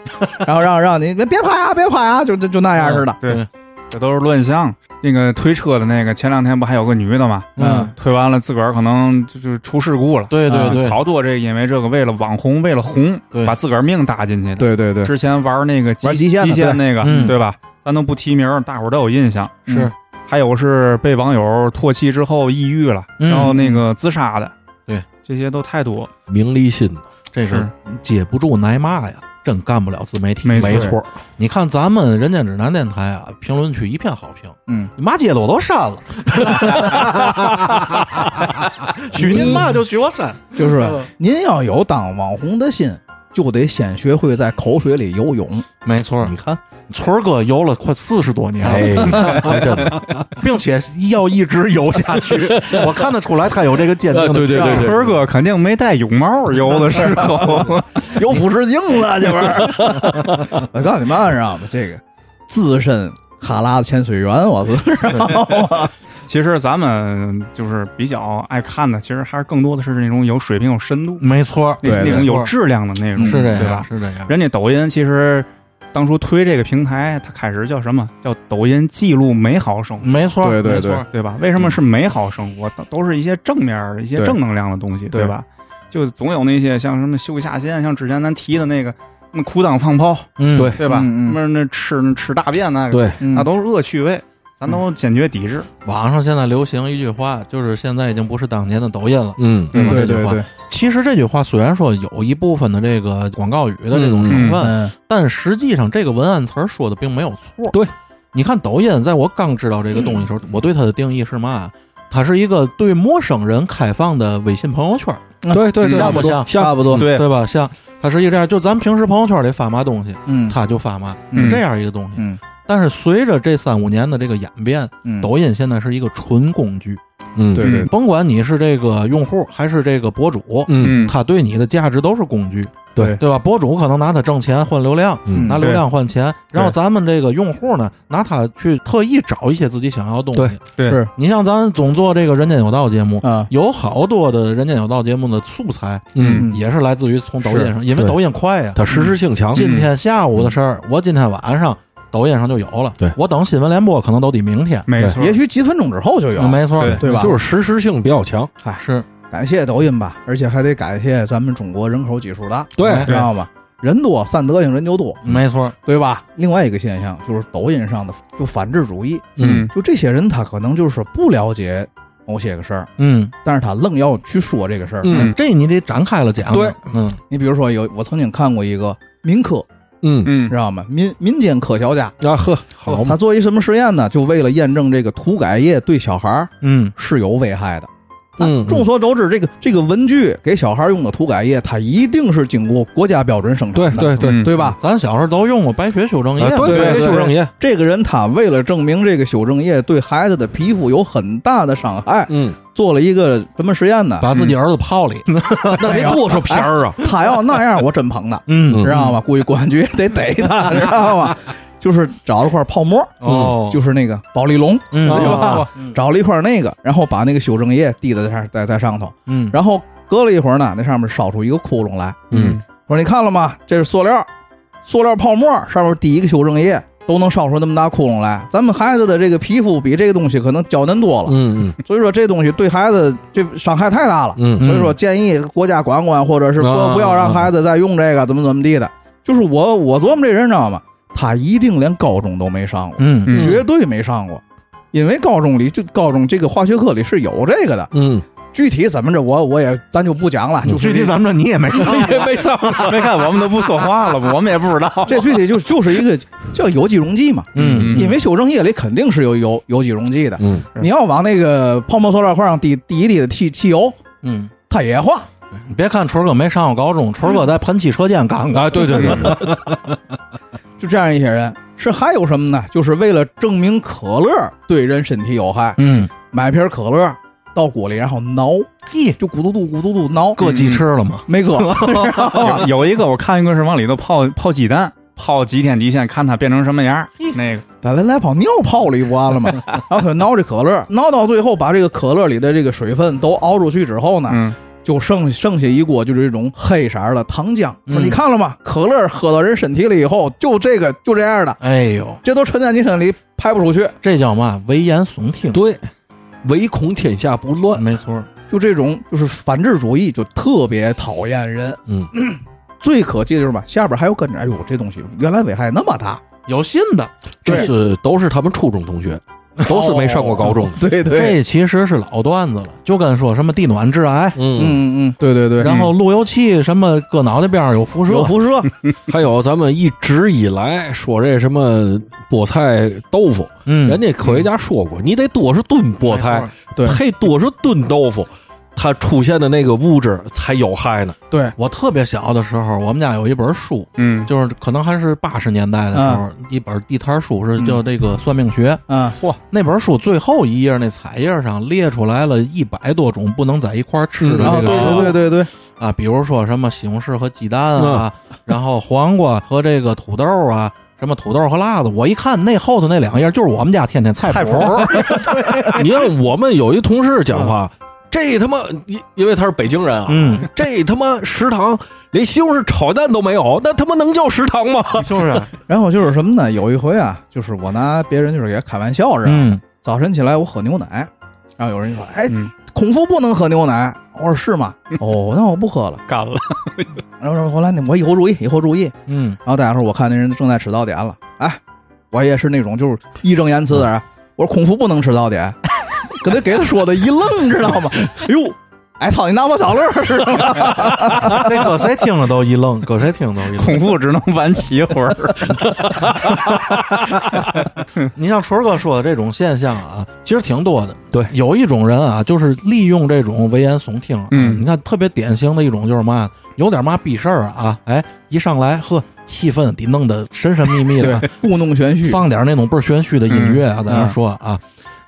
[SPEAKER 2] 然后让让你别拍啊，别拍啊，就就就那样似的。
[SPEAKER 3] 对这都是乱象。那个推车的那个，前两天不还有个女的吗？
[SPEAKER 1] 嗯，
[SPEAKER 3] 推完了自个儿可能就就出事故了。
[SPEAKER 1] 对对
[SPEAKER 3] 啊
[SPEAKER 1] 对
[SPEAKER 3] 好多这因为这个为了网红，为了红
[SPEAKER 1] 对，
[SPEAKER 3] 把自个儿命搭进去的。
[SPEAKER 2] 对对对，
[SPEAKER 3] 之前玩那个极
[SPEAKER 2] 玩极限的
[SPEAKER 3] 极限那个，
[SPEAKER 1] 嗯
[SPEAKER 3] 对吧？咱都不提名，大伙儿都有印象。
[SPEAKER 1] 是
[SPEAKER 3] 嗯，还有是被网友唾弃之后抑郁了，
[SPEAKER 1] 嗯
[SPEAKER 3] 然后那个自杀的，
[SPEAKER 1] 对，
[SPEAKER 3] 这些都太多。
[SPEAKER 4] 名利心的，
[SPEAKER 1] 这
[SPEAKER 3] 是
[SPEAKER 1] 是接不住挨骂呀，真干不了自媒体。
[SPEAKER 3] 没
[SPEAKER 4] 没
[SPEAKER 3] 错
[SPEAKER 4] 错儿，
[SPEAKER 1] 你看咱们人间指南电台啊，评论区一片好评，
[SPEAKER 2] 嗯，
[SPEAKER 1] 你骂街的我都删了，许您骂就许我删，
[SPEAKER 2] 就是您要有当网红的心，就得先学会在口水里游泳。
[SPEAKER 1] 没错
[SPEAKER 4] 你，看，
[SPEAKER 1] 村儿哥游了快四十多年了，
[SPEAKER 4] 哎，还真的，
[SPEAKER 1] 并且要一直游下去，我看得出来他有这个坚定的
[SPEAKER 4] 呃对对对对
[SPEAKER 3] 春儿哥肯定没戴泳帽，游的时候
[SPEAKER 2] 有腐蚀性了，这玩意儿。我告诉你嘛，知道吗？这个资深哈拉潜水员，我是
[SPEAKER 3] 其实咱们就是比较爱看的，其实还是更多的是那种有水平、有深度、
[SPEAKER 1] 没错，
[SPEAKER 3] 那
[SPEAKER 2] 对
[SPEAKER 3] 那种
[SPEAKER 1] 嗯没错
[SPEAKER 3] 有质量的内容，
[SPEAKER 2] 嗯
[SPEAKER 1] 是这
[SPEAKER 3] 对
[SPEAKER 1] 样，
[SPEAKER 3] 吧？
[SPEAKER 1] 是这样，
[SPEAKER 3] 人家抖音其实当初推这个平台，它开始叫什么？叫抖音记录美好生活，
[SPEAKER 1] 没错，
[SPEAKER 2] 对对
[SPEAKER 1] 没错
[SPEAKER 2] 对，
[SPEAKER 3] 对吧？为什么是美好生活？都都是一些正面的一些
[SPEAKER 2] 对
[SPEAKER 3] 正能量的东西，
[SPEAKER 2] 对
[SPEAKER 3] 对吧？就总有那些像什么修下线，像之前咱提的那个那裤裆放炮，
[SPEAKER 1] 嗯，
[SPEAKER 4] 对
[SPEAKER 3] 对吧？
[SPEAKER 2] 嗯嗯
[SPEAKER 3] 什么那吃那吃大便那个，
[SPEAKER 4] 对，
[SPEAKER 3] 那都是恶趣味，咱都坚决抵制。
[SPEAKER 1] 网上现在流行一句话，就是现在已经不是当年的抖音了。
[SPEAKER 4] 嗯，
[SPEAKER 1] 嗯
[SPEAKER 2] 对对
[SPEAKER 1] 这句话
[SPEAKER 2] 对，
[SPEAKER 1] 其实这句话虽然说有一部分的这个广告语的这种成分，
[SPEAKER 2] 嗯，
[SPEAKER 1] 但实际上这个文案词儿说的并没有错。
[SPEAKER 4] 对，
[SPEAKER 1] 你看抖音，在我刚知道这个东西 的时候，我对它的定义是嘛？它是一个对陌生人开放的微信朋友圈儿，
[SPEAKER 4] 对对对，
[SPEAKER 1] 像不像
[SPEAKER 4] 像
[SPEAKER 2] 差不多。
[SPEAKER 3] 对
[SPEAKER 1] 对吧？像它是一个这样，就咱们平时朋友圈里发嘛东西，
[SPEAKER 2] 嗯，
[SPEAKER 1] 它就发嘛，
[SPEAKER 2] 嗯
[SPEAKER 1] 是这样一个东西。
[SPEAKER 2] 嗯
[SPEAKER 1] 但是随着这三五年的这个演变，
[SPEAKER 2] 嗯，
[SPEAKER 1] 抖音现在是一个纯工具，
[SPEAKER 4] 嗯，
[SPEAKER 2] 对对
[SPEAKER 3] 嗯
[SPEAKER 1] 甭管你是这个用户还是这个博主，
[SPEAKER 4] 嗯，
[SPEAKER 1] 他对你的价值都是工具，
[SPEAKER 2] 对
[SPEAKER 1] 对吧？博主可能拿它挣钱换流量，
[SPEAKER 4] 嗯
[SPEAKER 1] 拿流量换钱，然后咱们这个用户呢，拿它去特意找一些自己想要的东西。
[SPEAKER 3] 对
[SPEAKER 2] 是
[SPEAKER 1] 你像咱总做这个《人间有道》节目，
[SPEAKER 2] 啊，
[SPEAKER 1] 有好多的《人间有道》节目的素材
[SPEAKER 4] 嗯，
[SPEAKER 1] 也是来自于从抖音上，因为
[SPEAKER 4] 对
[SPEAKER 1] 抖音快呀，
[SPEAKER 4] 它实施性强，
[SPEAKER 1] 今天下午的事儿，我今天晚上抖音上就有了。
[SPEAKER 4] 对
[SPEAKER 1] 我等新闻联播可能都得明天。
[SPEAKER 3] 没错，
[SPEAKER 2] 也许几分钟之后就有，
[SPEAKER 1] 没错，
[SPEAKER 3] 对
[SPEAKER 2] 对吧？
[SPEAKER 4] 就是实施性比较强，
[SPEAKER 1] 嗨是
[SPEAKER 2] 感谢抖音吧，而且还得感谢咱们中国人口基数大，
[SPEAKER 4] 对嗯
[SPEAKER 2] 知道吗？人多散德性，人就多，
[SPEAKER 1] 没错，
[SPEAKER 2] 对吧？另外一个现象就是抖音上的就反智主义，
[SPEAKER 3] 嗯，
[SPEAKER 2] 就这些人他可能就是不了解某些个事儿，
[SPEAKER 1] 嗯
[SPEAKER 2] 但是他愣要去说这个事儿。
[SPEAKER 4] 嗯
[SPEAKER 1] 这你得展开了讲。
[SPEAKER 4] 对，
[SPEAKER 1] 嗯
[SPEAKER 2] 你比如说有我曾经看过一个民科，
[SPEAKER 4] 嗯，
[SPEAKER 3] 嗯
[SPEAKER 2] 知，道吗？民民间科学家，
[SPEAKER 4] 啊呵，好嘛
[SPEAKER 2] 他，做一什么实验呢？就为了验证这个涂改液对小孩儿
[SPEAKER 1] 嗯，
[SPEAKER 2] 是有危害的。那
[SPEAKER 4] 嗯嗯
[SPEAKER 2] 众所周知，这个这个文具给小孩用的涂改液，它一定是经过国家标准生
[SPEAKER 4] 对
[SPEAKER 2] 产的，
[SPEAKER 4] 对对，啊
[SPEAKER 3] 嗯
[SPEAKER 2] 对吧？
[SPEAKER 1] 咱小时候都用过白雪修正液。
[SPEAKER 4] 对
[SPEAKER 2] 对对
[SPEAKER 4] 修正液，
[SPEAKER 2] 这个人他为了证明这个修正液对孩子的皮肤有很大的伤害，
[SPEAKER 4] 嗯，
[SPEAKER 2] 做了一个什么实验呢？
[SPEAKER 1] 把自己儿子泡里，
[SPEAKER 4] 那得多少片儿啊，
[SPEAKER 2] 他要那样，我真捧他，
[SPEAKER 1] 嗯
[SPEAKER 2] 知道吗？估计公安局也得逮他，知道吗？就是找了块泡沫，
[SPEAKER 1] 哦，
[SPEAKER 2] 就是那个保丽龙，
[SPEAKER 1] 嗯
[SPEAKER 2] 对吧
[SPEAKER 3] 哦？
[SPEAKER 2] 找了一块那个，然后把那个修正液滴在上，在在上头，
[SPEAKER 1] 嗯，
[SPEAKER 2] 然后隔了一会儿呢，那上面烧出一个窟窿来。
[SPEAKER 4] 嗯，
[SPEAKER 2] 我说你看了吗？这是塑料，塑料泡沫上面滴一个修正液都能烧出那么大窟窿来。咱们孩子的这个皮肤比这个东西可能娇嫩多了，
[SPEAKER 4] 嗯嗯
[SPEAKER 2] 所以说这东西对孩子这伤害太大了。
[SPEAKER 4] 嗯
[SPEAKER 2] 所以说建议国家管管，或者是
[SPEAKER 4] 啊
[SPEAKER 2] 不不要
[SPEAKER 4] 啊
[SPEAKER 2] 让孩子再用这个，怎么怎么地的。就是我我琢磨这人知道吗？他一定连高中都没上过，
[SPEAKER 1] 嗯
[SPEAKER 3] 嗯
[SPEAKER 2] 绝对没上过，因为高中里就高中这个化学课里是有这个的。
[SPEAKER 4] 嗯，
[SPEAKER 2] 具体怎么着，我我也咱就不讲了，就
[SPEAKER 1] 具体咱们这你也没上，
[SPEAKER 4] 也没上，
[SPEAKER 3] 没看我们都不说话了吗？我们也不知道。
[SPEAKER 2] 这具体就就是一个叫有机溶剂嘛，
[SPEAKER 1] 嗯
[SPEAKER 2] 因为修正液里肯定是有有有机溶剂的。
[SPEAKER 4] 嗯，
[SPEAKER 3] 是
[SPEAKER 2] 你要往那个泡沫塑料块上滴滴一滴的汽汽油，
[SPEAKER 1] 嗯，
[SPEAKER 2] 它也化。
[SPEAKER 1] 你别看春儿哥没上过高中，春儿哥在喷漆车间干过，
[SPEAKER 4] 啊，对对对，
[SPEAKER 2] 就这样一些人，是还有什么呢？就是为了证明可乐对人身体有害，
[SPEAKER 1] 嗯，
[SPEAKER 2] 买瓶可乐到锅里然后挠，
[SPEAKER 1] 哎
[SPEAKER 2] 嘿，就咕嘟嘟咕嘟嘟挠，
[SPEAKER 1] 搁鸡吃了吗？
[SPEAKER 2] 没搁，知道吗
[SPEAKER 3] 有有一个我看一个是往里头泡泡鸡蛋，泡几天底线，看它变成什么样儿。那个
[SPEAKER 2] 咱来来泡尿泡里不完了吗？然后他就挠这可乐，挠到最后把这个可乐里的这个水分都熬出去之后呢，
[SPEAKER 3] 嗯，
[SPEAKER 2] 就剩剩下一锅就是这种黑色儿的糖浆。说
[SPEAKER 1] 嗯
[SPEAKER 2] 你看了吗？可乐喝到人身体里以后，就这个就这样的，
[SPEAKER 1] 哎呦，
[SPEAKER 2] 这都沉在你身体里排不出去。
[SPEAKER 1] 这叫嘛？危言耸听。
[SPEAKER 4] 对，唯恐天下不乱。
[SPEAKER 1] 没错，
[SPEAKER 2] 就这种就是反智主义，就特别讨厌人。
[SPEAKER 4] 嗯，
[SPEAKER 2] 最可气的就是吧，下边还有跟着，哎呦，这东西原来危害那么大，
[SPEAKER 1] 有信的。
[SPEAKER 4] 这
[SPEAKER 2] 对
[SPEAKER 4] 是都是他们初中同学，都是没上过高中的。
[SPEAKER 2] 哦对对，
[SPEAKER 1] 这其实是老段子了，就跟说什么地暖致癌，
[SPEAKER 4] 嗯，
[SPEAKER 2] 嗯嗯，对对对，
[SPEAKER 1] 然后路由器什么搁脑袋边上有辐射
[SPEAKER 2] 有，辐 射，
[SPEAKER 4] 还有咱们一直以来说这什么菠菜豆腐，
[SPEAKER 1] 嗯，
[SPEAKER 4] 人家科学家说过，你得多少吨菠菜，
[SPEAKER 2] 对
[SPEAKER 4] 配多少吨豆腐，它出现的那个物质才有害呢。
[SPEAKER 2] 对，
[SPEAKER 1] 我特别小的时候，我们家有一本书，
[SPEAKER 3] 嗯，
[SPEAKER 1] 就是可能还是八十年代的时候，一本地摊书是叫这个算命学。
[SPEAKER 2] 嗯，嚯，
[SPEAKER 1] 那本书最后一页那彩页上列出来了一百多种不能在一块儿吃的
[SPEAKER 2] 啊，
[SPEAKER 1] 这
[SPEAKER 2] 对
[SPEAKER 1] 个、
[SPEAKER 2] 对对对对，
[SPEAKER 1] 啊，比如说什么西红柿和鸡蛋啊，
[SPEAKER 2] 嗯
[SPEAKER 1] 然后黄瓜和这个土豆啊，什么土豆和辣子。我一看那后头那两页，就是我们家天天菜谱。
[SPEAKER 4] 你让我们有一同事讲话，这他妈因因为他是北京人啊，
[SPEAKER 1] 嗯，
[SPEAKER 4] 这他妈食堂连西红柿炒蛋都没有，那他妈能叫食堂吗？
[SPEAKER 1] 是 不是？
[SPEAKER 2] 然后就是什么呢？有一回啊，就是我拿别人就是给他开玩笑似的，
[SPEAKER 1] 嗯，
[SPEAKER 2] 早晨起来我喝牛奶，然后有人就说，哎，
[SPEAKER 3] 嗯
[SPEAKER 2] 孔夫不能喝牛奶，我说是吗？哦，那我不喝了。
[SPEAKER 3] 干了，
[SPEAKER 2] 然后后来呢，我以后注意，以后注意。
[SPEAKER 1] 嗯，
[SPEAKER 2] 然后大家说，我看那人正在吃早点了，哎，我也是那种就是义正言辞的人，我说孔夫不能吃早点，给他给他说的一愣，你知道 吗？哎呦，哎操，你拿我小乐儿是 吧？
[SPEAKER 1] 这搁谁听了都一愣，搁谁听都一愣。
[SPEAKER 3] 孔父只能晚起一会儿。
[SPEAKER 1] 你像春儿哥说的这种现象啊，其实挺多的。
[SPEAKER 4] 对
[SPEAKER 1] 有一种人啊，就是利用这种危言耸听啊。
[SPEAKER 3] 嗯
[SPEAKER 1] 你看特别典型的一种就是嘛，有点嘛逼事儿啊，哎，一上来呵，气氛得弄得神神秘秘
[SPEAKER 2] 对
[SPEAKER 1] 的，，
[SPEAKER 2] 故弄玄虚，
[SPEAKER 1] 放点那种倍儿玄虚的音乐啊，在那
[SPEAKER 2] 嗯
[SPEAKER 1] 说啊。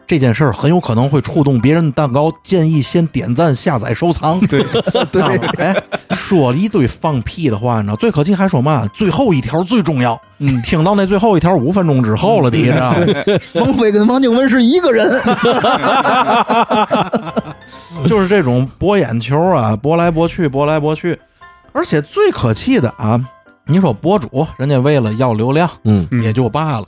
[SPEAKER 1] 这件事儿很有可能会触动别人的蛋糕，建议先点赞、下载、收藏。
[SPEAKER 3] 对，
[SPEAKER 2] 对
[SPEAKER 1] 啊，哎，说了一堆放屁的话，你知道？最可气还说嘛，最后一条最重要。
[SPEAKER 2] 嗯
[SPEAKER 1] 听到那最后一条五分钟之后了，你知道吗？
[SPEAKER 2] 王菲跟王静雯是一个人，
[SPEAKER 1] 就是这种博眼球啊，博来博去，博来博去。而且最可气的啊，你说博主人家为了要流量
[SPEAKER 4] 嗯，
[SPEAKER 3] 嗯
[SPEAKER 1] 也就罢了，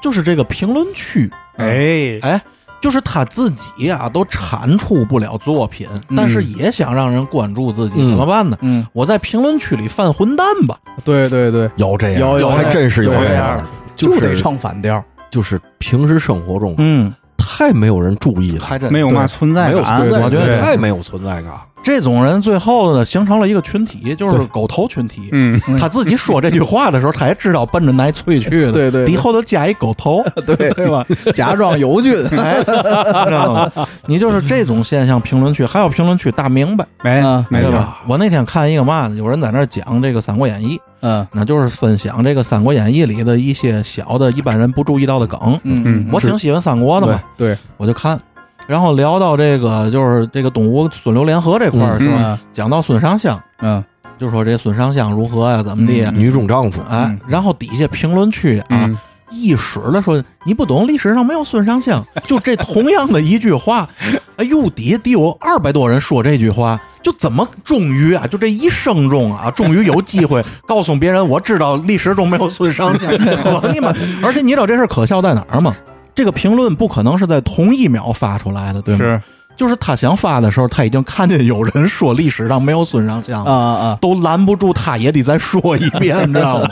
[SPEAKER 1] 就是这个评论区，
[SPEAKER 3] 哎，
[SPEAKER 1] 哎，就是他自己啊都产出不了作品，但是也想让人关注自己，
[SPEAKER 4] 嗯
[SPEAKER 1] 怎么办呢？
[SPEAKER 2] 嗯，
[SPEAKER 1] 我在评论区里犯混蛋吧，
[SPEAKER 2] 对对对，
[SPEAKER 4] 有这样，
[SPEAKER 2] 有有
[SPEAKER 4] 还真是有
[SPEAKER 2] 有
[SPEAKER 4] 这
[SPEAKER 2] 这
[SPEAKER 4] 样
[SPEAKER 2] 样
[SPEAKER 4] 的，
[SPEAKER 2] 就是得唱反调，
[SPEAKER 4] 就是平时生活中
[SPEAKER 1] 嗯，
[SPEAKER 4] 太没有人注意了，
[SPEAKER 1] 还真
[SPEAKER 3] 没有嘛
[SPEAKER 1] 对
[SPEAKER 3] 存在
[SPEAKER 4] 没有
[SPEAKER 3] 感，
[SPEAKER 4] 存在感，
[SPEAKER 1] 我觉得
[SPEAKER 3] 对
[SPEAKER 4] 太没有存在感了。
[SPEAKER 1] 这种人最后呢，形成了一个群体，就是
[SPEAKER 4] 对
[SPEAKER 1] 狗头群体。
[SPEAKER 3] 嗯，
[SPEAKER 2] 嗯
[SPEAKER 1] 他自己说这句话的时候，他也知道奔着奶翠去的，
[SPEAKER 2] 对对对
[SPEAKER 1] 底后头加一狗头，
[SPEAKER 2] 对对吧？ 假装友军，
[SPEAKER 1] 哎， 知道吗？你就是这种现象，评论区还有评论区大明白，
[SPEAKER 3] 没
[SPEAKER 2] 啊
[SPEAKER 3] 没
[SPEAKER 1] 对
[SPEAKER 3] 有，
[SPEAKER 1] 吧？我那天看一个嘛呢，有人在那儿讲这个《三国演义》，
[SPEAKER 2] 嗯
[SPEAKER 1] 那就是分享这个《三国演义》里的一些小的、一般人不注意到的梗。
[SPEAKER 2] 嗯
[SPEAKER 1] 我挺喜欢三国的嘛，
[SPEAKER 2] 对，
[SPEAKER 1] 我就看。然后聊到这个，就是这个东吴孙刘联合这块儿
[SPEAKER 3] 嗯
[SPEAKER 1] 是吧？
[SPEAKER 2] 嗯
[SPEAKER 1] 讲到孙尚香，
[SPEAKER 2] 嗯
[SPEAKER 1] 就说这孙尚香如何呀、怎么地呀、
[SPEAKER 4] 女中丈夫，
[SPEAKER 1] 哎
[SPEAKER 2] 嗯，
[SPEAKER 1] 然后底下评论区啊，
[SPEAKER 3] 嗯，
[SPEAKER 1] 一水的说你不懂，历史上没有孙尚香，就这同样的一句话，哎呦，底下得有二百多人说这句话，就怎么终于啊，就这一生中啊，终于有机会告诉别人，我知道历史中没有孙尚香，我的妈！而且你知道这事儿可笑在哪儿吗？这个评论不可能是在同一秒发出来的，对吗？
[SPEAKER 3] 是
[SPEAKER 1] 就是他想发的时候，他已经看见有人说历史上没有孙尚香了
[SPEAKER 2] 啊啊
[SPEAKER 1] 都拦不住他也得再说一遍， 你知道吗？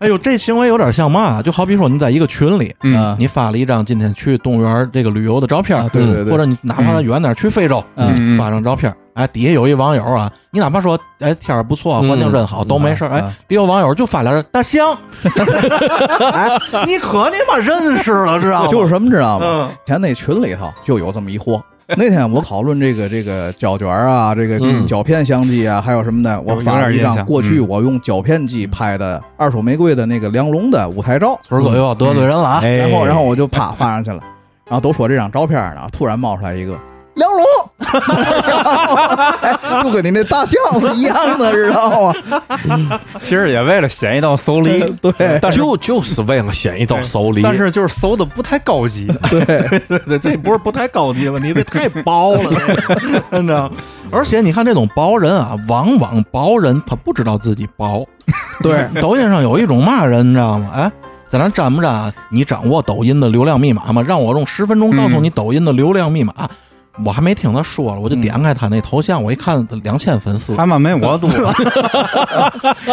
[SPEAKER 1] 哎呦，这行为有点像嘛，就好比说你在一个群里，
[SPEAKER 3] 嗯
[SPEAKER 2] 啊，
[SPEAKER 1] 你发了一张今天去动物园这个旅游的照片，
[SPEAKER 2] 啊对对对
[SPEAKER 1] 或者你哪怕咱远点儿去非洲，啊
[SPEAKER 2] 嗯
[SPEAKER 3] 嗯
[SPEAKER 1] 发张照片，哎，底下有一网友啊，你哪怕说哎天儿不错，
[SPEAKER 4] 嗯
[SPEAKER 1] 环境真好，都没事儿，
[SPEAKER 2] 嗯
[SPEAKER 1] 哎
[SPEAKER 2] 嗯，
[SPEAKER 1] 底下有网友就发俩人大 象，哎，你可你妈认识了，知道吗？
[SPEAKER 2] 就是什么知道吗？
[SPEAKER 1] 嗯，
[SPEAKER 2] 以前那群里头就有这么 一货。那天我讨论这个这个胶卷啊，这个
[SPEAKER 4] 嗯
[SPEAKER 2] 胶片相机啊，还有什么的，我
[SPEAKER 3] 有
[SPEAKER 2] 发
[SPEAKER 3] 有
[SPEAKER 2] 了
[SPEAKER 3] 点
[SPEAKER 2] 一
[SPEAKER 3] 印
[SPEAKER 2] 张
[SPEAKER 3] 象
[SPEAKER 2] 过去
[SPEAKER 3] 嗯
[SPEAKER 2] 我用胶片机拍的二手玫瑰的那个梁龙的舞台照，
[SPEAKER 1] 村儿哥又要得罪人了啊！
[SPEAKER 4] 哎
[SPEAKER 2] 然后然后我就啪发上去了，然后都说这张照片呢，突然冒出来一个梁龙，哎就跟你那大象是一样的，知道吗？
[SPEAKER 3] 其实也为了显一道手里，
[SPEAKER 2] 对
[SPEAKER 3] 但是
[SPEAKER 4] 就就是为了显一道手里。
[SPEAKER 3] 但是就是搜的不太高级，
[SPEAKER 2] 对，
[SPEAKER 1] 对对，这不是不太高级的问题，这太薄 了，真的。而且你看这种薄人啊，往往薄人他不知道自己 薄。
[SPEAKER 2] 对，
[SPEAKER 1] 抖音上有一种骂人，你知道吗？哎，在咱站不站啊？你掌握抖音的流量密码吗？让我用十分钟告诉你抖音的流量密码。我还没听他说了，我就点开他那头像，我一看两千粉丝。
[SPEAKER 3] 他们没我多。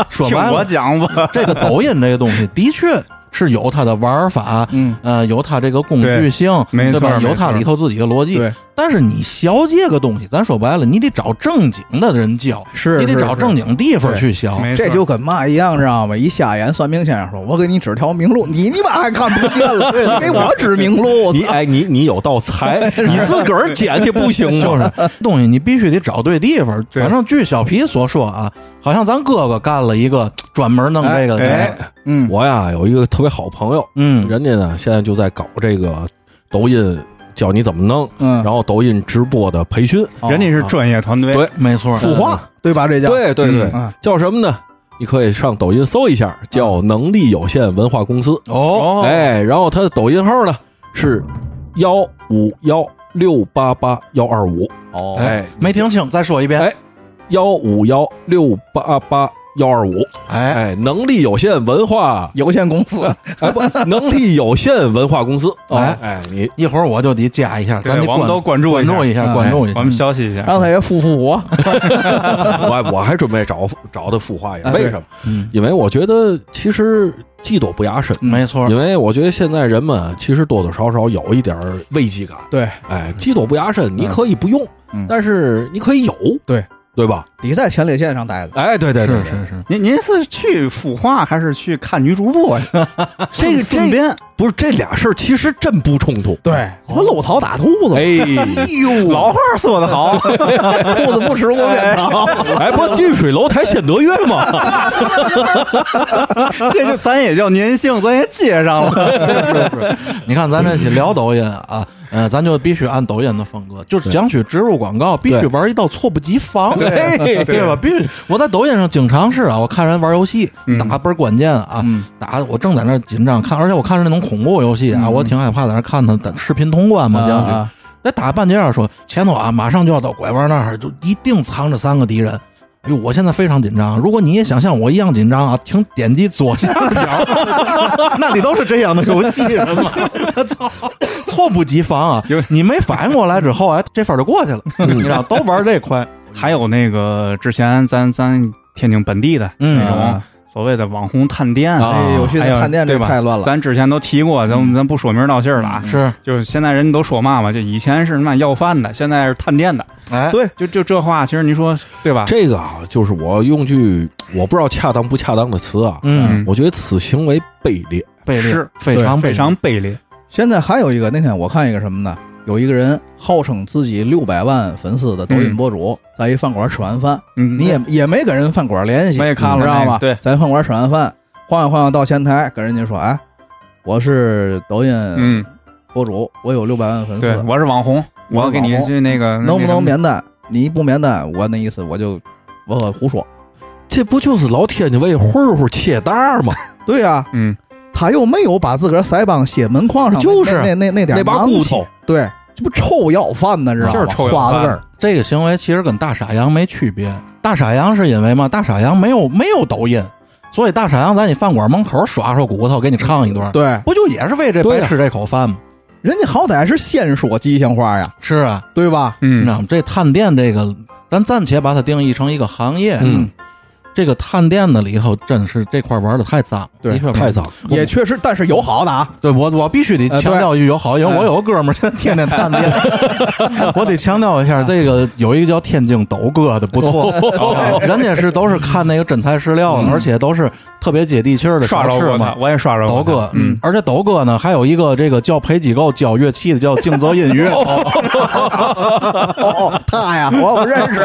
[SPEAKER 1] 说
[SPEAKER 3] 听
[SPEAKER 1] 白
[SPEAKER 3] 我
[SPEAKER 1] 了，
[SPEAKER 3] 讲 吧，
[SPEAKER 1] 这个抖音这个东西的确是有它的玩法，
[SPEAKER 2] 嗯，
[SPEAKER 1] 呃，有它这个工具性，
[SPEAKER 3] 没
[SPEAKER 1] 对
[SPEAKER 3] 错
[SPEAKER 1] 吧？
[SPEAKER 3] 没错
[SPEAKER 1] 有它里头自己的逻辑。
[SPEAKER 2] 对，
[SPEAKER 1] 但是你学这个东西，咱说白了，你得找正经的人教，
[SPEAKER 2] 是
[SPEAKER 1] 你得
[SPEAKER 2] 是
[SPEAKER 1] 找
[SPEAKER 2] 是
[SPEAKER 1] 正经地方去学。
[SPEAKER 3] 没
[SPEAKER 2] 这
[SPEAKER 3] 错
[SPEAKER 2] 就跟嘛一样，知道吗？一瞎眼算命先生说：“我给你指条明路，你你妈还看不见了， 你给我指明路。”
[SPEAKER 4] 你哎，你你有道财，你自个儿捡去不行
[SPEAKER 1] 就
[SPEAKER 4] 吗？嗯
[SPEAKER 1] 是东西，你必须得找对地方。
[SPEAKER 3] 对
[SPEAKER 1] 反正据小皮所说啊，好像咱哥哥干了一个专门弄这个的。
[SPEAKER 3] 哎，
[SPEAKER 2] 嗯，
[SPEAKER 4] 我呀有一个特别好朋友，
[SPEAKER 1] 嗯，
[SPEAKER 4] 人家呢现在就在搞这个抖音，教你怎么弄，
[SPEAKER 2] 嗯
[SPEAKER 4] 然后抖音直播的培训，
[SPEAKER 3] 人家是专业团队，
[SPEAKER 4] 对
[SPEAKER 1] 没错，
[SPEAKER 2] 腐化对吧？这叫
[SPEAKER 4] 对对对
[SPEAKER 2] 嗯，
[SPEAKER 4] 叫什么呢？你可以上抖音搜一下，叫能力有限文化公司。
[SPEAKER 1] 哦，
[SPEAKER 3] 哦，
[SPEAKER 4] 哎，然后他的抖音号呢是幺五幺六八八幺二五，
[SPEAKER 2] 哦
[SPEAKER 4] 哎
[SPEAKER 1] 没听清，再说一遍。
[SPEAKER 4] 哎幺五幺六八八幺二五。
[SPEAKER 1] 哎，
[SPEAKER 4] 哎，能力有限 文化，
[SPEAKER 2] 有限公司，
[SPEAKER 4] 哎不，能力有限文化公司。
[SPEAKER 1] 哎
[SPEAKER 4] 哎，你
[SPEAKER 1] 一会儿我就得加一下，
[SPEAKER 3] 对
[SPEAKER 1] 咱得
[SPEAKER 3] 我们都
[SPEAKER 1] 关
[SPEAKER 3] 关注
[SPEAKER 1] 关
[SPEAKER 3] 一下
[SPEAKER 1] 注一下，
[SPEAKER 2] 嗯
[SPEAKER 1] 关注一下
[SPEAKER 3] 哎我。们消息一下，
[SPEAKER 2] 让他也服服 我。
[SPEAKER 4] 我我还准备找找他孵化去，
[SPEAKER 2] 哎对
[SPEAKER 4] 为什么？
[SPEAKER 1] 嗯，
[SPEAKER 4] 因为我觉得其实技多不压身，
[SPEAKER 1] 没错
[SPEAKER 4] 因，为我觉得现在人们其实多多少少有一点儿危机感。
[SPEAKER 2] 对，
[SPEAKER 4] 哎，技多不压身，你可以不用，
[SPEAKER 2] 嗯
[SPEAKER 4] 但是你可以有，
[SPEAKER 2] 对
[SPEAKER 4] 对吧？
[SPEAKER 2] 你在前列腺上待着，
[SPEAKER 4] 哎，对对对
[SPEAKER 1] 是
[SPEAKER 4] 对，
[SPEAKER 1] 是是，
[SPEAKER 3] 您您是去孵化还是去看女主 播呀？
[SPEAKER 4] 这个
[SPEAKER 3] 顺便
[SPEAKER 4] 不是这俩事儿其实真不冲突。
[SPEAKER 2] 对，他妈搂草打兔子，
[SPEAKER 4] 哎，
[SPEAKER 1] 呦
[SPEAKER 3] 老话说得 好，
[SPEAKER 2] 兔子不吃窝边草。
[SPEAKER 4] 哎，不近水楼台先得月吗？
[SPEAKER 3] 这就咱也叫粘性，咱也接上 了。
[SPEAKER 1] 你看咱这期聊抖音啊，呃，咱就必须按抖音的风格，就是讲取植入广告，必须玩一道猝不及防，
[SPEAKER 4] 对
[SPEAKER 1] 对
[SPEAKER 4] 对
[SPEAKER 1] 吧？必须。我在抖音上经常是啊，我看人玩游戏打倍儿关键啊，打我正在那儿紧张看，而且我看着那种恐怖游戏啊，我挺害怕在那儿看他打视频通关嘛，将
[SPEAKER 2] 啊
[SPEAKER 1] 军
[SPEAKER 2] 啊。
[SPEAKER 1] 在打半截儿说前头啊，马上就要到拐弯那儿，就一定藏着三个敌人。哎呦，我现在非常紧张。啊如果你也想像我一样紧张啊，请点击左下角， 那里都是这样的游戏，是吗？ 操，猝不及防啊
[SPEAKER 3] 有！
[SPEAKER 1] 你没反应过来之后，哎，这分儿就过去了，你知道，都玩这块，
[SPEAKER 3] 还有那个之前咱咱天津本地的
[SPEAKER 1] 嗯
[SPEAKER 3] 那种
[SPEAKER 2] 啊
[SPEAKER 3] 所谓的网红探店
[SPEAKER 4] 啊嗯
[SPEAKER 2] 哎，有些
[SPEAKER 3] 还有
[SPEAKER 2] 探店这
[SPEAKER 3] 对吧
[SPEAKER 2] 太乱了，
[SPEAKER 3] 咱之前都提过，咱咱不说名道姓了啊。
[SPEAKER 1] 是，
[SPEAKER 3] 就是现在人都说嘛嘛，就以前是嘛要饭的，现在是探店的，
[SPEAKER 1] 哎，
[SPEAKER 2] 对
[SPEAKER 3] 就就这话，其实你说对 吧？
[SPEAKER 4] 这个啊，就是我用句我不知道恰当不恰当的词啊，
[SPEAKER 1] 嗯，
[SPEAKER 4] 我觉得此行为卑劣。
[SPEAKER 1] 贝利
[SPEAKER 3] 是
[SPEAKER 1] 非常
[SPEAKER 3] 非
[SPEAKER 1] 非
[SPEAKER 3] 常卑劣。
[SPEAKER 2] 现在还有一个，那天我看一个什么呢？有一个人号称自己六百万粉丝的抖音博主，在一饭馆吃完饭，
[SPEAKER 3] 嗯，
[SPEAKER 2] 你也也没跟人饭馆联系，
[SPEAKER 3] 我也看了
[SPEAKER 2] 你知道
[SPEAKER 3] 那个
[SPEAKER 2] 吗？
[SPEAKER 3] 对
[SPEAKER 2] 在饭馆吃完饭，晃悠晃悠到前台，跟人家说：“哎，我是抖音
[SPEAKER 3] 嗯，
[SPEAKER 2] 博主，我有六百万粉丝
[SPEAKER 3] 对，，我是网红，
[SPEAKER 2] 嗯我是
[SPEAKER 3] 我给
[SPEAKER 2] 网
[SPEAKER 3] 你
[SPEAKER 2] 红
[SPEAKER 3] 去那个
[SPEAKER 2] 能不能
[SPEAKER 3] 免？
[SPEAKER 2] 免单？你不免单，我那意思我就我可胡说。
[SPEAKER 4] 这不就是老天津为混混切蛋儿吗？
[SPEAKER 2] 对呀、
[SPEAKER 3] 嗯，
[SPEAKER 2] 他又没有把自个儿腮帮血门框上
[SPEAKER 4] 就是
[SPEAKER 2] 那那那那点
[SPEAKER 4] 那把
[SPEAKER 2] 盲
[SPEAKER 4] 骨
[SPEAKER 2] 气
[SPEAKER 4] 头，
[SPEAKER 2] 对，这不臭要饭呢，知道吗？
[SPEAKER 3] 就是臭要
[SPEAKER 2] 花
[SPEAKER 3] 饭
[SPEAKER 2] 子根儿。
[SPEAKER 1] 这个行为其实跟大傻羊没区别。大傻羊是因为嘛？大傻羊没有没有抖音，所以大傻羊在你饭馆门口耍耍骨头，给你唱一段，
[SPEAKER 2] 对，
[SPEAKER 1] 不就也是为这
[SPEAKER 4] 对
[SPEAKER 1] 白
[SPEAKER 4] 啊
[SPEAKER 1] 吃这口饭吗？
[SPEAKER 2] 人家好歹是先说吉祥话呀，
[SPEAKER 1] 是啊，
[SPEAKER 2] 对吧？
[SPEAKER 1] 你
[SPEAKER 3] 嗯
[SPEAKER 1] 知，道吗？这探店这个，咱暂且把它定义成一个行业。
[SPEAKER 4] 嗯，
[SPEAKER 1] 这个探店的里头真是这块玩的太脏，
[SPEAKER 2] 对
[SPEAKER 1] 的确
[SPEAKER 4] 太。脏。
[SPEAKER 2] 也确实，但是有好的啊，
[SPEAKER 1] 对我，我必须得
[SPEAKER 2] 呃对
[SPEAKER 1] 强调一句有好，因
[SPEAKER 3] 嗯
[SPEAKER 1] 为我有个哥们儿现在天天探 店，我得强调一下，这个有一个叫天津抖哥的不错，
[SPEAKER 3] 哦
[SPEAKER 1] 人家是都是看那个真材实料的，而且都是特别接地气儿的
[SPEAKER 3] 嗯刷
[SPEAKER 1] 小
[SPEAKER 3] 着
[SPEAKER 1] 吃
[SPEAKER 3] 过他，
[SPEAKER 1] 嘛。
[SPEAKER 3] 我也刷着
[SPEAKER 1] 抖
[SPEAKER 3] 过他。
[SPEAKER 1] 哥，
[SPEAKER 3] 嗯，
[SPEAKER 1] 而且抖哥呢，还有一个这个教培机构教乐器的叫静泽音
[SPEAKER 3] 哦
[SPEAKER 1] 乐，
[SPEAKER 2] 哦哦，他呀，我我认识，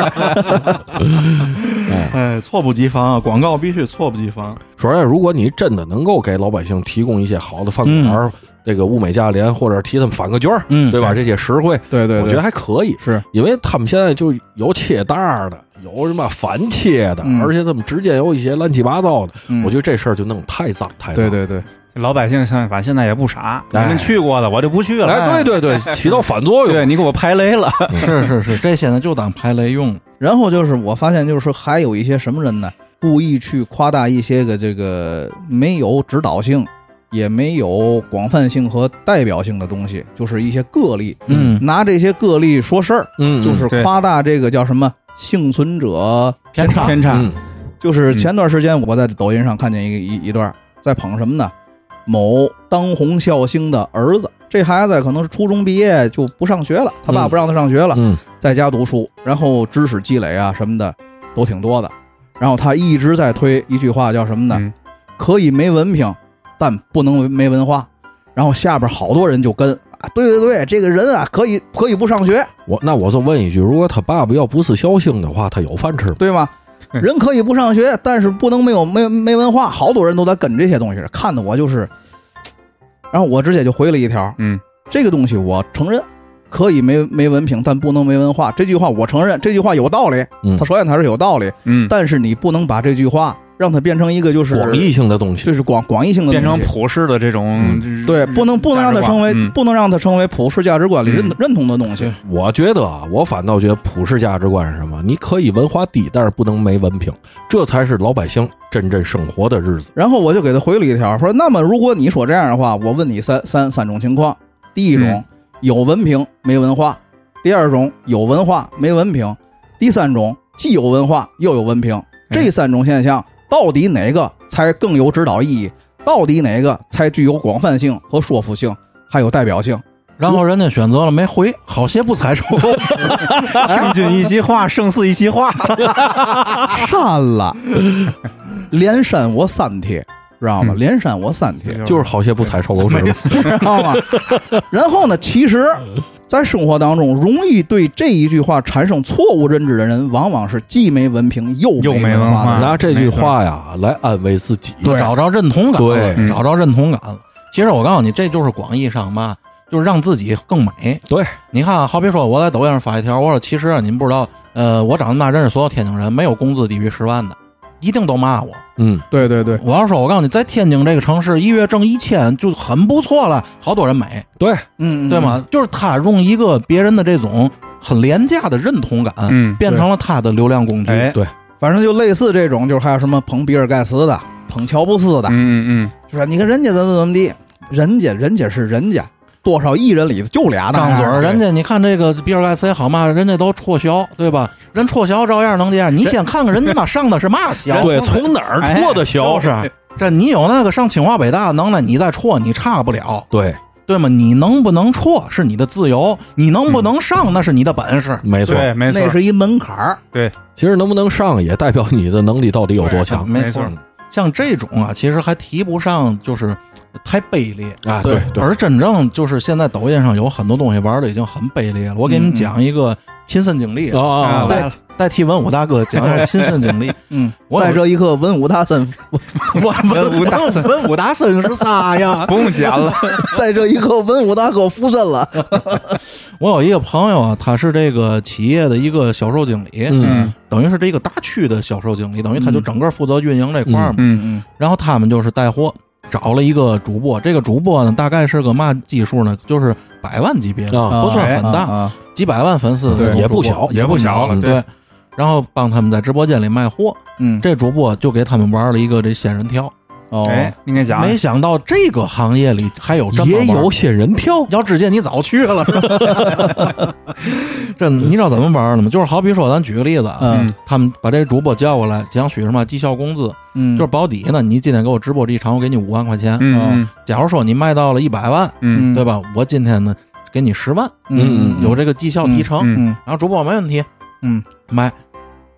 [SPEAKER 1] 哎，措不及防啊！广告必须措不及防。
[SPEAKER 4] 说实在，如果你真的能够给老百姓提供一些好的饭馆儿，这个物美价廉，或者替他们返个券儿，
[SPEAKER 1] 嗯
[SPEAKER 4] 嗯对吧？这些实惠，
[SPEAKER 2] 对对对，
[SPEAKER 4] 我觉得还可以，
[SPEAKER 2] 是
[SPEAKER 4] 因为他们现在就有切蛋儿的，有什么反切的，
[SPEAKER 2] 嗯
[SPEAKER 4] 而且他们之间有一些乱七八糟的，
[SPEAKER 2] 嗯
[SPEAKER 4] 我觉得这事儿就弄得太脏太脏。
[SPEAKER 2] 对对对，
[SPEAKER 3] 老百姓想法现在也不傻，你
[SPEAKER 4] 哎
[SPEAKER 3] 们去过的我就不 去了。
[SPEAKER 4] 哎，对对对，起到反作用。
[SPEAKER 3] 对你给我排雷了，
[SPEAKER 1] 是是是，这现在就当排雷用。
[SPEAKER 2] 然后就是我发现，就是还有一些什么人呢，故意去夸大一些个这个没有指导性，也没有广泛性和代表性的东西，就是一些个例，
[SPEAKER 1] 嗯
[SPEAKER 2] 拿这些个例说事儿，
[SPEAKER 4] 嗯，
[SPEAKER 2] 就是
[SPEAKER 3] 对
[SPEAKER 2] 夸大这个叫什么幸存者
[SPEAKER 1] 偏差
[SPEAKER 3] 偏差。
[SPEAKER 4] 嗯
[SPEAKER 2] 就是前段时间我在抖音上看见一个一一段儿在捧什么呢？某当红笑星的儿子，这孩子可能是初中毕业就不上学了，他爸
[SPEAKER 4] 嗯
[SPEAKER 2] 不让他上学了，
[SPEAKER 4] 嗯
[SPEAKER 2] 在家读书，然后知识积累啊什么的都挺多的。然后他一直在推一句话叫什么呢？
[SPEAKER 3] 嗯
[SPEAKER 2] 可以没文凭，但不能没文化。然后下边好多人就跟啊，对对对，这个人啊可以可以不上学，
[SPEAKER 4] 我那我就问一句，如果他爸爸要不是孝星的话，他有饭吃吗？
[SPEAKER 2] 对吗？
[SPEAKER 3] 对
[SPEAKER 2] 人可以不上学，但是不能没有没没文化。好多人都在跟这些东西，看的我就是。然后我直接就回了一条，
[SPEAKER 3] 嗯，
[SPEAKER 2] 这个东西我承认，可以没没文凭，但不能没文化。这句话我承认，这句话有道理。
[SPEAKER 4] 嗯
[SPEAKER 2] 他，首先他是有道理，
[SPEAKER 3] 嗯，
[SPEAKER 2] 但是你不能把这句话让它变成一个就是
[SPEAKER 4] 广义，性的东西，
[SPEAKER 2] 就是广广义性的
[SPEAKER 3] 变成
[SPEAKER 2] 东西
[SPEAKER 3] 普世的这种
[SPEAKER 2] 对，不能不能让它成为、
[SPEAKER 3] 价值观嗯
[SPEAKER 2] 不能让它成为普世价值观里认、
[SPEAKER 3] 嗯
[SPEAKER 2] 认同的东西。
[SPEAKER 4] 我觉得啊，我反倒觉得普世价值观是什么？你可以文化低，但是不能没文凭，这才是老百姓真正生活的日子。
[SPEAKER 2] 然后我就给他回了一条，说：“那么如果你说这样的话，我问你三三三种情况：第一种、
[SPEAKER 3] 嗯
[SPEAKER 2] 有文凭没文化；第二种有文化没文凭；第三种既有文化又有文凭。
[SPEAKER 3] 嗯
[SPEAKER 2] 这三种现象到底哪个才更有指导意义？到底哪个才具有广泛性和说服性，还有代表性？
[SPEAKER 1] 然后人家选择了没回，好些不采收。
[SPEAKER 3] 圣君一席话，胜似一席 话。
[SPEAKER 2] 删了，连删我三帖，知道吗？
[SPEAKER 3] 嗯
[SPEAKER 2] 连删我三帖，
[SPEAKER 4] 就是好些不踩臭狗屎了。
[SPEAKER 2] 知道吗？然后呢，其实，在生活当中，容易对这一句话产生错误认知的人，往往是既没文凭又
[SPEAKER 3] 又没
[SPEAKER 2] 文
[SPEAKER 3] 文
[SPEAKER 2] 化
[SPEAKER 3] 化
[SPEAKER 2] 的人。
[SPEAKER 4] 拿这句话呀来安慰自己。
[SPEAKER 2] 对
[SPEAKER 1] 找着认同感了，
[SPEAKER 3] 对
[SPEAKER 1] 找着认同感了。其实我告诉你，这就是广义上嘛，就是让自己更美。
[SPEAKER 4] 对，
[SPEAKER 1] 你看啊，好比说我在抖音上发一条，我说其实啊，您不知道，呃，我长这么大认识所有天津人，没有工资低于十万的，一定都骂我。
[SPEAKER 4] 嗯，
[SPEAKER 2] 对对对，
[SPEAKER 1] 我要说，我告诉你，在天津这个城市，一月挣一千就很不错了，好多人美，
[SPEAKER 4] 对，
[SPEAKER 2] 嗯，嗯
[SPEAKER 1] 对？吗？就是他用一个别人的这种很廉价的认同感，
[SPEAKER 3] 嗯
[SPEAKER 1] 变成了他的流量工具。
[SPEAKER 3] 哎，
[SPEAKER 2] 反正就类似这种，就是还有什么捧比尔盖茨的，捧乔布斯的，
[SPEAKER 3] 嗯嗯
[SPEAKER 2] 是吧？你看人家怎么怎么地，人家人家是人家，多少亿人里头就俩那
[SPEAKER 1] 张
[SPEAKER 2] 样的
[SPEAKER 1] 嘴儿，人家你看这个比尔盖茨也好嘛，人家都辍学，对吧？人辍学照样能这样。你先看看人家妈上的是嘛学？
[SPEAKER 4] 对，从哪儿错的学？
[SPEAKER 1] 就是啊这，你有那个上清华北大的能耐，你再辍你差不了，
[SPEAKER 4] 对，
[SPEAKER 1] 对吗？你能不能辍是你的自由，你能
[SPEAKER 4] 嗯
[SPEAKER 1] 不能上那是你的本事。
[SPEAKER 4] 没
[SPEAKER 3] 嗯，
[SPEAKER 4] 错。
[SPEAKER 3] 对，没错
[SPEAKER 2] 那，是一门槛儿。
[SPEAKER 4] 其实能不能上也代表你的能力到底有多强。嗯
[SPEAKER 1] 没
[SPEAKER 3] 没
[SPEAKER 1] 错
[SPEAKER 3] 错，
[SPEAKER 1] 像这种啊，其实还提不上就是太卑劣。
[SPEAKER 4] 啊，对对，
[SPEAKER 1] 而真正就是现在抖音上有很多东西玩的已经很卑劣了。我给
[SPEAKER 4] 嗯
[SPEAKER 1] 你们讲一个亲身经历，
[SPEAKER 4] 啊，
[SPEAKER 3] 来
[SPEAKER 1] 代代替文武大哥讲一下亲身经历。
[SPEAKER 2] 嗯，
[SPEAKER 1] 我有
[SPEAKER 2] 在这一刻，文武大森，
[SPEAKER 1] 我
[SPEAKER 3] 文武大
[SPEAKER 1] 森，文武大森是啥呀？
[SPEAKER 3] 不用剪了。
[SPEAKER 2] 在这一刻，文武大哥附身了。
[SPEAKER 1] 我有一个朋友啊，他是这个企业的一个销售经理，
[SPEAKER 4] 嗯
[SPEAKER 1] 等于是这个大区的销售经理，等于他就整个负责运营这块儿嘛。
[SPEAKER 3] 嗯
[SPEAKER 2] 嗯
[SPEAKER 1] 然后他们就是带货，找了一个主播，这个主播呢大概是个嘛基数呢，就是百万级别的，
[SPEAKER 4] 啊
[SPEAKER 1] 不算很大，
[SPEAKER 2] 啊，
[SPEAKER 1] 几百万粉丝的
[SPEAKER 2] 对
[SPEAKER 1] 那种主
[SPEAKER 4] 也
[SPEAKER 1] 播
[SPEAKER 4] 不小
[SPEAKER 1] 也不小
[SPEAKER 4] 嗯
[SPEAKER 1] 对。然后帮他们在直播间里卖货，
[SPEAKER 2] 嗯，
[SPEAKER 1] 这主播就给他们玩了一个这仙人跳，
[SPEAKER 2] 哦，
[SPEAKER 3] 哎，应该讲
[SPEAKER 1] 没想到这个行业里还有这么
[SPEAKER 4] 也
[SPEAKER 1] 玩儿
[SPEAKER 4] 有仙人跳。
[SPEAKER 1] 要之前你早去了。 这你知道怎么玩的吗？就是好比说，咱举个例子啊，
[SPEAKER 2] 嗯
[SPEAKER 1] 他们把这主播叫过来，讲许什么绩效工资，
[SPEAKER 2] 嗯，
[SPEAKER 1] 就是保底呢。你今天给我直播这一场，我给你五万块钱。
[SPEAKER 3] 嗯
[SPEAKER 1] 假如说你卖到了一百万，
[SPEAKER 3] 嗯
[SPEAKER 1] 对吧？我今天呢给你十万，
[SPEAKER 2] 嗯
[SPEAKER 1] 有这个绩效提成。
[SPEAKER 3] 嗯
[SPEAKER 2] 嗯
[SPEAKER 1] 然后主播没问题，
[SPEAKER 2] 嗯，
[SPEAKER 1] 卖。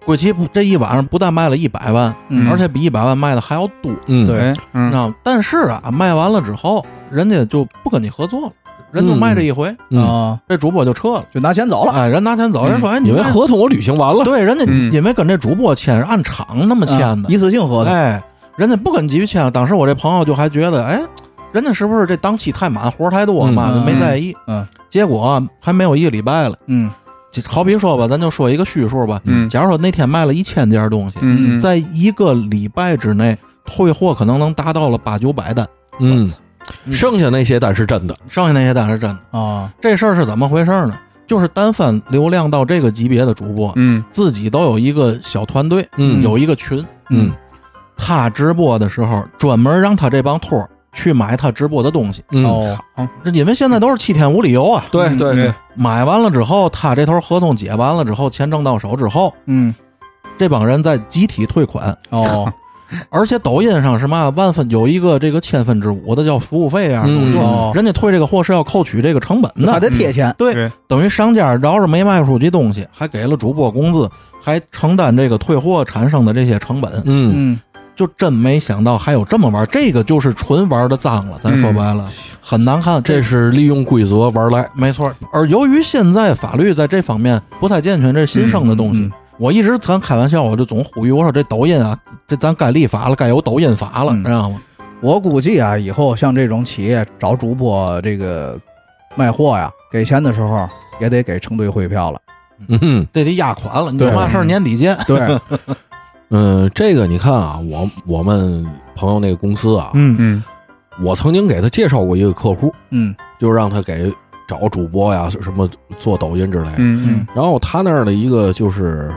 [SPEAKER 1] 鬼奇不这一晚上不但卖了一百万，
[SPEAKER 2] 嗯
[SPEAKER 1] 而且比一百万卖的还要多，
[SPEAKER 4] 嗯，
[SPEAKER 2] 对
[SPEAKER 3] 嗯，
[SPEAKER 1] 你知道吗？但是啊，卖完了之后，人家就不跟你合作了。人就卖这一回，
[SPEAKER 4] 嗯，
[SPEAKER 2] 啊，
[SPEAKER 1] 这主播就撤了。
[SPEAKER 2] 就拿钱走了。嗯
[SPEAKER 1] 哎，人拿钱走，人说哎，你
[SPEAKER 4] 因为
[SPEAKER 1] 卖
[SPEAKER 4] 合同我履行完了，
[SPEAKER 1] 对，人家
[SPEAKER 3] 嗯
[SPEAKER 1] 因为跟这主播签是按场那么签的
[SPEAKER 2] 啊，一次性合同，
[SPEAKER 1] 哎，人家不跟继续签了。当时我这朋友就还觉得，哎，人家是不是这档期太满，活儿太多嘛，
[SPEAKER 2] 嗯
[SPEAKER 1] 就没在意。
[SPEAKER 2] 嗯，
[SPEAKER 1] 结果还没有一个礼拜了，
[SPEAKER 2] 嗯
[SPEAKER 1] 就好比说吧，咱就说一个虚数吧。
[SPEAKER 3] 嗯
[SPEAKER 1] 假如说那天卖了一千件东西，
[SPEAKER 3] 嗯，
[SPEAKER 1] 在一个礼拜之内退货可能能达到了八九百单，
[SPEAKER 4] 嗯，剩下那些单是真的，
[SPEAKER 1] 剩下那些单是真的。
[SPEAKER 2] 啊，
[SPEAKER 1] 这事儿是怎么回事呢？就是单翻流量到这个级别的主播，
[SPEAKER 3] 嗯
[SPEAKER 1] 自己都有一个小团队，
[SPEAKER 4] 嗯
[SPEAKER 1] 有一个群，
[SPEAKER 4] 嗯，
[SPEAKER 1] 他直播的时候，专门让他这帮托儿去买他直播的东西，
[SPEAKER 4] 嗯，
[SPEAKER 2] 哦，
[SPEAKER 1] 这因为现在都是七天无理由啊。
[SPEAKER 4] 对
[SPEAKER 2] 嗯
[SPEAKER 4] 对对，
[SPEAKER 1] 买完了之后，他这头合同结完了之后，钱挣到手之后，
[SPEAKER 2] 嗯
[SPEAKER 1] 这帮人再集体退款，
[SPEAKER 2] 哦，
[SPEAKER 1] 而且抖音上是嘛万分有一个这个千分之五的叫服务费啊，
[SPEAKER 4] 嗯
[SPEAKER 1] 就是
[SPEAKER 2] 哦
[SPEAKER 1] 人家退这个货是要扣取这个成本
[SPEAKER 2] 还
[SPEAKER 1] 的，
[SPEAKER 2] 得贴钱，
[SPEAKER 1] 对
[SPEAKER 3] 对
[SPEAKER 1] 等于商家饶是没卖出去东西，还给了主播工资，还承担这个退货产生的这些成本，
[SPEAKER 4] 嗯，
[SPEAKER 2] 嗯，
[SPEAKER 1] 就真没想到还有这么玩，这个就是纯玩的脏了。咱说白
[SPEAKER 2] 嗯
[SPEAKER 1] 了，很难看。
[SPEAKER 4] 这是利用规则玩来，
[SPEAKER 1] 没错。而由于现在法律在这方面不太健全，这是新生的东西。
[SPEAKER 2] 嗯嗯嗯
[SPEAKER 1] 我一直咱开玩笑，我就总呼吁我说这抖音啊，这咱该立法了，该有抖音法了，
[SPEAKER 2] 嗯
[SPEAKER 1] 知道吗？
[SPEAKER 2] 我估计啊，以后像这种企业找主播这个卖货呀，给钱的时候也得给成对汇票了。
[SPEAKER 4] 嗯
[SPEAKER 1] 这得压款了，你有
[SPEAKER 2] 对
[SPEAKER 1] 嘛事儿年底见。
[SPEAKER 2] 对，
[SPEAKER 4] 嗯，这个你看啊，我我们朋友那个公司啊，
[SPEAKER 1] 嗯
[SPEAKER 3] 嗯
[SPEAKER 4] 我曾经给他介绍过一个客户，
[SPEAKER 2] 嗯
[SPEAKER 4] 就让他给找主播呀，什么做抖音之类的。
[SPEAKER 3] 嗯
[SPEAKER 4] 然后他那儿的一个就是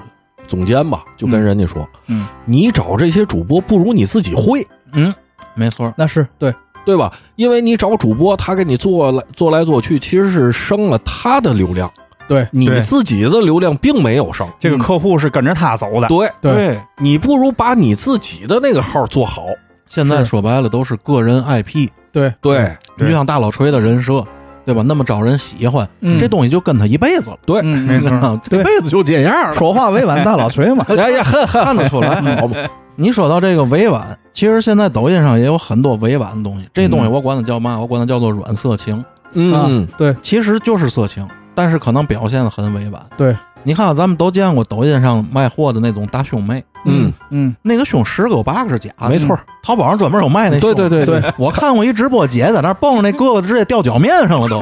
[SPEAKER 4] 总监吧，就跟人家说：“
[SPEAKER 2] 嗯嗯
[SPEAKER 4] 你找这些主播不如你自己会，
[SPEAKER 1] 嗯，没错。
[SPEAKER 2] 那是对，
[SPEAKER 4] 对吧？因为你找主播，他给你做来做来做去，其实是升了他的流量，
[SPEAKER 2] 对
[SPEAKER 4] 你
[SPEAKER 3] 对
[SPEAKER 4] 自己的流量并没有升。
[SPEAKER 3] 这个客户是跟着他走的，
[SPEAKER 4] 对
[SPEAKER 2] 对
[SPEAKER 1] 对，
[SPEAKER 4] 你不如把你自己的那个号做好。
[SPEAKER 1] 现在
[SPEAKER 2] 是
[SPEAKER 1] 说白了都是个人 IP，
[SPEAKER 2] 对，
[SPEAKER 4] 对
[SPEAKER 1] 你
[SPEAKER 3] 对
[SPEAKER 1] 就像大老锤的人设，对吧？那么招人喜欢，
[SPEAKER 2] 嗯
[SPEAKER 1] 这东西就跟他一辈子了，
[SPEAKER 4] 对，，
[SPEAKER 2] 嗯
[SPEAKER 3] 没错
[SPEAKER 1] 嗯 这
[SPEAKER 2] 对
[SPEAKER 1] 辈子就这样了，
[SPEAKER 2] 说话委婉大老锤 嘛
[SPEAKER 4] 哎呀，呵呵，
[SPEAKER 1] 看得出 来。
[SPEAKER 4] 好嘛，
[SPEAKER 1] 你说到这个委婉，其实现在抖音上也有很多委婉的东西，这东西我管它叫嘛？我管它叫做软色情，
[SPEAKER 4] 嗯，
[SPEAKER 2] 对
[SPEAKER 1] 其实就是色情，但是可能表现的很委婉。
[SPEAKER 2] 对，
[SPEAKER 1] 你看啊，咱们都见过抖音上卖货的那种大胸妹，
[SPEAKER 4] 嗯
[SPEAKER 2] 嗯
[SPEAKER 1] 那个胸十个有八个是假的，嗯
[SPEAKER 4] 没错儿，
[SPEAKER 1] 淘宝上专门有卖那胸。
[SPEAKER 4] 对对对
[SPEAKER 2] 对，
[SPEAKER 1] 我看过一直播姐在那儿蹦着那胳膊，直接掉脚面上了 都。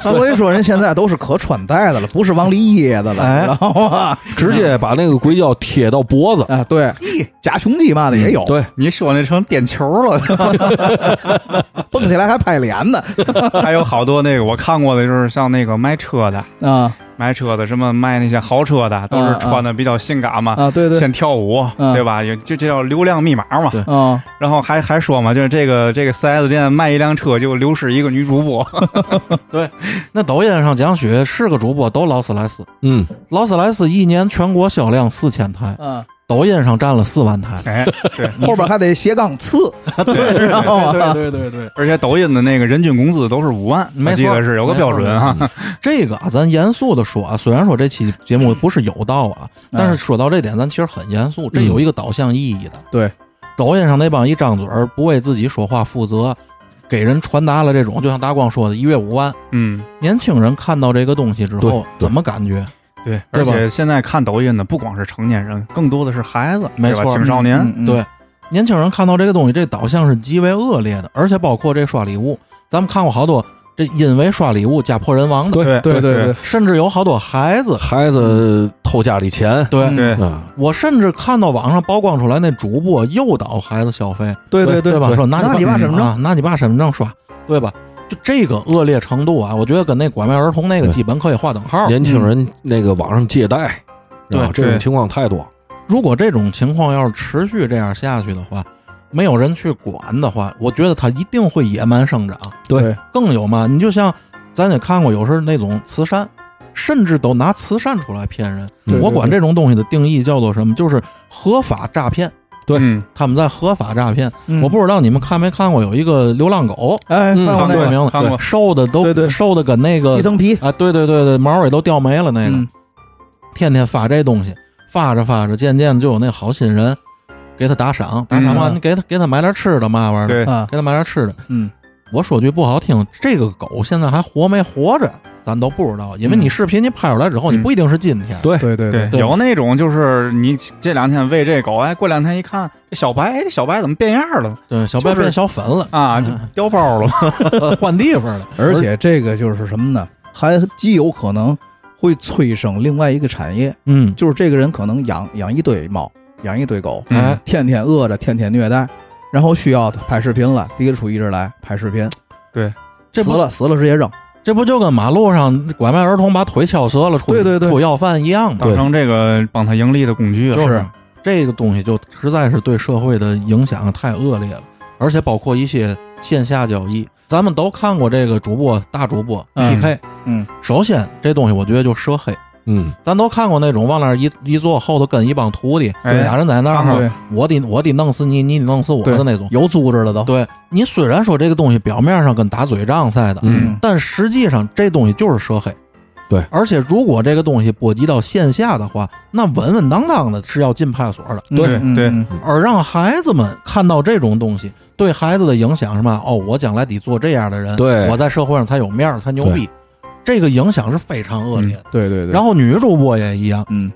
[SPEAKER 2] 所以说人现在都是可穿戴的了，不是往里掖的了，
[SPEAKER 1] 哎
[SPEAKER 2] 知道吗？
[SPEAKER 4] 直接把那个硅胶贴到脖子。嗯
[SPEAKER 2] 啊，对，假胸肌嘛的也有，
[SPEAKER 4] 对，
[SPEAKER 3] 你说那成点球了，
[SPEAKER 2] 蹦起来还拍脸呢
[SPEAKER 3] 还有好多那个我看过的，就是像那个卖车的，
[SPEAKER 2] 啊
[SPEAKER 3] 卖车的什么卖那些豪车的，都是穿的比较性感嘛，
[SPEAKER 2] 啊，嗯对对
[SPEAKER 3] 先跳舞，
[SPEAKER 2] 嗯
[SPEAKER 3] 对吧？也这这叫流量密码嘛。
[SPEAKER 1] 对
[SPEAKER 2] 啊，
[SPEAKER 3] 然后还还说嘛，就是这个这个四 S 店卖一辆车就流失一个女主 播，
[SPEAKER 1] 那抖音上讲许是个主播都劳斯莱斯，
[SPEAKER 4] 嗯，
[SPEAKER 1] 劳斯莱斯一年全国销量四千台，
[SPEAKER 2] 嗯，
[SPEAKER 1] 抖音上占了四万台。
[SPEAKER 3] 哎， 对
[SPEAKER 2] 后边还得斜杠刺，
[SPEAKER 3] 对
[SPEAKER 2] 知道吗？
[SPEAKER 1] 对对 对，
[SPEAKER 3] 而且抖音的那个人均工资都是五万，
[SPEAKER 1] 没错
[SPEAKER 3] 我记得是有个标准哈。
[SPEAKER 1] 这个啊，咱严肃的说啊，虽然说这期节目不是有道啊，
[SPEAKER 2] 嗯
[SPEAKER 1] 但是说到这点，咱其实很严肃，这有一个导向意义的。
[SPEAKER 2] 对，
[SPEAKER 1] 抖音上那帮一张嘴儿不为自己说话负责，给人传达了这种，就像大光说的，一月五万，
[SPEAKER 3] 嗯，
[SPEAKER 1] 年轻人看到这个东西之
[SPEAKER 4] 对
[SPEAKER 1] 后
[SPEAKER 4] 对
[SPEAKER 1] 怎么感觉？
[SPEAKER 3] 对，
[SPEAKER 1] 对
[SPEAKER 3] 而
[SPEAKER 1] 吧
[SPEAKER 3] 且现在看抖音的不光是成年人，更多的是孩子，
[SPEAKER 1] 没
[SPEAKER 3] 对吧
[SPEAKER 1] 错
[SPEAKER 3] 青少年。
[SPEAKER 2] 嗯，嗯
[SPEAKER 1] 对，年轻人看到这个东西，这导向是极为恶劣的，而且包括这刷礼物，咱们看过好多这因为刷礼物家破人亡的，
[SPEAKER 4] 对
[SPEAKER 2] 对对对，
[SPEAKER 1] 甚至有好多孩子，
[SPEAKER 4] 孩子偷家里钱，
[SPEAKER 1] 对。
[SPEAKER 2] 嗯
[SPEAKER 3] 对，
[SPEAKER 4] 啊，
[SPEAKER 1] 我甚至看到网上曝光出来那主播诱导孩子消费，
[SPEAKER 2] 对
[SPEAKER 1] 对
[SPEAKER 2] 对对
[SPEAKER 1] 吧？
[SPEAKER 2] 对
[SPEAKER 1] 说拿
[SPEAKER 2] 拿
[SPEAKER 1] 你
[SPEAKER 2] 你爸身份证
[SPEAKER 1] 啊，拿你爸身份证刷，对吧？就这个恶劣程度啊，我觉得跟那拐卖儿童那个
[SPEAKER 4] 对
[SPEAKER 1] 基本可以划等号。
[SPEAKER 4] 年轻人那个网上借贷，
[SPEAKER 1] 对
[SPEAKER 4] 啊，这种
[SPEAKER 3] 对
[SPEAKER 4] 情况太多。
[SPEAKER 1] 如果这种情况要是持续这样下去的话，没有人去管的话，我觉得它一定会野蛮生长。
[SPEAKER 4] 对
[SPEAKER 2] 对
[SPEAKER 1] 更有嘛，你就像咱也看过，有时候那种慈善，甚至都拿慈善出来骗人。
[SPEAKER 4] 嗯
[SPEAKER 2] 对
[SPEAKER 1] 我管这种东西的定义叫做什么？就是合法诈骗。
[SPEAKER 4] 对
[SPEAKER 3] 嗯，
[SPEAKER 1] 他们在合法诈骗，
[SPEAKER 2] 嗯
[SPEAKER 1] 我不知道你们看没看过，有一个流浪狗，
[SPEAKER 2] 哎，
[SPEAKER 4] 嗯
[SPEAKER 2] 看过
[SPEAKER 1] 看
[SPEAKER 2] 那
[SPEAKER 1] 过
[SPEAKER 2] 个
[SPEAKER 1] 名字，
[SPEAKER 3] 看过
[SPEAKER 1] 瘦的都
[SPEAKER 2] 对对
[SPEAKER 1] 瘦的跟那个
[SPEAKER 2] 一层皮
[SPEAKER 1] 啊，对对对对，毛也都掉没了那个，
[SPEAKER 2] 嗯
[SPEAKER 1] 天天发这东西，发着发着，渐渐就有那好心人给他打赏，打赏嘛，
[SPEAKER 2] 嗯
[SPEAKER 1] 你给他给他买点吃的嘛玩意儿，
[SPEAKER 3] 对
[SPEAKER 2] 啊，
[SPEAKER 1] 给他买点吃的，
[SPEAKER 2] 嗯，
[SPEAKER 1] 我说句不好听，这个狗现在还活没活着，咱都不知道，
[SPEAKER 2] 嗯
[SPEAKER 1] 因为你视频你拍出来之后，
[SPEAKER 3] 嗯
[SPEAKER 1] 你不一定是今天。
[SPEAKER 4] 对
[SPEAKER 2] 对对
[SPEAKER 3] 对，
[SPEAKER 1] 对
[SPEAKER 3] 有那种就是你这两天喂这狗，哎，过两天一看这小白，哎，这小白怎么变样了
[SPEAKER 1] 对，小白
[SPEAKER 3] 就是
[SPEAKER 1] 变小粉了，
[SPEAKER 3] 啊？就掉包了，
[SPEAKER 1] 换地方了。
[SPEAKER 2] 而且这个就是什么呢？还极有可能会催生另外一个产业，
[SPEAKER 1] 嗯，
[SPEAKER 2] 就是这个人可能养养一堆猫，养一堆狗，
[SPEAKER 1] 哎，
[SPEAKER 2] 天天饿着，天天虐待，然后需要他拍视频了，提着出一直来拍视频，
[SPEAKER 1] 这
[SPEAKER 2] 死
[SPEAKER 1] 不
[SPEAKER 2] 了死了直接扔，
[SPEAKER 1] 这不就跟马路上拐卖儿童把腿敲折了出
[SPEAKER 2] 对对对
[SPEAKER 1] 出要饭一样吗？
[SPEAKER 3] 当成这个帮他盈利的工具啊了。
[SPEAKER 1] 就是这个东西就实在是对社会的影响啊太恶劣了，而且包括一些线下交易，咱们都看过这个主播大主播
[SPEAKER 2] 嗯
[SPEAKER 1] PK。
[SPEAKER 2] 嗯，
[SPEAKER 1] 首先这东西我觉得就涉黑，
[SPEAKER 4] 嗯，
[SPEAKER 1] 咱都看过那种往那儿一一坐，后头跟一帮徒弟，
[SPEAKER 3] 哎
[SPEAKER 1] 俩人在那
[SPEAKER 2] 啊
[SPEAKER 3] 看过
[SPEAKER 1] 儿，我得我得弄死你，你得弄死我的那种。
[SPEAKER 2] 有组织了都，
[SPEAKER 1] 对你虽然说这个东西表面上跟打嘴仗似的，
[SPEAKER 4] 嗯
[SPEAKER 1] 但实际上这东西就是涉黑。
[SPEAKER 4] 对
[SPEAKER 1] 而且如果这个东西波及到线下的话，那稳稳当当的是要进派出所的。
[SPEAKER 2] 嗯
[SPEAKER 3] 对
[SPEAKER 2] 嗯
[SPEAKER 3] 对
[SPEAKER 2] 嗯
[SPEAKER 1] 而让孩子们看到这种东西，对孩子的影响是吧？哦，我将来得做这样的人，
[SPEAKER 4] 对
[SPEAKER 1] 我在社会上才有面儿，才牛逼。这个影响是非常恶劣的。
[SPEAKER 2] 对对对，
[SPEAKER 1] 然
[SPEAKER 2] 后
[SPEAKER 1] 后女主播也一样，
[SPEAKER 2] 嗯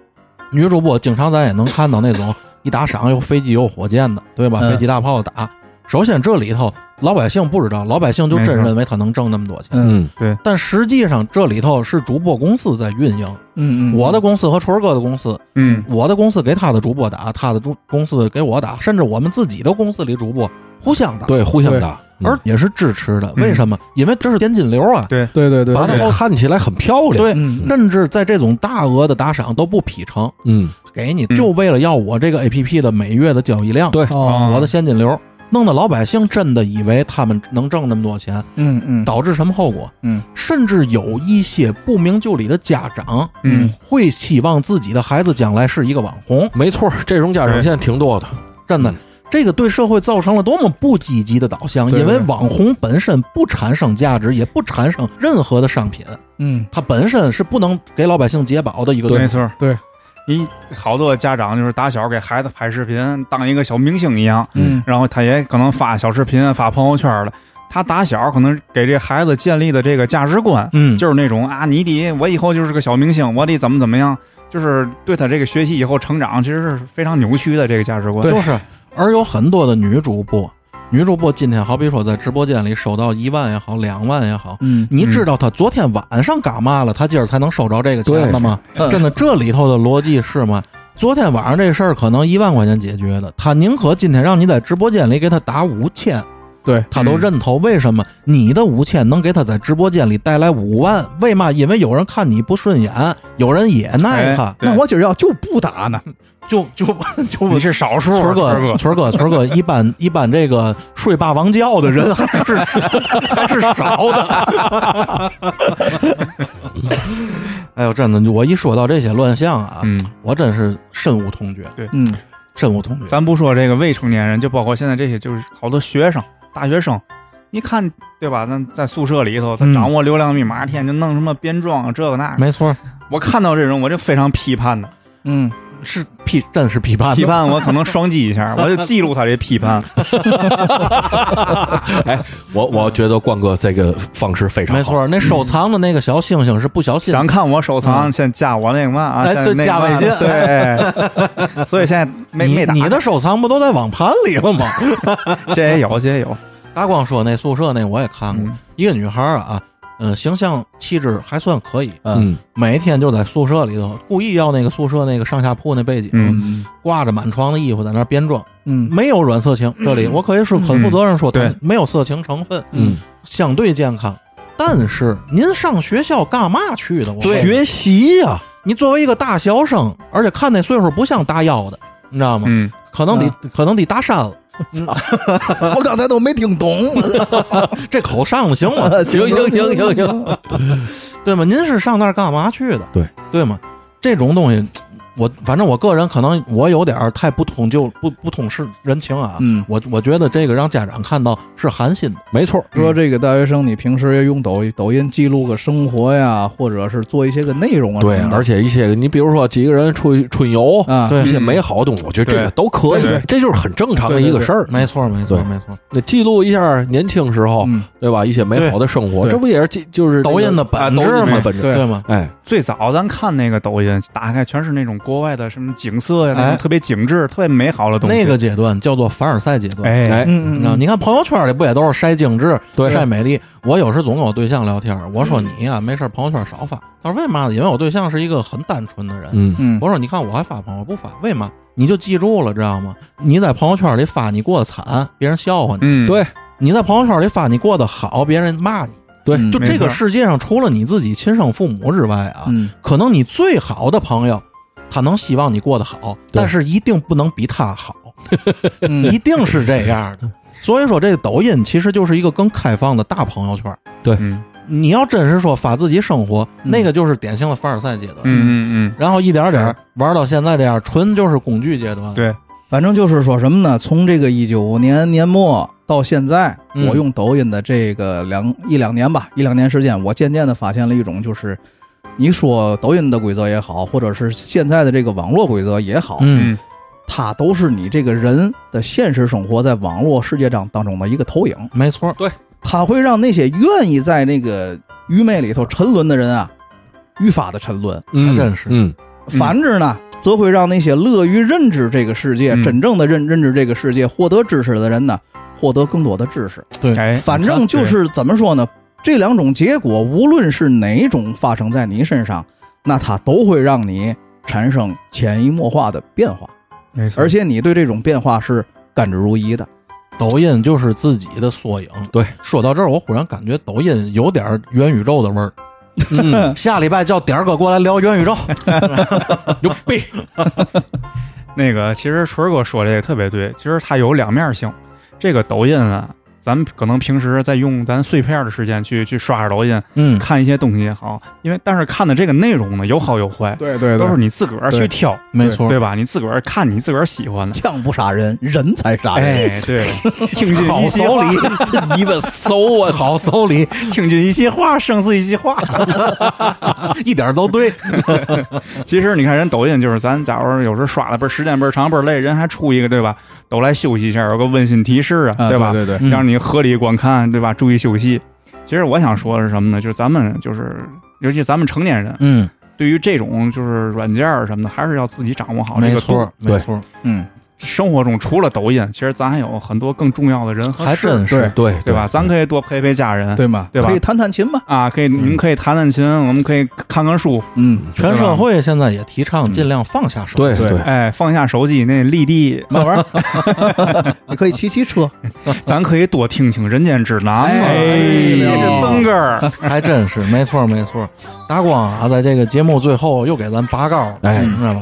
[SPEAKER 1] 女主播经常咱也能看到那种一打赏有飞机有火箭的，对吧？
[SPEAKER 2] 嗯
[SPEAKER 1] 飞机大炮打。首先这里头老百姓不知道，老百姓就
[SPEAKER 3] 没
[SPEAKER 1] 真
[SPEAKER 3] 错
[SPEAKER 1] 认为他能挣那么多钱，
[SPEAKER 2] 嗯
[SPEAKER 4] 嗯
[SPEAKER 1] 但实际上这里头是主播公司在运营。
[SPEAKER 2] 嗯嗯，
[SPEAKER 1] 我的公司和春儿哥的公司，
[SPEAKER 3] 嗯，
[SPEAKER 1] 我的公司给他的主播打，他的主公司给我打，甚至我们自己的公司里主播互相打，
[SPEAKER 4] 对，互相嗯打，
[SPEAKER 1] 而也是支持的。为什么？因为这是现金流啊。
[SPEAKER 3] 对
[SPEAKER 2] 对对对，
[SPEAKER 1] 把它
[SPEAKER 2] 对
[SPEAKER 4] 嗯看起来很漂亮，
[SPEAKER 1] 对，
[SPEAKER 2] 嗯嗯
[SPEAKER 1] 甚至在这种大额的打赏都不批成，
[SPEAKER 4] 嗯，
[SPEAKER 1] 给你
[SPEAKER 3] 嗯
[SPEAKER 1] 就为了要我这个 A P P 的每月的交易量，
[SPEAKER 4] 对
[SPEAKER 2] 哦
[SPEAKER 1] 我的现金流，弄得老百姓真的以为他们能挣那么多钱，
[SPEAKER 2] 嗯嗯
[SPEAKER 1] 导致什么后果？
[SPEAKER 2] 嗯，
[SPEAKER 1] 甚至有一些不明就里的家长，
[SPEAKER 3] 嗯，
[SPEAKER 1] 会希望自己的孩子将来是一个网红，
[SPEAKER 4] 没错，这种家长现在挺多的，
[SPEAKER 1] 真的
[SPEAKER 4] 嗯。
[SPEAKER 1] 这个对社会造成了多么不积极的导向，
[SPEAKER 2] 对
[SPEAKER 1] 因为
[SPEAKER 2] 对
[SPEAKER 1] 网红本身不产生价值，也不产生任何的商品，
[SPEAKER 2] 嗯
[SPEAKER 1] 它本身是不能给老百姓解饱的一个东
[SPEAKER 3] 没
[SPEAKER 1] 西。
[SPEAKER 3] 错，
[SPEAKER 2] 对。
[SPEAKER 3] 你好多家长就是打小给孩子拍视频，当一个小明星一样，
[SPEAKER 2] 嗯
[SPEAKER 3] 然后他也可能发小视频、发朋友圈了。他打小可能给这孩子建立的这个价值观，
[SPEAKER 1] 嗯
[SPEAKER 3] 就是那种啊，你得我以后就是个小明星，我得怎么怎么样，就是对他这个学习以后成长，其实是非常扭曲的这个价值观。
[SPEAKER 1] 对就是而有很多的女主播，女主播今天好比说在直播间里收到一万也好，两万也好，
[SPEAKER 2] 嗯
[SPEAKER 1] 你知道她昨天晚上干嘛了，她今儿才能收着这个钱的吗？
[SPEAKER 2] 对
[SPEAKER 1] 真的，这里头的逻辑是吗？昨天晚上这事儿可能一万块钱解决的，她宁可今天让你在直播间里给她打五千，
[SPEAKER 2] 对
[SPEAKER 1] 他都认头。为什么你的五千能给他在直播间里带来五万？为嘛？因为有人看你不顺眼，有人也耐他，
[SPEAKER 3] 对
[SPEAKER 2] 那我今儿要就不打呢，
[SPEAKER 1] 就就就
[SPEAKER 3] 你是少数，
[SPEAKER 1] 村儿
[SPEAKER 3] 春
[SPEAKER 1] 哥，
[SPEAKER 3] 哥
[SPEAKER 1] 村儿哥，村儿哥，一般一般这个睡霸王觉的人还是还是少的。 哎呦，真的，我一说到这些乱象啊，
[SPEAKER 3] 嗯，
[SPEAKER 1] 我真是深恶痛绝，
[SPEAKER 2] 嗯
[SPEAKER 1] 深恶痛绝。
[SPEAKER 3] 咱不说这个未成年人，就包括现在这些，就是好多学生、大学生，你看对吧？那在宿舍里头，他
[SPEAKER 1] 嗯
[SPEAKER 3] 掌握流量密码，天天就弄什么编装啊，这个那个。
[SPEAKER 1] 没错，
[SPEAKER 3] 我看到这种，我就非常批判的，
[SPEAKER 2] 嗯，
[SPEAKER 1] 是批，真是批判的
[SPEAKER 3] 批判我可能双击 一下，我就记录他这批判。
[SPEAKER 4] 哎，我我觉得冠哥这个方式非常好，
[SPEAKER 1] 没错，那收藏的那个小星 星是不小心
[SPEAKER 3] 嗯想看我收藏，先加我那个嘛啊，
[SPEAKER 1] 哎
[SPEAKER 3] 先
[SPEAKER 1] 对
[SPEAKER 3] 那个
[SPEAKER 1] 加
[SPEAKER 3] 嘛
[SPEAKER 1] 微信
[SPEAKER 3] 对。 所以现在没
[SPEAKER 1] 你
[SPEAKER 3] 没打，
[SPEAKER 1] 你的收藏不都在网盘里 了吗？
[SPEAKER 3] 这也有，这也有。
[SPEAKER 1] 大光说那宿舍那我也看过，
[SPEAKER 3] 嗯
[SPEAKER 1] 一个女孩儿啊，嗯、形象气质还算可以，呃
[SPEAKER 4] 嗯
[SPEAKER 1] 每天就在宿舍里头故意要那个宿舍那个上下铺那背景，
[SPEAKER 3] 嗯
[SPEAKER 1] 挂着满床的衣服在那儿编装，
[SPEAKER 2] 嗯
[SPEAKER 1] 没有软色情。这里我可以说很负责任说，
[SPEAKER 3] 嗯
[SPEAKER 1] 它没有色情成分，
[SPEAKER 4] 嗯，
[SPEAKER 1] 相对健康。但是您上学校干嘛去的？我问
[SPEAKER 4] 学习呀，
[SPEAKER 1] 你作为一个大学生，而且看那岁数不像大幺的，你知道吗？
[SPEAKER 3] 嗯，
[SPEAKER 1] 可能得、可能得大三了，
[SPEAKER 2] 我刚才都没听懂，
[SPEAKER 1] 这口上的行吗？
[SPEAKER 2] 嗯
[SPEAKER 4] 行行行行行，
[SPEAKER 1] 对吗？您是上那儿干嘛去的？
[SPEAKER 4] 对
[SPEAKER 1] 对吗？这种东西，我反正我个人可能我有点儿太不通就不不通世人情啊。
[SPEAKER 3] 嗯
[SPEAKER 1] 我我觉得这个让家长看到是寒心的。
[SPEAKER 4] 没错，
[SPEAKER 2] 说这个大学生，你平时也用抖抖音记录个生活呀，或者是做一些个内容啊什么
[SPEAKER 4] 对
[SPEAKER 2] 的。，
[SPEAKER 4] 而且一些个你比如说几个人出去春游，
[SPEAKER 2] 啊，
[SPEAKER 1] 对
[SPEAKER 4] 一些美好的东西，我觉得这个
[SPEAKER 3] 对
[SPEAKER 4] 都可以
[SPEAKER 3] 对对，
[SPEAKER 4] 这就是很正常的一个事儿。
[SPEAKER 1] 没错，没
[SPEAKER 4] 对
[SPEAKER 1] 错，没错。
[SPEAKER 4] 那记录一下年轻时候，
[SPEAKER 2] 嗯
[SPEAKER 4] 哦对吧？一些美好的生活，
[SPEAKER 2] 对对
[SPEAKER 4] 这不也是记就是
[SPEAKER 1] 抖音的
[SPEAKER 4] 本
[SPEAKER 1] 本
[SPEAKER 4] 抖
[SPEAKER 1] 质
[SPEAKER 4] 音
[SPEAKER 1] 嘛
[SPEAKER 4] 的本质？
[SPEAKER 2] 对
[SPEAKER 1] 对吗？
[SPEAKER 4] 哎，
[SPEAKER 3] 最早咱看那个抖音，打开全是那种国外的什么景色呀，
[SPEAKER 1] 哎
[SPEAKER 3] 那种特别景致、特别美好的东西。
[SPEAKER 1] 那个阶段叫做凡尔赛阶段。
[SPEAKER 3] 哎
[SPEAKER 4] 哎
[SPEAKER 2] 嗯嗯
[SPEAKER 1] 啊，
[SPEAKER 2] 嗯，
[SPEAKER 1] 你看朋友圈里不也都是晒精致、
[SPEAKER 4] 对
[SPEAKER 1] 晒美丽？我有时总跟我对象聊天，我说你呀、没事儿朋友圈少发。他说为嘛呢？因为我对象是一个很单纯的人。
[SPEAKER 4] 嗯，
[SPEAKER 2] 嗯
[SPEAKER 1] 我说你看我还发朋友不发，为嘛？你就记住了，知道吗？你在朋友圈里发你过得惨，别人笑话你；
[SPEAKER 3] 嗯，
[SPEAKER 4] 对
[SPEAKER 1] 你在朋友圈里发你过得好，别人骂你。
[SPEAKER 4] 对，
[SPEAKER 2] 嗯
[SPEAKER 1] 就
[SPEAKER 3] 没
[SPEAKER 1] 这个
[SPEAKER 3] 错
[SPEAKER 1] 世界上，除了你自己亲生父母之外啊，
[SPEAKER 2] 嗯，
[SPEAKER 1] 可能你最好的朋友，他能希望你过得好，
[SPEAKER 4] 对
[SPEAKER 1] 但是一定不能比他好，
[SPEAKER 2] 嗯
[SPEAKER 1] 一定是这样的。所以说，这个抖音其实就是一个更开放的大朋友圈。
[SPEAKER 3] 嗯
[SPEAKER 1] 你要真是说发自己生活，
[SPEAKER 2] 嗯
[SPEAKER 1] 那个就是典型的凡尔赛阶段，
[SPEAKER 3] 嗯嗯
[SPEAKER 1] 然后一点点玩到现在这样，纯就是工具阶段。
[SPEAKER 3] 嗯，，对，
[SPEAKER 2] 反正就是说什么呢？从这个一九年年末到现在，
[SPEAKER 1] 嗯
[SPEAKER 2] 我用抖音的这个两一两年吧，一两年时间，我渐渐的发现了一种，就是你说抖音的规则也好，或者是现在的这个网络规则也好，
[SPEAKER 1] 嗯，
[SPEAKER 2] 它都是你这个人的现实生活在网络世界上当中的一个投影。
[SPEAKER 1] 没错，
[SPEAKER 2] 它会让那些愿意在那个愚昧里头沉沦的人啊，愈发的沉沦。
[SPEAKER 4] 嗯，
[SPEAKER 1] 真是
[SPEAKER 4] 嗯，
[SPEAKER 3] 嗯
[SPEAKER 2] 反之呢，则会让那些乐于认知这个世界、
[SPEAKER 3] 嗯
[SPEAKER 2] 真正的认认知这个世界、获得知识的人呢，获得更多的知识。
[SPEAKER 1] 对，
[SPEAKER 3] 哎，
[SPEAKER 2] 反正就是怎么说呢，这两种结果，无论是哪种发生在你身上，那它都会让你产生潜移默化的变化，
[SPEAKER 3] 没错，
[SPEAKER 2] 而且你对这种变化是甘之如饴的。
[SPEAKER 1] 抖音就是自己的缩影。
[SPEAKER 4] 对，
[SPEAKER 1] 说到这儿，我忽然感觉抖音有点元宇宙的味儿。
[SPEAKER 4] 嗯
[SPEAKER 1] 下礼拜叫点儿哥过来聊元宇宙。
[SPEAKER 4] 牛逼，
[SPEAKER 3] 那个，其实锤儿哥说这个特别对，其实它有两面性。这个抖音啊，咱们可能平时在用咱碎片的时间去去刷刷抖音，
[SPEAKER 1] 嗯，
[SPEAKER 3] 看一些东西也好，因为但是看的这个内容呢，有好有坏，
[SPEAKER 2] 对对
[SPEAKER 3] 都是你自个儿去挑，
[SPEAKER 1] 没错，
[SPEAKER 3] 对吧？你自个儿看你自个儿喜欢的。
[SPEAKER 2] 将不杀人，人才杀人。
[SPEAKER 3] 哎，对， 听进
[SPEAKER 1] 好
[SPEAKER 3] 一席
[SPEAKER 1] 骚
[SPEAKER 3] 话，
[SPEAKER 1] 里，
[SPEAKER 4] 这你个骚啊！
[SPEAKER 1] 好骚里，
[SPEAKER 3] 听进一席话，胜似一席话。
[SPEAKER 1] 一点儿都对。
[SPEAKER 3] 其实你看人抖音，就是咱假如有时候刷的倍儿时间倍儿长倍儿累，人还出一个对吧？都来休息一下，有个温馨提示啊，
[SPEAKER 2] 啊，
[SPEAKER 3] 吧？
[SPEAKER 2] 对对对，
[SPEAKER 1] 嗯
[SPEAKER 3] 让你合理观看，对吧？注意休息。其实我想说的是什么呢？就是咱们就是，尤其咱们成年人，
[SPEAKER 1] 嗯，
[SPEAKER 3] 对于这种就是软件儿什么的，还是要自己掌握哦好这
[SPEAKER 1] 没
[SPEAKER 3] 个
[SPEAKER 1] 错
[SPEAKER 3] 度。，
[SPEAKER 1] 没错，
[SPEAKER 2] 嗯，
[SPEAKER 3] 生活中除了抖音，其实咱还有很多更重要的人和
[SPEAKER 1] 还
[SPEAKER 3] 事，
[SPEAKER 1] 真
[SPEAKER 2] 对
[SPEAKER 1] 是。
[SPEAKER 4] 对
[SPEAKER 3] 对吧？咱可以多陪陪家人，
[SPEAKER 2] 对嘛，
[SPEAKER 3] 对吧
[SPEAKER 2] 可以弹弹琴嘛，
[SPEAKER 3] 啊，可以，你们可以弹弹琴，我们可以看看书，
[SPEAKER 2] 嗯，
[SPEAKER 1] 全社会现在也提倡尽量放下手
[SPEAKER 4] 嗯对
[SPEAKER 1] 机，
[SPEAKER 2] 对
[SPEAKER 4] 对，
[SPEAKER 3] 哎，放下手机，那立地，
[SPEAKER 2] 慢玩儿，你啊可以骑骑车，
[SPEAKER 3] 咱可以多听听《人间指南》嘛，
[SPEAKER 2] 哎
[SPEAKER 3] 这
[SPEAKER 2] 哎
[SPEAKER 3] 是
[SPEAKER 2] 呦
[SPEAKER 3] 增根儿，
[SPEAKER 1] 还真是没错没错。大光啊，在这个节目最后又给咱拔高了，
[SPEAKER 4] 哎
[SPEAKER 1] 你知道吧？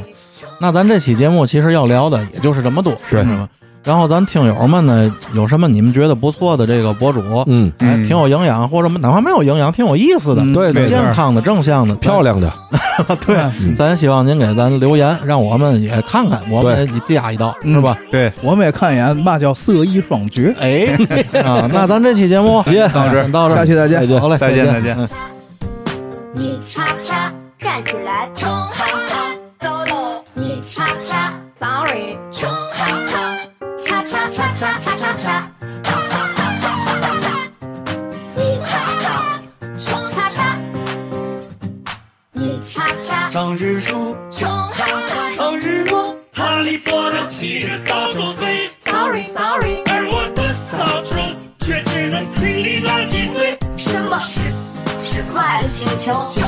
[SPEAKER 1] 那咱这期节目其实要聊的也就是这么多，
[SPEAKER 4] 是
[SPEAKER 1] 知道吧？然后咱听友们呢，有什么你们觉得不错的这个博主，
[SPEAKER 4] 嗯，
[SPEAKER 1] 哎，
[SPEAKER 3] 嗯
[SPEAKER 1] 挺有营养，或者哪怕没有营养，挺有意思的，
[SPEAKER 2] 嗯
[SPEAKER 4] 对
[SPEAKER 3] 没
[SPEAKER 4] 对
[SPEAKER 3] 错
[SPEAKER 4] 对，
[SPEAKER 1] 健康的、正向的，
[SPEAKER 4] 漂亮的，
[SPEAKER 1] 亮。对，咱希望您给咱留言，让我们也看看，我们也加一道，
[SPEAKER 2] 嗯
[SPEAKER 1] 是吧？
[SPEAKER 3] 对，
[SPEAKER 2] 我们也看一眼，嘛叫色艺双绝。
[SPEAKER 1] 哎， 啊，那咱这期节目
[SPEAKER 4] 再见
[SPEAKER 1] 到这儿到这儿，
[SPEAKER 2] 下期再见
[SPEAKER 1] 好嘞，
[SPEAKER 3] 再见再见
[SPEAKER 1] 嗯
[SPEAKER 5] 你叉叉站起来，冲哈哈，走喽！你叉叉，sorry，冲哈哈，叉叉叉叉叉叉叉，哈哈哈哈哈哈哈，你叉叉，冲叉叉，你叉叉，
[SPEAKER 6] 长日书，
[SPEAKER 5] 冲哈哈
[SPEAKER 6] 长日落，哈利波特骑着扫帚飞，
[SPEAKER 5] ，sorry sorry，
[SPEAKER 6] 而我的扫帚却只能清理垃圾堆。
[SPEAKER 5] 什么是是快乐星球？